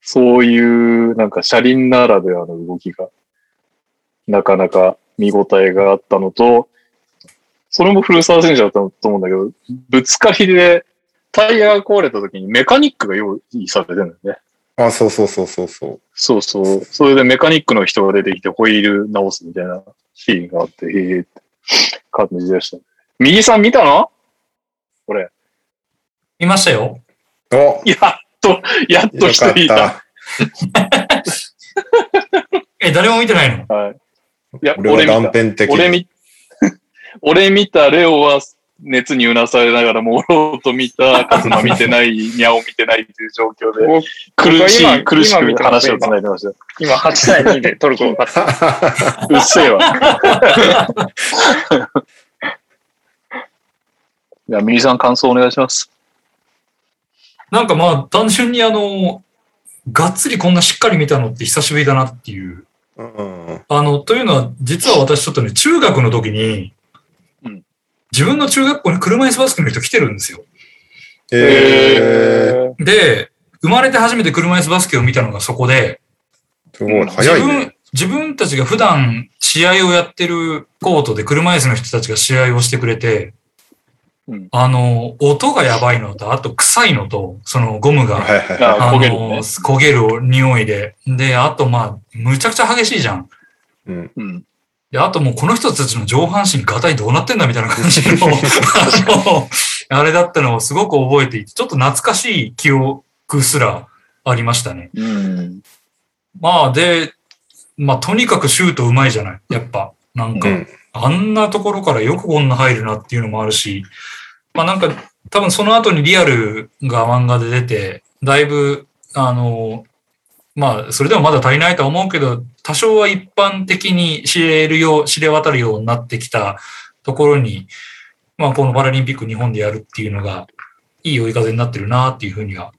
Speaker 2: そういうなんか車輪ならではの動きが、なかなか見応えがあったのと、それも古澤選手だったと思うんだけど、ぶつかりでタイヤが壊れたときにメカニックが用意されてるんだよね。
Speaker 1: あ、そうそうそうそうそう。
Speaker 2: そうそう。それでメカニックの人が出てきてホイール直すみたいなシーンがあって、へえって感じでした。右さん見たの
Speaker 3: 見ましたよ。
Speaker 1: お
Speaker 2: やっと、やっと
Speaker 1: よ
Speaker 2: 一
Speaker 1: かっ
Speaker 2: 人いた。
Speaker 1: た。
Speaker 3: え、誰も見てないの
Speaker 2: はい。いや、
Speaker 1: 俺
Speaker 2: 俺
Speaker 1: は
Speaker 2: 見
Speaker 1: 断
Speaker 2: た。
Speaker 1: 片的。
Speaker 2: 俺見、 俺見たレオは熱にうなされながら、もろうと見た、カズマ見てない、ニャオ見てないっていう状況で、
Speaker 5: 僕
Speaker 2: 苦しい、
Speaker 5: 今
Speaker 2: 苦し
Speaker 5: 今見
Speaker 2: く
Speaker 5: てます
Speaker 2: 話を繋いでま した。
Speaker 5: 今8対2でトルコが勝っ
Speaker 2: うっせえわ。 いや、右さん感想お願いします。
Speaker 3: なんかまあ、単純にあの、がっつりこんなしっかり見たのって久しぶりだなっていう。
Speaker 1: うん。
Speaker 3: あの、というのは、実は私ちょっとね、中学の時に
Speaker 2: うん、
Speaker 3: 自分の中学校に車椅子バスケの人来てるんですよ。
Speaker 1: えー、
Speaker 3: で、生まれて初めて車椅子バスケを見たのがそこで、
Speaker 1: すごい、早い
Speaker 3: 自
Speaker 1: ね。
Speaker 3: 分、自分たちが普段試合をやってるコートで車椅子の人たちが試合をしてくれて、
Speaker 2: うん
Speaker 3: あの、音がやばいのと、あと臭いのと、そのゴムが
Speaker 1: はいはいはい。
Speaker 2: あ
Speaker 3: あの
Speaker 2: 焦げるね
Speaker 3: 焦げる匂いで。で、あとまあ、むちゃくちゃ激しいじゃん。
Speaker 1: うん。
Speaker 2: うん。
Speaker 3: で、あともうこの人たちの上半身がたいどうなってんだみたいな感じの、あの、あれだったのをすごく覚えていて、ちょっと懐かしい記憶すらありましたね。
Speaker 2: うん。
Speaker 3: まあで、まあとにかくシュートうまいじゃない。やっぱ。なん
Speaker 1: う
Speaker 3: か、
Speaker 1: ん。
Speaker 3: あんなところからよくこんな入るなっていうのもあるし、まあなんか多分その後にリアルが漫画で出て、だいぶ、あの、まあそれでもまだ足りないとは思うけど、多少は一般的に知れるよう、知れ渡るようになってきたところに、まあこのパラリンピック日本でやるっていうのが、いい追い風になってるなっていうふうには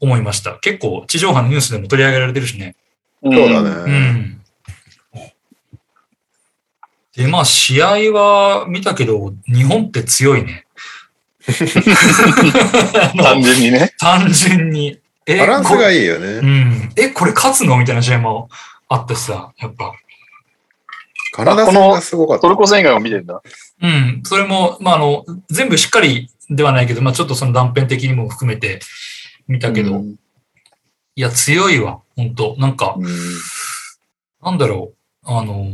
Speaker 3: 思いました。結構地上波のニュースでも取り上げられてるしね。
Speaker 2: そう
Speaker 1: そうだ
Speaker 3: う
Speaker 1: ね。
Speaker 3: ん。で、まあ、試合は見たけど、日本って強い ね。あ の
Speaker 2: 単純にね。
Speaker 3: 単純に。え
Speaker 1: バランスが
Speaker 3: い
Speaker 1: いいよ
Speaker 3: う
Speaker 1: ね。
Speaker 3: ん。え、これ勝つのみたいな試合もあったしさ、やっぱ。
Speaker 1: 体戦がすごかっ
Speaker 2: ト
Speaker 1: た
Speaker 2: ル。コ戦以外も見てんだ。
Speaker 3: うん。それも、まあ、あの、全部しっかりではないけど、まあ、ちょっとその断片的にも含めて見たけど、
Speaker 2: うん
Speaker 3: いや、強いわ、本当なんか、
Speaker 2: うん
Speaker 3: なんだろう、あの、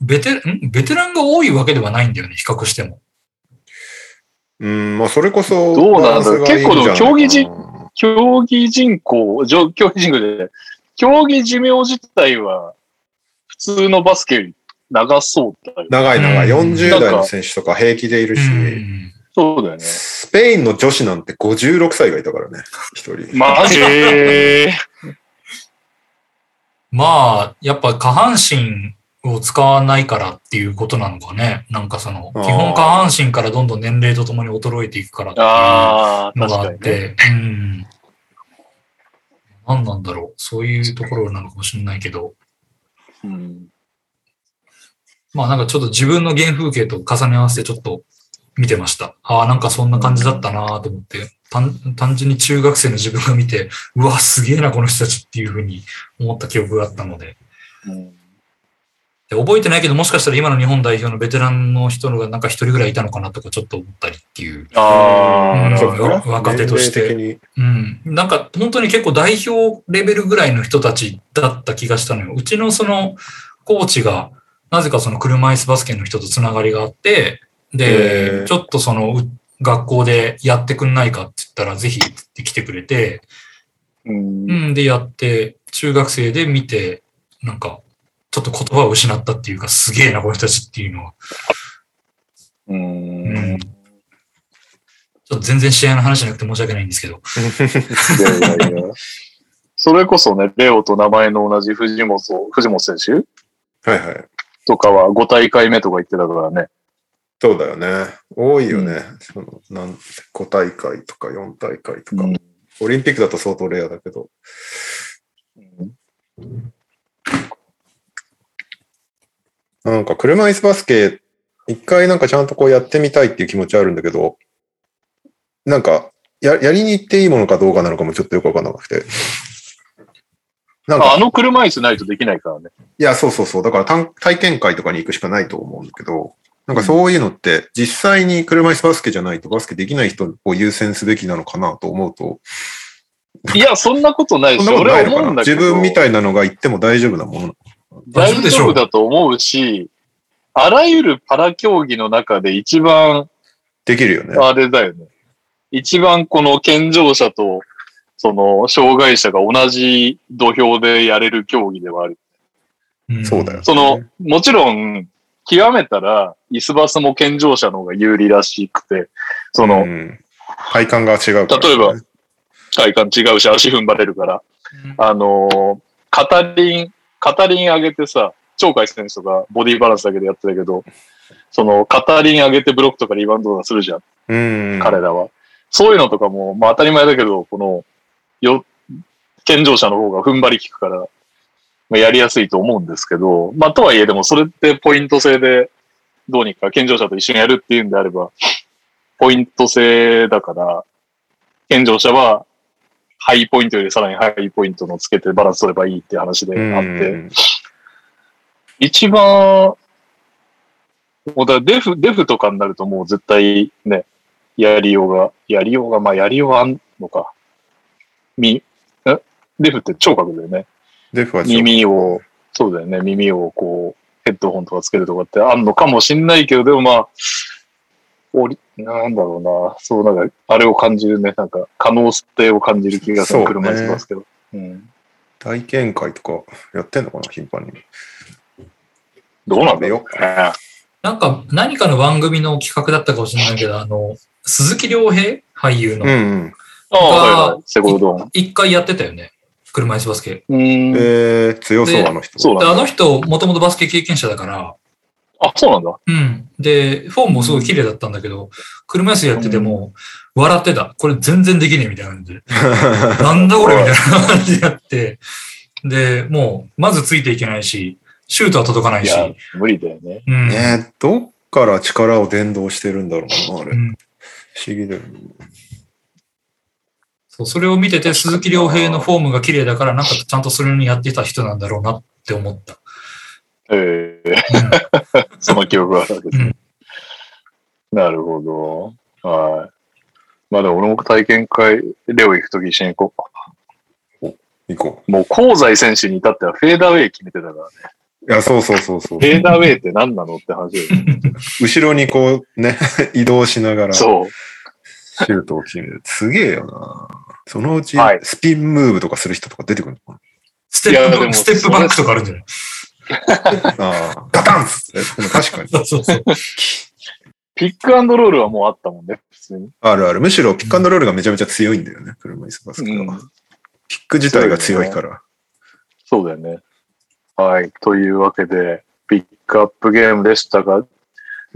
Speaker 3: ベテラン、んベテランが多いわけではないんだよね、比較しても。
Speaker 1: うん、まあそれこそ。
Speaker 2: どうなんだろ
Speaker 1: バ
Speaker 2: う
Speaker 1: ランスがいいんじゃないかな
Speaker 2: 結構でも競技人競技人口、じょ競技人口で、競技寿命自体は、普通のバスケより長そうだよ。
Speaker 1: 長い長い。
Speaker 3: うん
Speaker 1: 40代の選手とか平気でいる
Speaker 3: う
Speaker 1: し、
Speaker 3: ん。
Speaker 2: そうだよね。
Speaker 1: スペインの女子なんて56歳がいたからね、一人。
Speaker 2: マジ
Speaker 3: まあ、やっぱ下半身を使わないからっていうことなのかね。なんかその、
Speaker 1: あー
Speaker 3: 基本下半身からどんどん年齢とともに衰えていくからっていう
Speaker 2: ああ、
Speaker 3: の
Speaker 2: 確
Speaker 3: があ
Speaker 2: かに
Speaker 3: っ
Speaker 2: ね。
Speaker 3: て、うん。何なんだろう。そういうところなのかもしれないけど、
Speaker 2: うん
Speaker 3: まあなんかちょっと自分の原風景と重ね合わせてちょっと見てました。ああ、なんかそんな感じだったなと思って、単単純に中学生の自分が見て、うわ、すげえな、この人たちっていうふうに思った記憶があったので。
Speaker 2: うん
Speaker 3: で覚えてないけど、もしかしたら今の日本代表のベテランの人のがなんか一人ぐらいいたのかなとかちょっと思ったりっていう。
Speaker 2: ああ、
Speaker 3: うん
Speaker 2: なる
Speaker 1: そ
Speaker 2: ほ
Speaker 1: う
Speaker 2: ど
Speaker 1: か
Speaker 3: わ若手として
Speaker 1: 年齢的
Speaker 3: うん。なんか本当に結構代表レベルぐらいの人たちだった気がしたのよ。うちのそのコーチが、なぜかその車椅子バスケの人とつながりがあって、
Speaker 1: へ
Speaker 3: で
Speaker 1: ー、
Speaker 3: ちょっとそのう学校でやってくんないかって言ったら、ぜひって来てくれて、
Speaker 2: うん
Speaker 3: うん、でやって、中学生で見て、なんか、ちょっと言葉を失ったっていうか、すげえな、この人たちっていうのは。
Speaker 2: う
Speaker 3: うんん。ちょっと全然試合の話じゃなくて申し訳ないんですけど。
Speaker 2: いやいやいや。それこそね、レオと名前の同じ藤本、藤本選手
Speaker 1: はいはい。
Speaker 2: とかは5大会目とか言ってたからね。
Speaker 1: そうだよね。多いよね。そのなん5大会とか4大会とか、
Speaker 2: うん
Speaker 1: オリンピックだと相当レアだけど。なんか車椅子バスケ、一回なんかちゃんとこうやってみたいっていう気持ちあるんだけど、なんかややりに行っていいものかどうかなのかもちょっとよくわかんなくて。なん
Speaker 2: ああ
Speaker 1: か、
Speaker 2: の車椅子ないとできないからね。
Speaker 1: いや、そうそうそう。だから単体験会とかに行くしかないと思うんだけど、なんかそういうのって、実際に車椅子バスケじゃないとバスケできない人を優先すべきなのかなと思うと、
Speaker 2: いや、そんなことない
Speaker 1: そ
Speaker 2: で
Speaker 1: んなこ
Speaker 2: し
Speaker 1: とな
Speaker 2: 俺
Speaker 1: い
Speaker 2: は
Speaker 1: のか
Speaker 2: 思う
Speaker 1: なん
Speaker 2: だけ
Speaker 1: 自
Speaker 2: ど。
Speaker 1: 分みたいなのが行っても大丈夫なものなの
Speaker 2: 大
Speaker 3: でし
Speaker 2: 丈
Speaker 3: ょ
Speaker 2: 夫だと思うし、あらゆるパラ競技の中で一番、
Speaker 1: できるよね。
Speaker 2: あれだよね。一番この健常者と、その、障害者が同じ土俵でやれる競技ではある。
Speaker 3: うん
Speaker 1: そうだよ、ね。
Speaker 2: その、もちろん、極めたら、椅子バスも健常者の方が有利らしくて、そ
Speaker 1: う
Speaker 2: の、
Speaker 1: ん体感が違うから、
Speaker 2: 例えば。体感違うし、足踏ん張れるから、
Speaker 3: うん
Speaker 2: あのー、カタリン、カタリン上げてさ、鳥海選手とかボディバランスだけでやってたけど、その、カタリン上げてブロックとかリバウンドとかするじゃん、
Speaker 1: うん。
Speaker 2: 彼らは。そういうのとかも、まあ当たり前だけど、この、よ、健常者の方が踏ん張り効くから、まあ、やりやすいと思うんですけど、まあとはいえでもそれってポイント制で、どうにか健常者と一緒にやるっていうんであれば、ポイント制だから、健常者は、ハイポイントよりさらにハイポイントのつけてバランス取ればいいっていう話で
Speaker 1: うん
Speaker 2: あって、一番、もうだからデフ、デフとかになるともう絶対ね、やりようが、やりようが、まあやりようはあんのか。み、えデフって聴覚だよね。
Speaker 1: デフは違う
Speaker 2: 耳を、そうだよね、耳をこう、ヘッドホンとかつけるとかってあんのかもしんないけど、でもまあ、おり、なんだろうな、そうなんか、あれを感じるね、なんか、可能性を感じる気がす
Speaker 1: そう
Speaker 2: る、
Speaker 1: ね
Speaker 2: 車椅子バスケは。うん。
Speaker 1: 体験会とかやってんのかな、頻繁に。
Speaker 2: どうなんだよ。
Speaker 1: よ。
Speaker 2: ね
Speaker 3: なんか、何かの番組の企画だったかもしれないけど、あの、鈴木亮平俳優
Speaker 1: うん
Speaker 3: の、
Speaker 1: うん。
Speaker 2: ああ、セコドン。
Speaker 3: 一回やってたよね。車椅子バスケ。
Speaker 2: うん。
Speaker 1: えー、強そう、あの人。
Speaker 2: そう
Speaker 3: で、
Speaker 2: な
Speaker 3: あ
Speaker 2: んだ。
Speaker 3: の人、もともとバスケ経験者だから、
Speaker 2: あ、そうなんだ。
Speaker 3: うん。で、フォームもすごい綺麗だったんだけど、車椅子やってても、笑ってた。これ全然できねえみたいな感じで。なんだこれみたいな感じでやって。で、もう、まずついていけないし、シュートは届かない
Speaker 2: い
Speaker 3: し。
Speaker 2: や、無理だよね。
Speaker 3: うん。
Speaker 1: ねえ、どっから力を伝導してるんだろうな、あれ。
Speaker 3: う
Speaker 1: 不
Speaker 3: ん
Speaker 1: 思議だよね。
Speaker 3: そうそれを見てて、鈴木亮平のフォームが綺麗だから、なんかちゃんとそれにやってた人なんだろうなって思った。
Speaker 2: ええ
Speaker 3: うん
Speaker 2: その記憶があるわけです
Speaker 3: う
Speaker 2: ね。なるほど。はい。まあでも俺も体験会、レオ行くとき一緒に行こ
Speaker 1: 行こ
Speaker 2: う。もう、香西選手に至ってはフェーダーウェイ決めてたからね。
Speaker 1: う。いや、そうそうそうそう
Speaker 2: フ。ェーダーウェイって何なのって話で。
Speaker 1: 後ろにこうね、 移動しながらシュ
Speaker 2: そ
Speaker 1: ートを決める。すげえよな。そのうち
Speaker 2: はい
Speaker 1: スピンムーブとかする人とか出てくるのか
Speaker 3: ステ
Speaker 2: いや
Speaker 3: ッ
Speaker 2: でも
Speaker 3: プ、ステップバックとかあるんじゃない
Speaker 1: な。ああ、ガタンっつって。でも確かに。
Speaker 3: そうそうそう。
Speaker 2: う。ピックアンドロールはもうあったもんね、普通に。
Speaker 1: あるある。むしろピックアンドロールがめちゃめちゃ強いんだよね、車椅子バスケは。
Speaker 2: うん
Speaker 1: ピック自体が強いから。
Speaker 2: そうだよね。はい。というわけで、ピックアップゲームでしたが、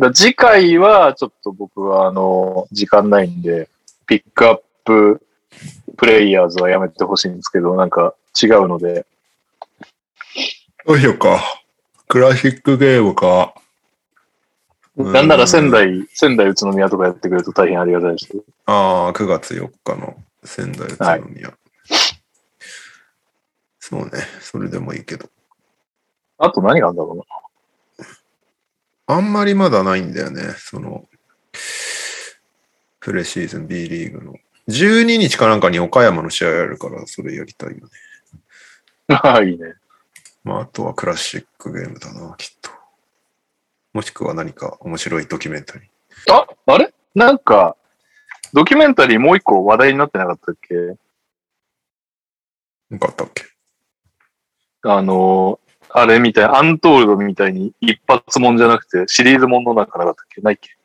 Speaker 2: だ次回はちょっと僕はあの、時間ないんで、ピックアッププレイヤーズはやめてほしいんですけど、なんか違うので、
Speaker 1: どうしようか。クラシックゲームか。うん
Speaker 2: なんなら仙台、仙台宇都宮とかやってくれると大変ありがたいです。
Speaker 1: ああ、9月4日の仙台宇都宮。そうね、それでもいいけど。
Speaker 2: あと何があるんだろ
Speaker 1: あんまりまだないんだよね、その、プレシーズン B リーグの。12日かなんかに岡山の試合やるから、それやりたいよね。
Speaker 2: うな。 いいね。
Speaker 1: まあ、あとはクラシックゲームだな、きっと。もしくは何か面白いドキュメンタリー。
Speaker 2: あ、あれなんか、ドキュメンタリーもう一個話題になってなかったっけ
Speaker 1: なんかあったっけ
Speaker 2: あの、あれみたい、アントールドみたいに一発もんじゃなくて、シリーズもんの中なかったっけないっけ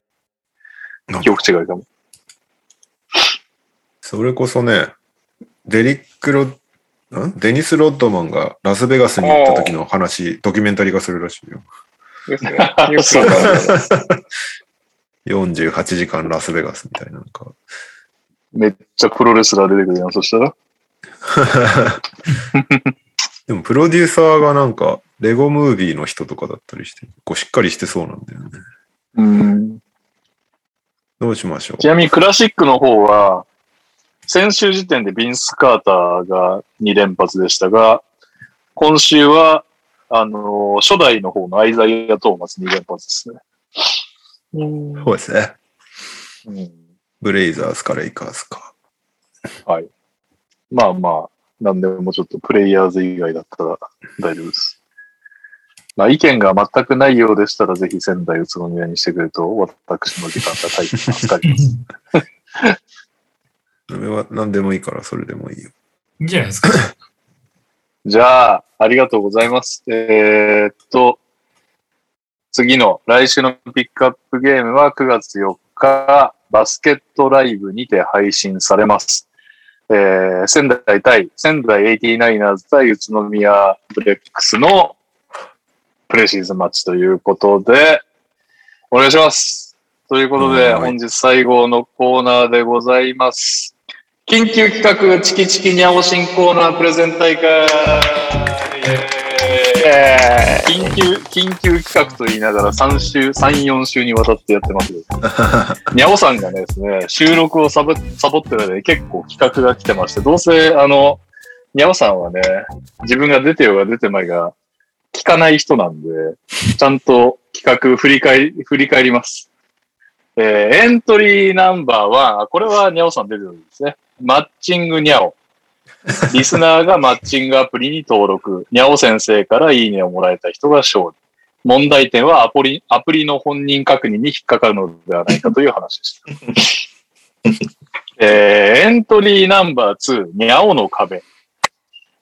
Speaker 1: なん
Speaker 2: 記
Speaker 1: か
Speaker 2: 憶違いかも。
Speaker 1: それこそね、デリック・ロッ、んデニス・ロッドマンがラスベガスに行った時の話、ドキュメンタリー化するらしいよ。
Speaker 5: ですね。よくわかんない
Speaker 1: 48時間ラスベガスみたいな、なんか。
Speaker 2: めっちゃプロレスラー出てくるやん、そしたら。
Speaker 1: でもプロデューサーがなんか、レゴムービーの人とかだったりして、こうしっかりしてそうなんだよね。
Speaker 2: うん。
Speaker 1: どうしましょ
Speaker 2: ちなみにクラシックの方は、先週時点でビンス・カーターが2連発でしたが、今週は、あの、初代の方のアイザイア・トーマス2連発ですね。
Speaker 1: う。そうですね。
Speaker 2: うん。
Speaker 1: ブレイザーズかレイカーズか。
Speaker 2: まあまあ、なんでもちょっとプレイヤーズ以外だったら大丈夫です。まあ意見が全くないようでしたら、ぜひ仙台宇都宮にしてくれると、私の時間が大変助かります。
Speaker 1: それは何でもいいから、それでもいいよ。
Speaker 3: いいんじゃないですか。
Speaker 2: じゃあ、ありがとうございます。えーっと、次の来週のピックアップゲームは9月4日、バスケットライブにて配信されます。えー仙台対、仙台 89ers 対宇都宮ブレックスのプレシーズンマッチということで、お願いします。ということ
Speaker 1: は
Speaker 2: で、
Speaker 1: い
Speaker 2: 本日最後のコーナーでございます。緊急企画、チキチキにゃお新コーナープレゼン大会。
Speaker 5: え
Speaker 2: 緊急、緊急企画と言いながら3週、3、4週にわたってやってます。にゃおさんがねですね、収録をサボサボってる間に結構企画が来てまして、どうせ、あの、にゃおさんはね、自分が出てようが出てまいが、聞かない人なんで、ちゃんと企画振り返り、振り返ります。えーエントリーナンバーは、これはにゃおさん出てるんですね。マッチングにゃお。リスナーがマッチングアプリに登録。にゃお先生からいいねをもらえた人が勝利。問題点はアプリ、アプリの本人確認に引っかかるのではないかという話でした。えーエントリーナンバー2、にゃおの壁。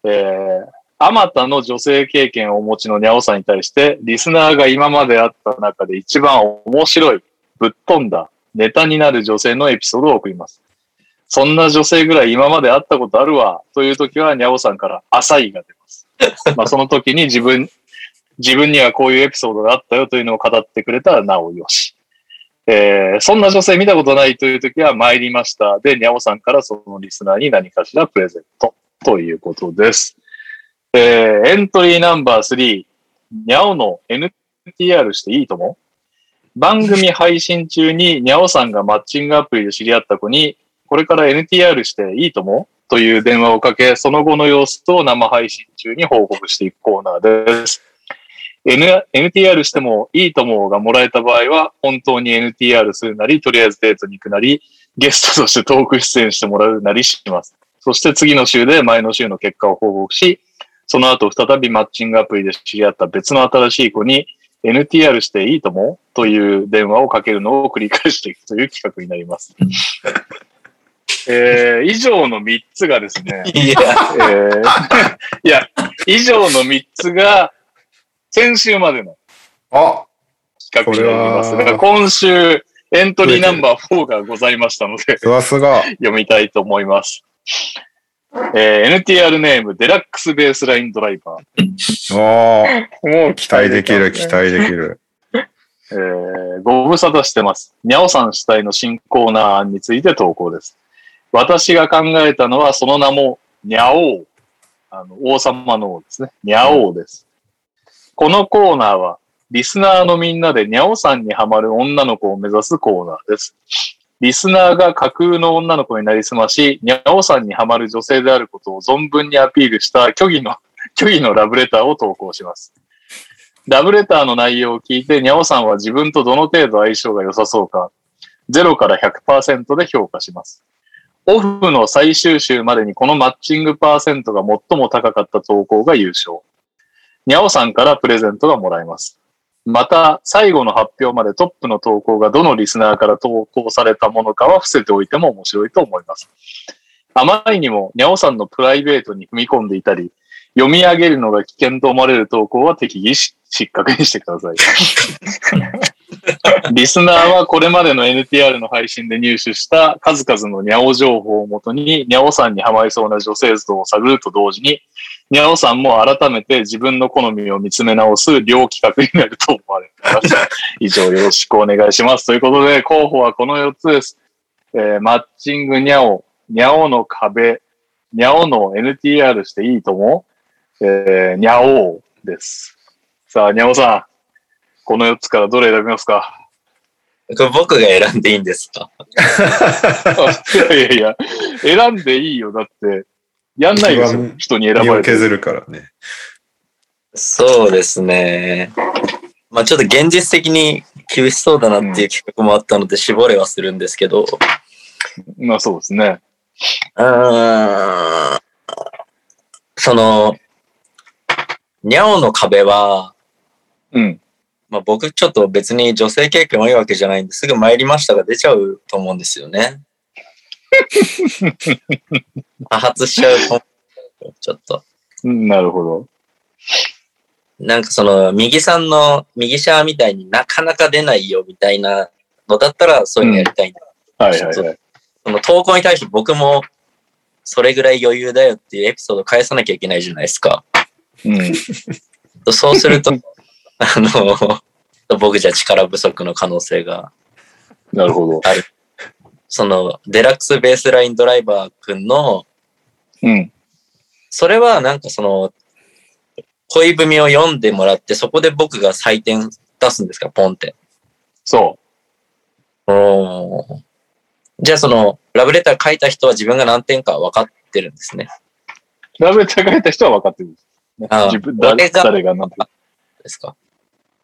Speaker 2: えーあまたの女性経験をお持ちのにゃおさんに対して、リスナーが今まであった中で一番面白い、ぶっ飛んだ、ネタになる女性のエピソードを送ります。そんな女性ぐらい今まで会ったことあるわ、という時はにゃおさんから浅いが出ます。まあその時に自分、自分にはこういうエピソードがあったよというのを語ってくれたらなおよし。えーそんな女性見たことないという時は参りました。で、にゃおさんからそのリスナーに何かしらプレゼントということです。えーエントリーナンバー3、にゃおの NTR していいとも番組配信中ににゃおさんがマッチングアプリで知り合った子に、これから NTR していいともという電話をかけ、その後の様子と生配信中に報告していくコーナーです。N、NTR してもいいともがもらえた場合は、本当に NTR するなり、とりあえずデートに行くなり、ゲストとしてトーク出演してもらうなりします。そして次の週で前の週の結果を報告し、その後再びマッチングアプリで知り合った別の新しい子に NTR していいともという電話をかけるのを繰り返していくという企画になります。えー以上の3つがですね、
Speaker 6: いや、
Speaker 2: えー いや、以上の3つが先週までの
Speaker 1: あ
Speaker 2: 企画になります
Speaker 1: これは
Speaker 2: が、今週エントリーナンバー4がございましたの で、
Speaker 1: さすが。
Speaker 2: 読みたいと思います。えー NTR ネーム、デラックスベースラインドライバー。
Speaker 1: ああ、
Speaker 5: もう期
Speaker 1: 期待できる、
Speaker 5: き
Speaker 1: 期待できる。
Speaker 2: えーご無沙汰してます。にゃおさん主体の新コーナー案について投稿です。私が考えたのは、その名も、にゃおう。あの、王様の王ですね。にゃおうです。このコーナーは、リスナーのみんなでにゃおさんにハマる女の子を目指すコーナーです。リスナーが架空の女の子になりすまし、にゃおさんにハマる女性であることを存分にアピールした虚偽の、虚偽のラブレターを投稿します。ラブレターの内容を聞いて、にゃおさんは自分とどの程度相性が良さそうか、0から100%で評価します。オフの最終週までにこのマッチングパーセントが最も高かった投稿が優勝。にゃおさんからプレゼントがもらえます。また、最後の発表までトップの投稿がどのリスナーから投稿されたものかは伏せておいても面白いと思います。あまりにも、にゃおさんのプライベートに踏み込んでいたり、読み上げるのが危険と思われる投稿は適宜し失格にしてください。 リスナーはこれまでの NTR の配信で入手した数々のニャオ情報をもとに、ニャオさんにハマりそうな女性像を探ると同時に、ニャオさんも改めて自分の好みを見つめ直す両企画になると思われます。以上よろしくお願いします。ということで、候補はこの4つです。えーマッチングニャオ、ニャオの壁、ニャオの NTR していいとも、えー、にゃおうです。さあ、にゃおさん、この4つからどれ選びますか
Speaker 4: これ僕が選んでいいんですか
Speaker 2: あい やいやいや、選んでいいよ。だって、やんないです
Speaker 1: う
Speaker 2: よ
Speaker 1: わ。
Speaker 2: 人に選
Speaker 1: 身
Speaker 2: ば
Speaker 1: を
Speaker 2: れて。
Speaker 1: 削るからね。
Speaker 4: そうですね。まあちょっと現実的に厳しそうだなっていう企画もあったので絞れはするんですけど、
Speaker 2: まあそうですね。
Speaker 4: うーんその、にゃおの壁は、
Speaker 2: うん。
Speaker 4: まあ僕ちょっと別に女性経験多いわけじゃないんですぐ参りましたが出ちゃうと思うんですよね。多発しちゃうと思うちょっと。
Speaker 2: うんなるほど。
Speaker 4: なんかその右さんの右シャーみたいになかなか出ないよみたいなのだったらそういうのやりたいんだ
Speaker 2: はいはいはい。
Speaker 4: その投稿に対して僕もそれぐらい余裕だよっていうエピソード返さなきゃいけないじゃないですか。
Speaker 2: うん。
Speaker 4: そうすると、あの、 僕じゃ力不足の可能性が、
Speaker 2: なるほど。
Speaker 4: そのデラックスベースラインドライバーくんの、
Speaker 2: うん。
Speaker 4: それはなんかその、恋文を読んでもらって、そこで僕が採点出すんですか、ポンって。
Speaker 2: そ
Speaker 4: うんじゃあその、ラブレター書いた人は自分が何点か分かってるんですね。
Speaker 2: う。ラベタ書いた人は分かってるんですね。
Speaker 4: ああ
Speaker 2: 自分、だ
Speaker 4: 俺が
Speaker 2: 誰がなんて。
Speaker 4: ですか。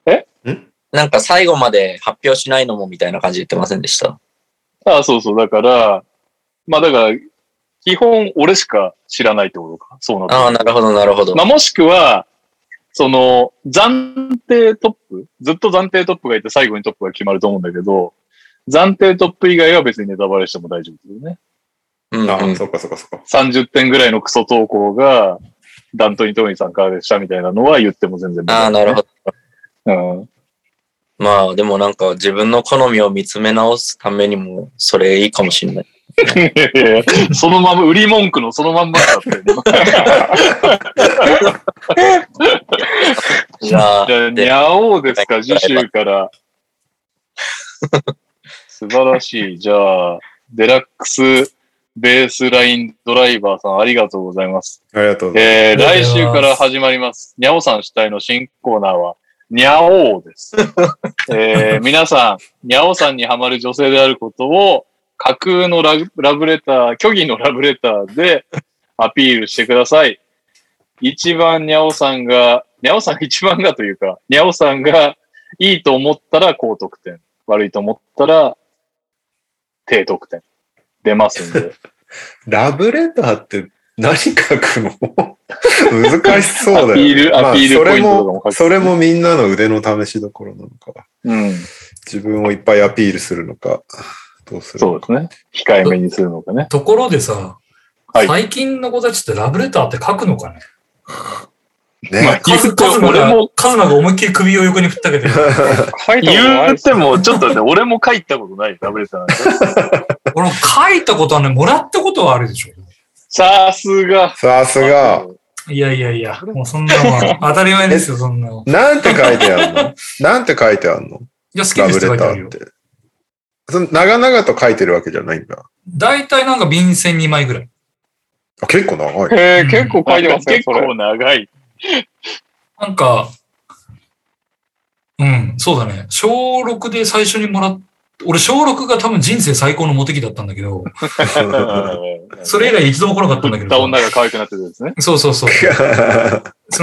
Speaker 2: え
Speaker 1: ん
Speaker 4: なんか最後まで発表しないのもみたいな感じで言ってませんでした。
Speaker 2: ああ、そうそう。だから、まあだから、基本俺しか知らないってことか。そうなってくる
Speaker 4: ああ、なるほど、なるほど。
Speaker 2: まあ、もしくは、その、暫定トップ、ずっと暫定トップがいて最後にトップが決まると思うんだけど、暫定トップ以外は別にネタバレしても大丈夫ですよね。
Speaker 4: うんうん
Speaker 1: あ、そっかそっかそっか。
Speaker 2: 30点ぐらいのクソ投稿が、ダントニ・トーニーさんからでしたみたいなのは言っても全然問
Speaker 4: ああ、
Speaker 2: 題
Speaker 4: なるほど。
Speaker 2: ど。うん。
Speaker 4: まあ、でもなんか自分の好みを見つめ直すためにも、それいいかもしれない。
Speaker 2: いやいやいやそのまま、売り文句のそのまんまだって。
Speaker 4: じゃあ、
Speaker 2: じゃあ、に
Speaker 4: で
Speaker 2: ゃおうですか、次週から。 素晴らしい。じゃあ、デラックスベースラインドライバーさん、ありがとうございます。
Speaker 1: ありがとうござい
Speaker 2: えー、
Speaker 3: あり
Speaker 2: 来
Speaker 3: がとうござい
Speaker 2: 週
Speaker 3: ます
Speaker 2: から始まります。にゃおさん主体の新コーナーは、にゃおう です。えー、皆さん、にゃおさんにハマる女性であることを、架空のラグラブレター、虚偽のラブレターでアピールしてください。一番にゃおさんが、にゃおさん一番がというか、にゃおさんがいいと思ったら高得点、悪いと思ったら低得点出ますんで。
Speaker 1: ます。ラブレターって何書くの難し そうだよね。
Speaker 2: アピール
Speaker 1: まあ
Speaker 2: アピールポイントとかも書く
Speaker 1: それも、それもみんなの腕の試しどころなのか。
Speaker 2: うん。
Speaker 1: 自分をいっぱいアピールするのか、どうする
Speaker 2: そう
Speaker 1: の
Speaker 2: で
Speaker 1: か。
Speaker 2: すね。控えめにするのかね。
Speaker 3: ところでさ、
Speaker 2: はい
Speaker 3: 最近の子たちってラブレターって書くのかね
Speaker 1: ね、
Speaker 3: カズカズマ
Speaker 2: 俺
Speaker 3: が
Speaker 2: も、
Speaker 3: カズマが思いっきり首を横に振ったけ ど、
Speaker 5: 書いたことない
Speaker 2: 言
Speaker 5: で
Speaker 2: う
Speaker 5: す
Speaker 2: ても、ちょっとね、俺も書いたことない、ラブレターなんて。
Speaker 3: 俺書いたことはね、もらったことはあるでしょ。
Speaker 2: さすが。
Speaker 1: さすが。
Speaker 3: いやいや いや、もうそんなのは当たり前ですよ、そんなの。
Speaker 1: なんて書いてある のなんて書いてあるの
Speaker 3: いや、好き
Speaker 1: ラ
Speaker 3: で
Speaker 1: ブ
Speaker 3: す
Speaker 1: レ
Speaker 3: って書いて
Speaker 1: タ
Speaker 3: ある
Speaker 1: ー
Speaker 3: よ
Speaker 1: っ。て。その長々と書いてるわけじゃないんだ。
Speaker 3: 大体なんか便箋2枚ぐらい。
Speaker 1: あ結構長い。
Speaker 5: へえ、結構書いてますね、
Speaker 2: 結
Speaker 5: それ。
Speaker 2: 構長い。
Speaker 3: なんか、うん、そうだね。小6で最初にもらっ俺小6が多分人生最高のモテ期だったんだけど、 それ以来一度も来なかったんだけ
Speaker 2: 振った
Speaker 3: ど。
Speaker 2: 女が可愛くなってるんですね。
Speaker 3: そうそうそう。そ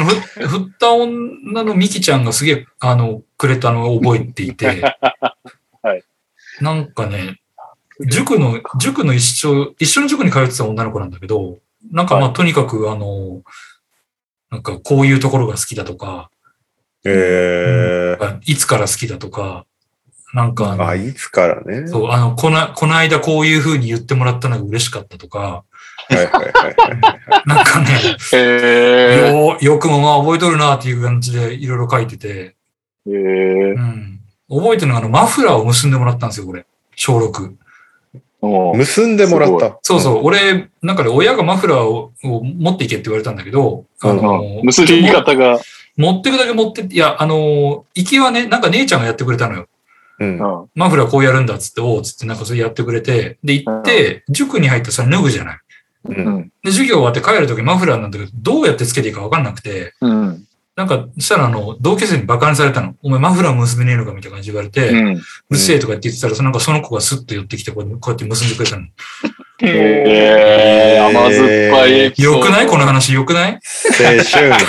Speaker 3: のふ、振った女のミキちゃんがすげえ、あの、くれたのを覚えていて。
Speaker 2: はい。
Speaker 3: なんかね、塾の、塾の一緒、一緒の塾に通ってた女の子なんだけど、なんかまあ、とにかくあの、なんかこういうところが好きだとか、
Speaker 1: えー。
Speaker 3: いつから好きだとか、なんかあの
Speaker 1: あ、いつからね。
Speaker 3: そう、あの、こな、この間こういう風に言ってもらったのが嬉しかったとか、
Speaker 1: はいはいはいはい。
Speaker 3: なんかね、
Speaker 2: へ
Speaker 3: ようよくもまあ覚えとるなっていう感じでいろいろ書いてて、
Speaker 2: え。へえ。
Speaker 3: うん。覚えてるのがあの、マフラーを結んでもらったんですよ、俺。小6。
Speaker 2: もう
Speaker 1: 結んでもらった。
Speaker 3: そうそう、俺、なんかね、親がマフラーをを持っていけって言われたんだけど、あの
Speaker 2: うん、結び方が、
Speaker 3: も持ってくだけ持ってって、いや、あの、行きはね、なんか姉ちゃんがやってくれたのよ。
Speaker 1: うん
Speaker 2: う。ん。
Speaker 3: マフラーこうやるんだっつって、おうっつって、なんかそれやってくれて、で、行って、塾に入ってさ、脱ぐじゃない。
Speaker 2: うん。
Speaker 3: で、授業終わって帰るときマフラーなんだけど、どうやってつけていいかわかんなくて、
Speaker 2: うん。
Speaker 3: なんか、したらあの、同級生にバカにされたの。お前マフラー結べねえのかみたいな感じで言われて、う
Speaker 2: うん。
Speaker 3: るせえとかって言ってたら、そのなんかその子がスッと寄ってきてこう、こうやって結んでくれたの。
Speaker 5: へ
Speaker 2: へえ。甘酸っぱいエピソード。
Speaker 3: よくないこの話よく ない
Speaker 1: 青春、 青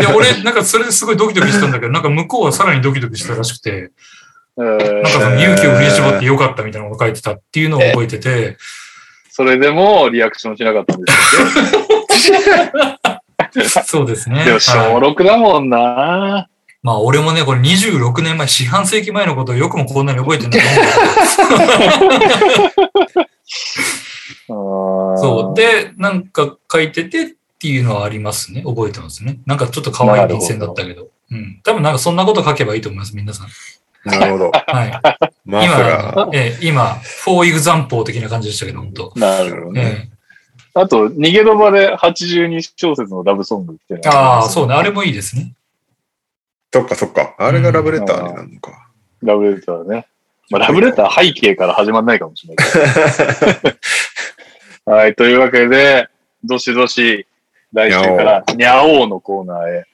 Speaker 3: いや、俺、なんかそれですごいドキドキしたんだけど、なんか向こうはさらにドキドキしたらしくて、
Speaker 2: うん
Speaker 3: なんかその勇気を振り絞ってよかったみたいなのを書いてたっていうのを覚えて て、
Speaker 2: それでもリアクションしなかったんです よ
Speaker 3: そうですね。
Speaker 2: でも小
Speaker 3: はい
Speaker 2: 6だもんな。
Speaker 3: まあ俺もね、これ26年前、四半世紀前のことをよくもこんなに覚えてんだと思うけど
Speaker 2: そ
Speaker 3: そう。で、なんか書いててっていうのはありますね。覚えてますね。なんかちょっと可愛い便箋だったけど。うん。多分なんかそんなこと書けばいいと思います、皆さん。
Speaker 1: 春。なるほど。
Speaker 3: はい。
Speaker 1: マフラ
Speaker 3: 今、ええ今、for example 的な感じでしたけど、本当
Speaker 2: なるほどね。
Speaker 3: え
Speaker 2: あと、逃げ場で82小節のラブソングっていう
Speaker 3: え
Speaker 2: の
Speaker 3: ああ、
Speaker 2: が
Speaker 3: そうね。あれもいいですね。
Speaker 1: ー。そっかそっか。あれがラブレターになるのか。
Speaker 2: ラブレターね。まあ、ラブレター背景から始まんないかもしれないけど。はい、というわけで、どしどし、来週から、にゃおうのコーナーへ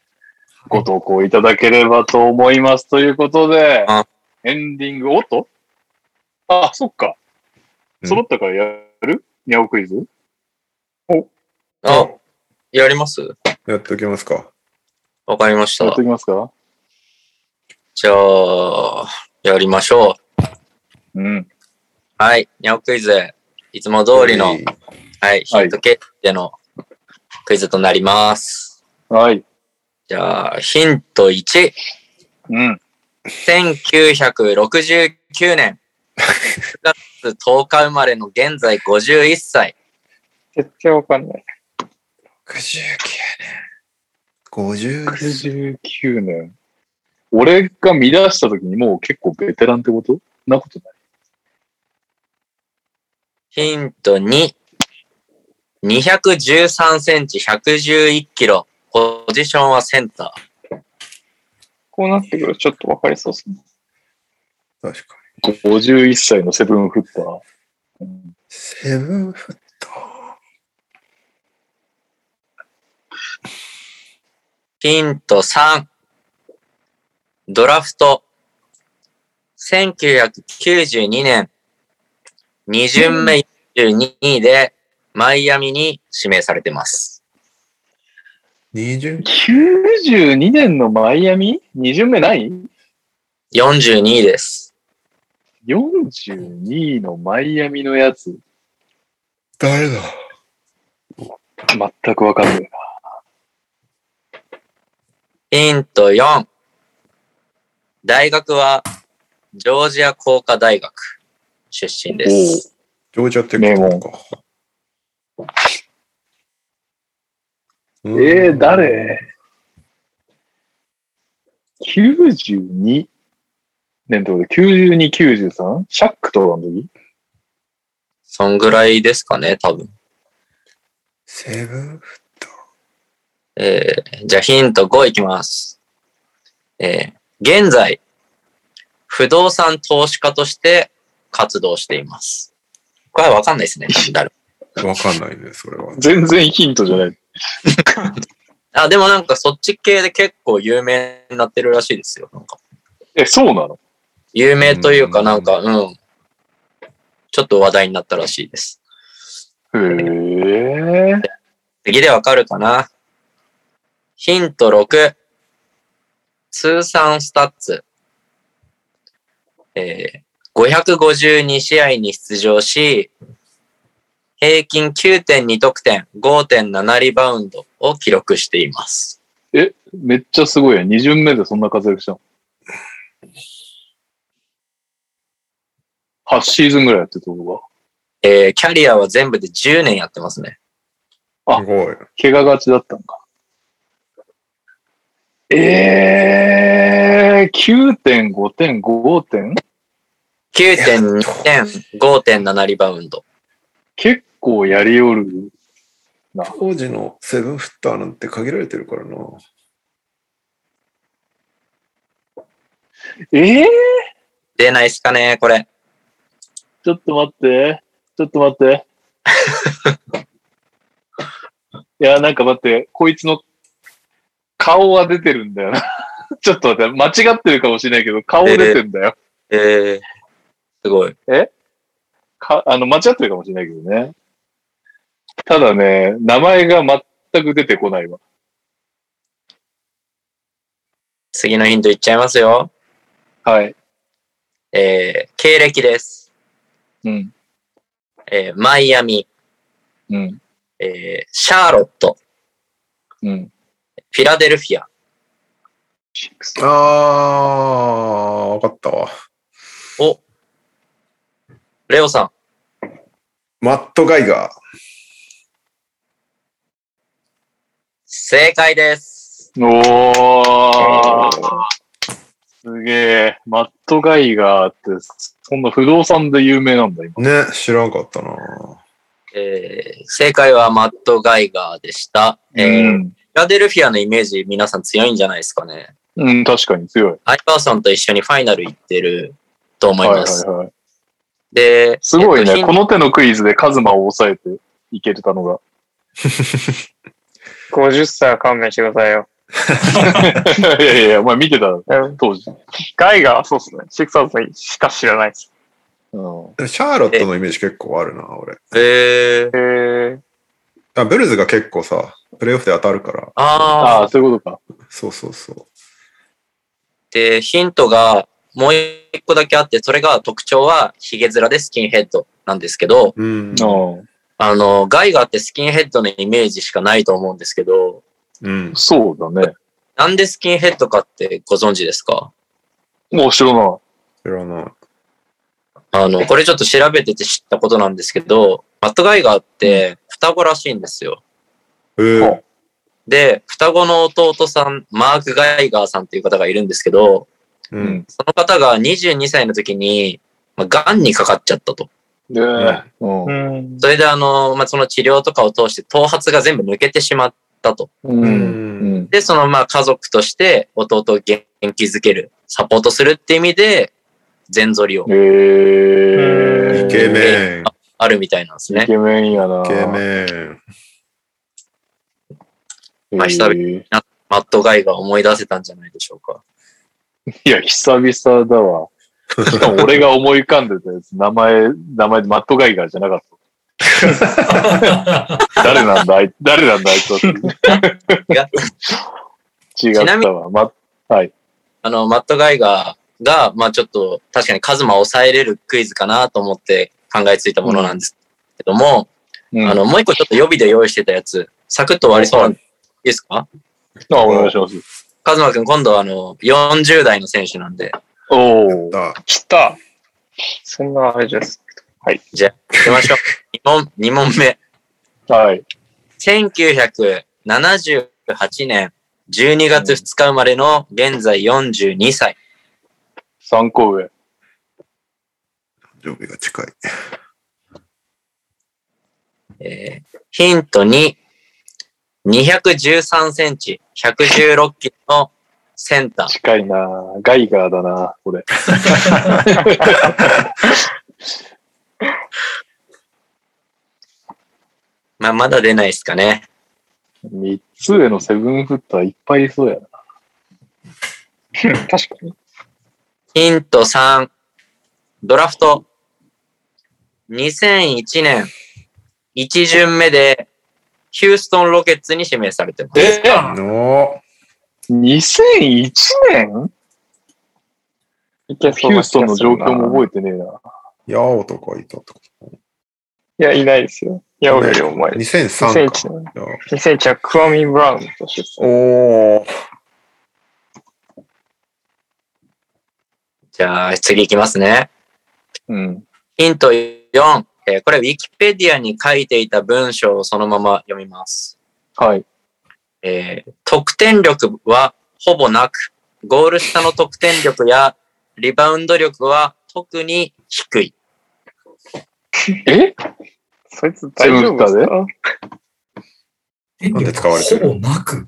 Speaker 2: ご投稿いただければと思います。ということで
Speaker 4: あ、
Speaker 2: エンディング、おっとあ、そっか。
Speaker 1: うん
Speaker 2: 揃ったからやるにゃおクイズ
Speaker 4: あ、やります
Speaker 1: やっておきますか。
Speaker 4: わかりまし
Speaker 2: やったと。きますか
Speaker 4: じゃあ、やりましょう。
Speaker 2: うん。
Speaker 4: はい、ニャオクイズ。いつも通りの、はい、ヒント系でのクイズとなります。
Speaker 2: はい。
Speaker 4: じゃあ、ヒント1。
Speaker 2: うん。
Speaker 4: 1969年。9月10日生まれの現在51歳。
Speaker 5: 絶対わかんない。
Speaker 1: 59年。50
Speaker 2: 19年。俺が見出した時にもう結構ベテランってことなことない。
Speaker 4: ヒント2。213センチ、111キロ。ポジションはセンター。
Speaker 5: こうなってくるとちょっとわかりそうですね。
Speaker 1: 確かに。
Speaker 2: 51歳のセブンフッター。うん
Speaker 1: セブンフット。
Speaker 4: ヒント3。ドラフト。1992年、2巡目42位で、マイアミに指名されてます。
Speaker 1: 20
Speaker 2: 92年のマイアミ ?2 巡目ない
Speaker 4: 42位です。
Speaker 2: ?42 位のマイアミのやつ、
Speaker 1: 誰だ
Speaker 2: 全くわかんないな。
Speaker 4: ヒント4。大学は、ジョージア工科大学出身です。
Speaker 1: ジョージアテックとか。うん
Speaker 2: えー、誰 ?92 年ってことで、92、93? シャックとかの時
Speaker 4: そんぐらいですかね、多分。
Speaker 1: セブンフ
Speaker 4: えーじゃあヒント5いきます。えー現在、不動産投資家として活動しています。これはわかんないですね、多分誰も
Speaker 1: ットわかんないね、それは。
Speaker 2: 全然ヒントじゃない。
Speaker 4: あ、でもなんかそっち系で結構有名になってるらしいですよ。なんか
Speaker 2: え、そうなの
Speaker 4: 有名という
Speaker 1: う
Speaker 4: か
Speaker 1: ん
Speaker 4: なんか、うん。ちょっと話題になったらしいです。
Speaker 2: へえ。
Speaker 4: 次でわかるかなヒント6。通算スタッツ。えー、552試合に出場し、平均9.2得点、5.7リバウンドを記録しています。
Speaker 2: めっちゃすごいやん。2巡目でそんな活躍したの。8シーズンぐらいやってたとこ
Speaker 4: えー、キャリアは全部で10年やってますね。
Speaker 2: あ
Speaker 1: すごい。
Speaker 2: が。怪我がちだったのか。えー、9.5点、5点
Speaker 4: 9.2点、5.7リバウンド。
Speaker 2: 結構やりおる。
Speaker 1: 当時のセブンフッターなんて限られてるからな。
Speaker 2: えー、
Speaker 4: 出ないっすかね、これ。
Speaker 2: ちょっと待って。ちょっと待って。 いや、なんか待って、こいつの顔は出てるんだよな。 ちょっと待って、間違ってるかもしれないけど、顔出てんだよ。
Speaker 4: えー、すごい。
Speaker 2: かあの、間違ってるかもしれないけどね。ただね、名前が全く出てこないわ。
Speaker 4: 次のヒントいっちゃいますよ。
Speaker 2: はい。
Speaker 4: えー経歴です。
Speaker 2: うん。
Speaker 4: えーマイアミ、
Speaker 2: うん。
Speaker 4: えーシャーロット、
Speaker 2: うん。
Speaker 4: フィラデルフィア。
Speaker 1: あー、わかったわ。
Speaker 4: お、レオさん、
Speaker 1: マット・ガイガー。
Speaker 4: 正解です。
Speaker 2: おー。すげえ。マット・ガイガーって、そんな不動産で有名なんだ、今。
Speaker 1: ね、知らんかったな。
Speaker 4: えー正解はマット・ガイガーでした。えー
Speaker 2: う
Speaker 4: フィ
Speaker 2: ん
Speaker 4: ラデルフィアのイメージ皆さん強いんじゃないですかね。
Speaker 2: うん、確かに強い。
Speaker 4: アイパーソンと一緒にファイナル行ってると思います。
Speaker 2: はいはいはい。
Speaker 4: で、
Speaker 2: すごい
Speaker 4: えっと
Speaker 2: ね。
Speaker 4: ヒン
Speaker 2: この手のクイズでカズマを抑えていけてたのが。
Speaker 5: 50歳は勘弁してくださいよ。
Speaker 2: いやいやいや、お前見てた当時。
Speaker 5: ガイが、そうっすね。シクサーズしか知らないです。
Speaker 2: うん。
Speaker 1: でもシャーロットのイメージ結構あるな、俺。
Speaker 4: えー
Speaker 5: へえ。
Speaker 1: あブルズが結構さ、プレイオフで当たるから、
Speaker 4: あ
Speaker 2: あ
Speaker 4: ー
Speaker 2: あ、そういうことか。
Speaker 1: そうそうそう。
Speaker 4: で、ヒントがもう一個だけあって、それが特徴はヒゲ面でスキンヘッドなんですけど、
Speaker 1: うん。
Speaker 2: うん。
Speaker 4: あの、ガイガーってスキンヘッドのイメージしかないと思うんですけど、
Speaker 1: うん。
Speaker 2: そうだね。
Speaker 4: なんでスキンヘッドかってご存知ですか
Speaker 2: もう知らな
Speaker 1: 知らない。
Speaker 4: あの、これちょっと調べてて知ったことなんですけど、マットガイガーって双子らしいんですよ。
Speaker 1: ええ
Speaker 5: は
Speaker 1: ー、
Speaker 4: で、双子の弟さん、マーク・ガイガーさんっていう方がいるんですけど、
Speaker 1: うん。
Speaker 4: その方が22歳の時に、まあ、癌にかかっちゃったと。
Speaker 2: で、うん
Speaker 5: う。ん。
Speaker 4: それであの、まあ、その治療とかを通して頭髪が全部抜けてしまったと。
Speaker 2: う。
Speaker 1: うんん。
Speaker 2: うん。
Speaker 4: で、そのまあ家族として弟を元気づける、サポートするって意味で、全剃りを
Speaker 2: えー。
Speaker 1: イケメン。
Speaker 4: あるみたいなんです
Speaker 2: イ
Speaker 4: ね。
Speaker 2: ケメンやな。
Speaker 1: イケメン。
Speaker 4: まあ久々
Speaker 2: えー
Speaker 4: マットガイが思い出せたんじゃないでしょうか。
Speaker 2: いや、久々だわ。しか も俺が思い浮かんでたやつ、名前、名前でマットガイガーじゃなかった。誰なんだ、あい誰なんだ、あいつは。違
Speaker 4: な
Speaker 2: っ
Speaker 4: み
Speaker 2: たわ。ま、はい。
Speaker 4: あの、マットガイガーが、まあちょっと確かにカズマを抑えれるクイズかなと思って考えついたものなんですけども、
Speaker 2: うん
Speaker 4: あの、もう一個ちょっと予備で用意してたやつ、サクッと終わりそうなんで、いいですか
Speaker 2: あ、お願いします。
Speaker 4: カズマくん今度はあの、40代の選手なんで、
Speaker 2: お お。
Speaker 1: だ。
Speaker 5: 来た。そんなあれです。
Speaker 4: 行きましょう。2問、二問目。
Speaker 2: はい。
Speaker 4: 1978年12月2日生まれの現在42歳。
Speaker 2: 3個上。
Speaker 1: 常備が近い。
Speaker 4: えーヒント2、213センチ、116キロのセンター。
Speaker 2: 近いなガイガーだなこれ。
Speaker 4: まあ、まだ出ないですかね。
Speaker 2: 3つ上のセブンフッターいっぱいいそうやな。
Speaker 5: 確かに。
Speaker 4: ヒント3、ドラフト。2001年、1巡目で、ヒューストンロケッツに指名されてます。
Speaker 5: え
Speaker 1: の
Speaker 2: 2001年
Speaker 5: いけ
Speaker 2: ヒ
Speaker 5: そう
Speaker 2: ュ
Speaker 5: な
Speaker 2: ーストンの状況も
Speaker 5: え
Speaker 2: 覚えてねえな。
Speaker 1: ヤオとかいたとか。
Speaker 5: いや、いないですよ。いや、俺よりお前。
Speaker 1: 2003か。
Speaker 5: 2001
Speaker 1: いや
Speaker 5: 年。2001はクワミ・ブラウンと出産。
Speaker 1: おー。
Speaker 4: じゃあ、次いきますね。
Speaker 2: うん。
Speaker 4: ヒント4、えーこれ、ウィキペディアに書いていた文章をそのまま読みます。
Speaker 2: はい。
Speaker 4: えー得点力はほぼなく、ゴール下の得点力やリバウンド力は特に低い。
Speaker 2: え
Speaker 5: そいつ大丈夫です
Speaker 2: セブンフッ
Speaker 5: か
Speaker 1: なんで使われてる
Speaker 3: ほぼなく。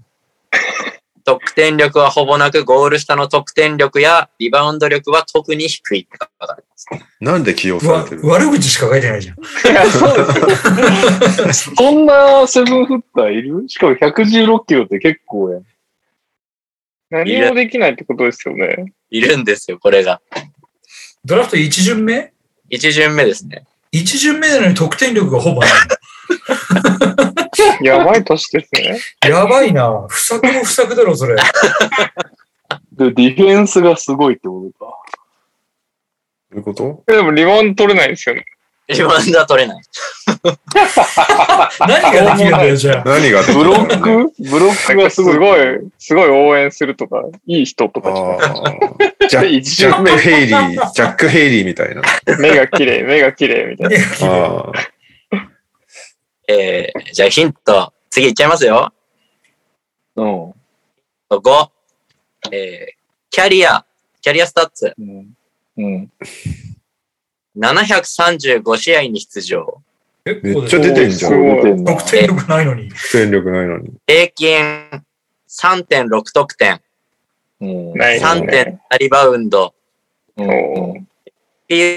Speaker 4: 得点力はほぼなく、ゴール下の得点力やリバウンド力は特に低いって書かれてます。
Speaker 1: なんで起用
Speaker 3: う
Speaker 1: さ
Speaker 3: わ
Speaker 1: れてる
Speaker 3: 悪口しか書いてないじゃん。
Speaker 5: いや、そうですよ。
Speaker 2: そんなセブンフッターいるしかも116キロって結構やん。
Speaker 5: 何もできないってことですよね。
Speaker 4: いるんですよ、これが。
Speaker 3: ドラフト1巡目
Speaker 4: 1巡目ですね。
Speaker 3: ?1 巡目なのに得点力がほぼない。
Speaker 5: やばい年ですね。
Speaker 3: やばいな。不作も不作だろ、それ。
Speaker 2: で、ディフェンスがすごいってことか。
Speaker 1: どういうこと
Speaker 5: でも、リバウンド取れないんですよね。
Speaker 4: リバウンドは取れない。
Speaker 3: 何ができるんだよ、じゃあ。
Speaker 1: 何が出て
Speaker 2: ブ
Speaker 1: る
Speaker 2: ロ
Speaker 1: の
Speaker 2: ッ
Speaker 1: かね
Speaker 2: クブロックがす
Speaker 5: す
Speaker 2: ごい。
Speaker 5: ごい、すごい応援するとか、いい人とかじゃない、
Speaker 1: あージャッ
Speaker 2: で
Speaker 1: クジャック・ヘイリー、ジャック・ヘイリーみたいな。
Speaker 5: 目が綺麗、目が綺麗みたいな。
Speaker 1: あー
Speaker 4: えーじゃあヒント、次いっちゃいますよ。
Speaker 2: うん
Speaker 4: 5、えーキャリア、キャリアスタッツ、
Speaker 2: うん。うん。
Speaker 4: 735試合に出場。
Speaker 3: 結
Speaker 1: め
Speaker 3: 構
Speaker 1: っちゃ
Speaker 3: で
Speaker 1: 出てんじゃ
Speaker 5: す
Speaker 1: ん。
Speaker 5: ご
Speaker 2: 出
Speaker 5: い
Speaker 2: てんな
Speaker 3: 得点力ないのに。
Speaker 1: 戦力ないのに。
Speaker 4: 平均3.6得点、
Speaker 2: うん
Speaker 5: ないです
Speaker 4: 3.7
Speaker 5: ね。
Speaker 4: リバウンド、
Speaker 2: うん
Speaker 4: フィ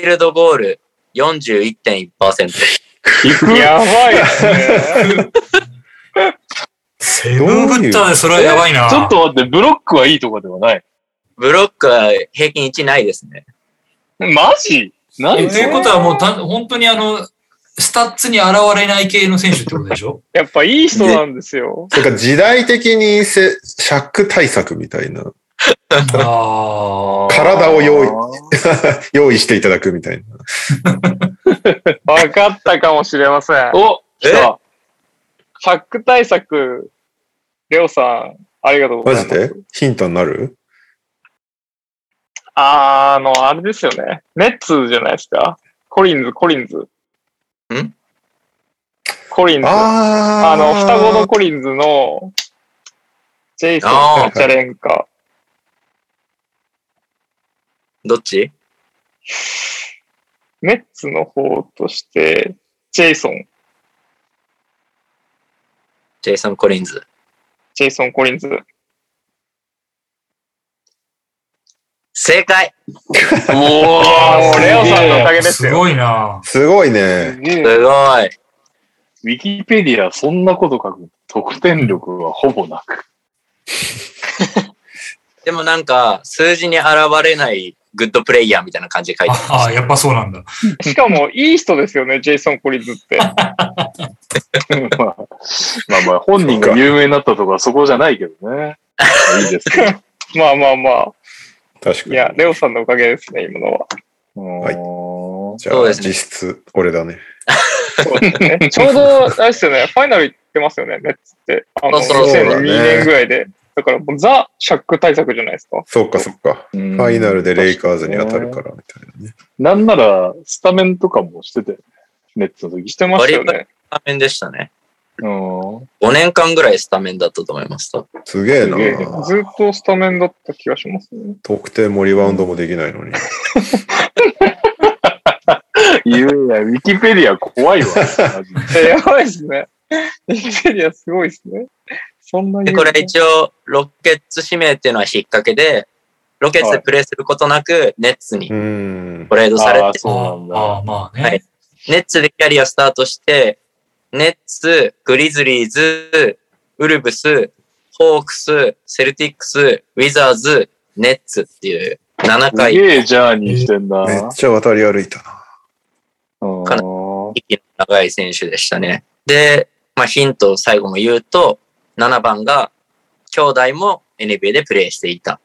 Speaker 4: ールドゴール41.1%。
Speaker 5: おーやばいですね。
Speaker 3: セブンフッターでそれはやばいな。
Speaker 2: ちょっと待って、ブロックはいいとこではない。
Speaker 4: ブロックは平均1ないですね。
Speaker 2: マジ
Speaker 3: と
Speaker 2: 何
Speaker 3: いうことはもうた、本当にあの、スタッツに現れない系の選手ってことでし ょ
Speaker 5: やっぱいい人なんですよ。
Speaker 1: なんか時代的にせシャック対策みたいな。
Speaker 3: ああ。
Speaker 1: 体を用意、 用意していただくみたいな。
Speaker 5: わかったかもしれません。
Speaker 2: お来た
Speaker 5: ハック対策、レオさん、ありがとうご
Speaker 1: マ
Speaker 5: ざい
Speaker 1: ジ
Speaker 5: ます。
Speaker 1: でヒントになる
Speaker 5: あーあの、あれですよね。ネッツじゃないですか。コリンズ、コリンズ。
Speaker 4: ん
Speaker 5: コリンズ、あ
Speaker 1: あー
Speaker 5: の、双子のコリンズの、ジェイソン、
Speaker 4: あー
Speaker 5: カチャレンカ。
Speaker 4: どっち
Speaker 5: メッツの方として、ジェイソン、
Speaker 4: ジェイソン・コリンズ。
Speaker 5: ジェイソン・コリンズ。
Speaker 4: 正解
Speaker 2: おー、
Speaker 5: ああ、もうレオ
Speaker 2: すげ
Speaker 5: さん
Speaker 2: え
Speaker 5: のおかげです
Speaker 3: す
Speaker 5: よ。
Speaker 3: ごいな
Speaker 1: すごいね。
Speaker 5: すげえ
Speaker 4: すごい。
Speaker 2: ウィキペディア、そんなこと書く。得点力はほぼな く。
Speaker 4: でもなんか、数字に現れないグッドプレイヤーみたいな感じで書いてある
Speaker 3: ああ、やっぱそうなんだ。
Speaker 5: しかも、いい人ですよね、ジェイソン・コリンズって。
Speaker 2: まあまあまあ、本人が有名になったとかはそこじゃないけどね。いいですけど。
Speaker 5: まあまあまあ。
Speaker 1: 確か
Speaker 5: い
Speaker 1: に。
Speaker 5: や、レオさんのおかげですね、今のは。
Speaker 1: は
Speaker 2: は
Speaker 1: じゃあ、
Speaker 4: そうですね
Speaker 1: 実質、俺だね。
Speaker 5: そうですね。 ちょうど、あれですよね、ファイナル行ってますよね、メッツって。あの、
Speaker 4: そう
Speaker 1: そうそうだ
Speaker 5: 2002
Speaker 1: ね
Speaker 5: 年ぐらいで。だから、もうザ・シャック対策じゃないですか。
Speaker 1: そっかそっか。
Speaker 2: い。フ
Speaker 1: ファイナルでレイカーズに当たるから、みたいなね。
Speaker 2: なんなら、スタメンとかもしてて、ネットの時。
Speaker 5: してましたよね。
Speaker 4: スタメンでしたね。
Speaker 2: うん。
Speaker 4: 5年間ぐらいスタメンだったと思います。多分
Speaker 1: すげえな
Speaker 5: すげえずっとスタメンだった気がしますね。
Speaker 1: 得点もリバウンドもできないのに。
Speaker 2: いやいや、ウィキペディア怖いわ。マジで
Speaker 5: えやばいですね。インテリアすごいですね。そんな
Speaker 4: で、
Speaker 5: に。
Speaker 4: これ一応、ロケッツ指名っていうのは引っ掛けで、ロケッツでプレーすることなく、ネッツに
Speaker 1: うーん。
Speaker 4: トレードされ
Speaker 2: あー
Speaker 4: て、
Speaker 2: そうなんだ
Speaker 3: ああ、まあね。
Speaker 4: はいネッツでキャリアスタートして、ネッツ、グリズリーズ、ウルブス、ホークス、セルティックス、ウィザーズ、ネッツっていう7
Speaker 2: す
Speaker 4: 回
Speaker 2: げえジャーニーしてん
Speaker 1: めっ
Speaker 2: な。
Speaker 1: ちゃ渡り歩いたな。
Speaker 2: うん
Speaker 4: かな息の長い選手でしたね。で、まあ、ヒントを最後も言うと、7番が、兄弟も NBA でプレーしていた。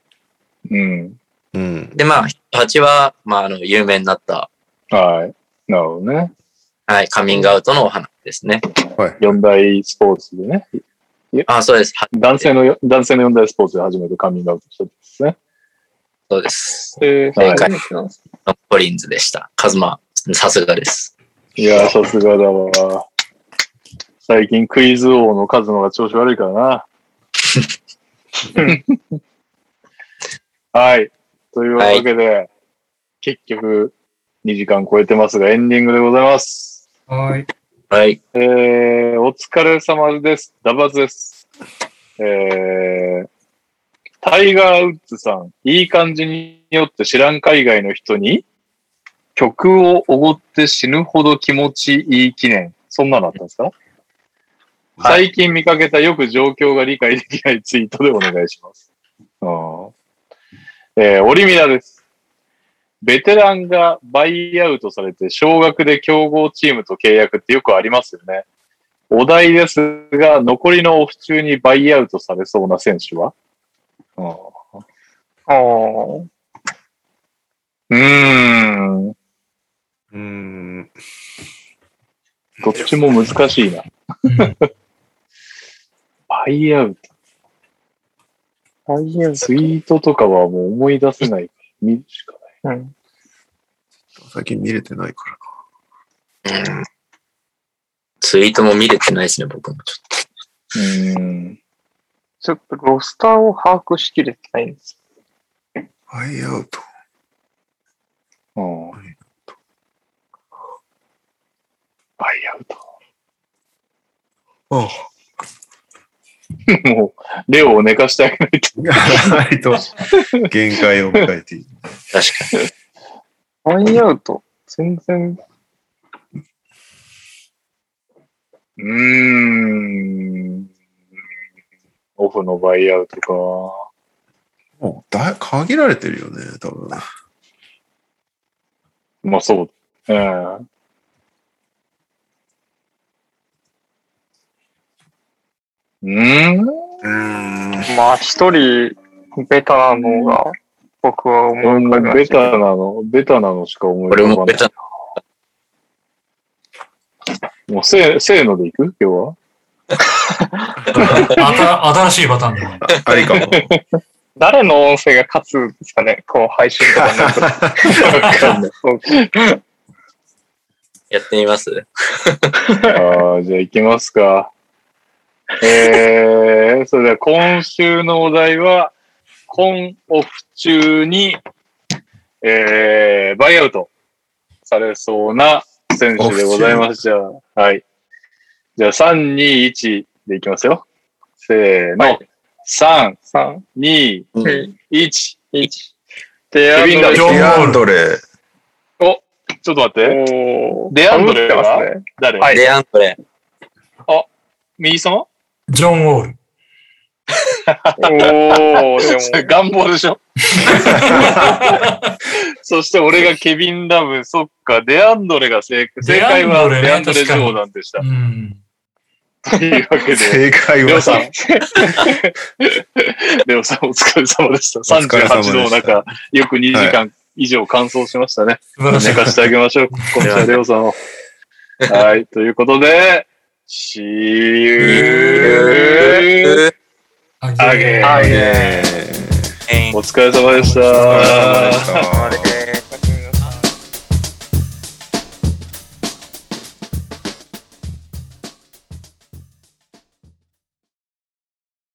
Speaker 2: うん。
Speaker 1: うん。
Speaker 4: で、まあ、8は、まあ、あの、有名になった、
Speaker 2: はい。なるほどね。
Speaker 4: はい、カミングアウトのお話ですね。
Speaker 1: はい。
Speaker 2: 四大スポーツでね。
Speaker 4: あ、そうです。は
Speaker 2: 男性のよ、男性の四大スポーツで初めてカミングアウトしたんですね。
Speaker 4: そうです。
Speaker 5: えー
Speaker 2: はい
Speaker 5: 初めてなんです
Speaker 4: コリンズでした。カズマ、さすがです。
Speaker 2: いやー、さすがだわ。最近クイズ王の数のが調子悪いからな。はい。というわけで、結局、2時間超えてますが、エンディングでございます。
Speaker 3: はい。
Speaker 4: はい。
Speaker 2: えー、お疲れ様です。ダバズです。えー、タイガー・ウッズさん、いい感じによって知らん海外の人に、曲をおごって死ぬほど気持ちいい記念。そんなのあったんですか、最近見かけたよく状況が理解できないツイートでお願いします。あーえー、オリミラです。ベテランがバイアウトされて、少額で競合チームと契約ってよくありますよね。お題ですが、残りのオフ中にバイアウトされそうな選手はあー
Speaker 5: あー
Speaker 2: うーん、
Speaker 1: うーん。
Speaker 2: どっちも難しいな。
Speaker 3: うん
Speaker 2: バイアウト。
Speaker 5: バイアウト
Speaker 2: ツイートとかはもう思い出せないから、見るしかない。
Speaker 5: うん
Speaker 1: 最近見れてないから。
Speaker 4: うんツイートも見れてないですね、僕も。ちょっ
Speaker 2: うーん
Speaker 5: ちょっとロスターを把握しきれてないんです。
Speaker 1: バイアウト。
Speaker 2: うんバイアウ
Speaker 1: あ
Speaker 2: ト。もう、レオを寝かしてあげないと。
Speaker 1: あ。割と限界を迎えている。
Speaker 4: と確かに。
Speaker 5: バイアウト、全然、
Speaker 2: うーん。オフのバイアウト か。
Speaker 1: もうだい限られてるよね、多分。
Speaker 2: まあそう。うん。う
Speaker 1: う
Speaker 2: ん
Speaker 1: ーん。
Speaker 5: まあ一人、ベタなのが、僕は思
Speaker 2: 俺
Speaker 5: う
Speaker 2: も
Speaker 5: か
Speaker 2: ベタなの、ベタなのしか思い浮
Speaker 4: 俺
Speaker 2: かば
Speaker 4: も
Speaker 2: ない
Speaker 4: ベ。タ、
Speaker 2: もうせ、せーのでいく 今日は。
Speaker 3: あた新しいパターンだね。
Speaker 1: ありか も。
Speaker 5: 誰の音声が勝つんで すかねこう配信とかね。
Speaker 2: わかんない。
Speaker 6: やってみます
Speaker 2: ああ、じゃあ行きますか。えー、それでは今週のお題は、今オフ中に、えー、バイアウトされそうな選手でございます。じゃあ、はい。じゃあ、3、2、1でいきますよ。せーの。3、
Speaker 5: 3、
Speaker 2: 2、
Speaker 5: 2、
Speaker 2: 1。
Speaker 5: 1。デアン
Speaker 2: ケビンダ
Speaker 5: ドレ
Speaker 2: ル
Speaker 1: ディアンドレ。
Speaker 2: ちょっと待って。
Speaker 5: おー
Speaker 2: デアンドレ
Speaker 5: 被って
Speaker 2: は
Speaker 5: ますね。
Speaker 2: 誰、
Speaker 5: はい
Speaker 6: デアントレ。
Speaker 2: 右様
Speaker 3: ジョン・ウォール。
Speaker 5: おー、
Speaker 2: それ
Speaker 5: で
Speaker 2: 願望でしょ そして俺がケビン・ラブ、そっか、デアンドレが正解。正解はデ
Speaker 3: デ
Speaker 2: ア
Speaker 3: ア
Speaker 2: ン
Speaker 3: ン
Speaker 2: ド
Speaker 3: ド
Speaker 2: レ・
Speaker 3: レ
Speaker 2: ジョ
Speaker 3: ね
Speaker 2: ーダンでした
Speaker 3: う。ん。
Speaker 2: というわけ で、
Speaker 1: 正解
Speaker 2: レオ
Speaker 1: は
Speaker 2: さん。レオさんお疲れ様でした。
Speaker 1: お疲れ様でした
Speaker 2: 38度の中、よく2時間以上乾燥しましたね。
Speaker 3: 素晴らしい
Speaker 2: 寝。かしてあげましょう。今週はレオさんを。はい、ということで、See you
Speaker 3: あげー
Speaker 2: あげ
Speaker 5: も。はい。
Speaker 1: ねえ
Speaker 2: お疲れ様でし
Speaker 1: お疲れ様で。
Speaker 2: た
Speaker 1: した。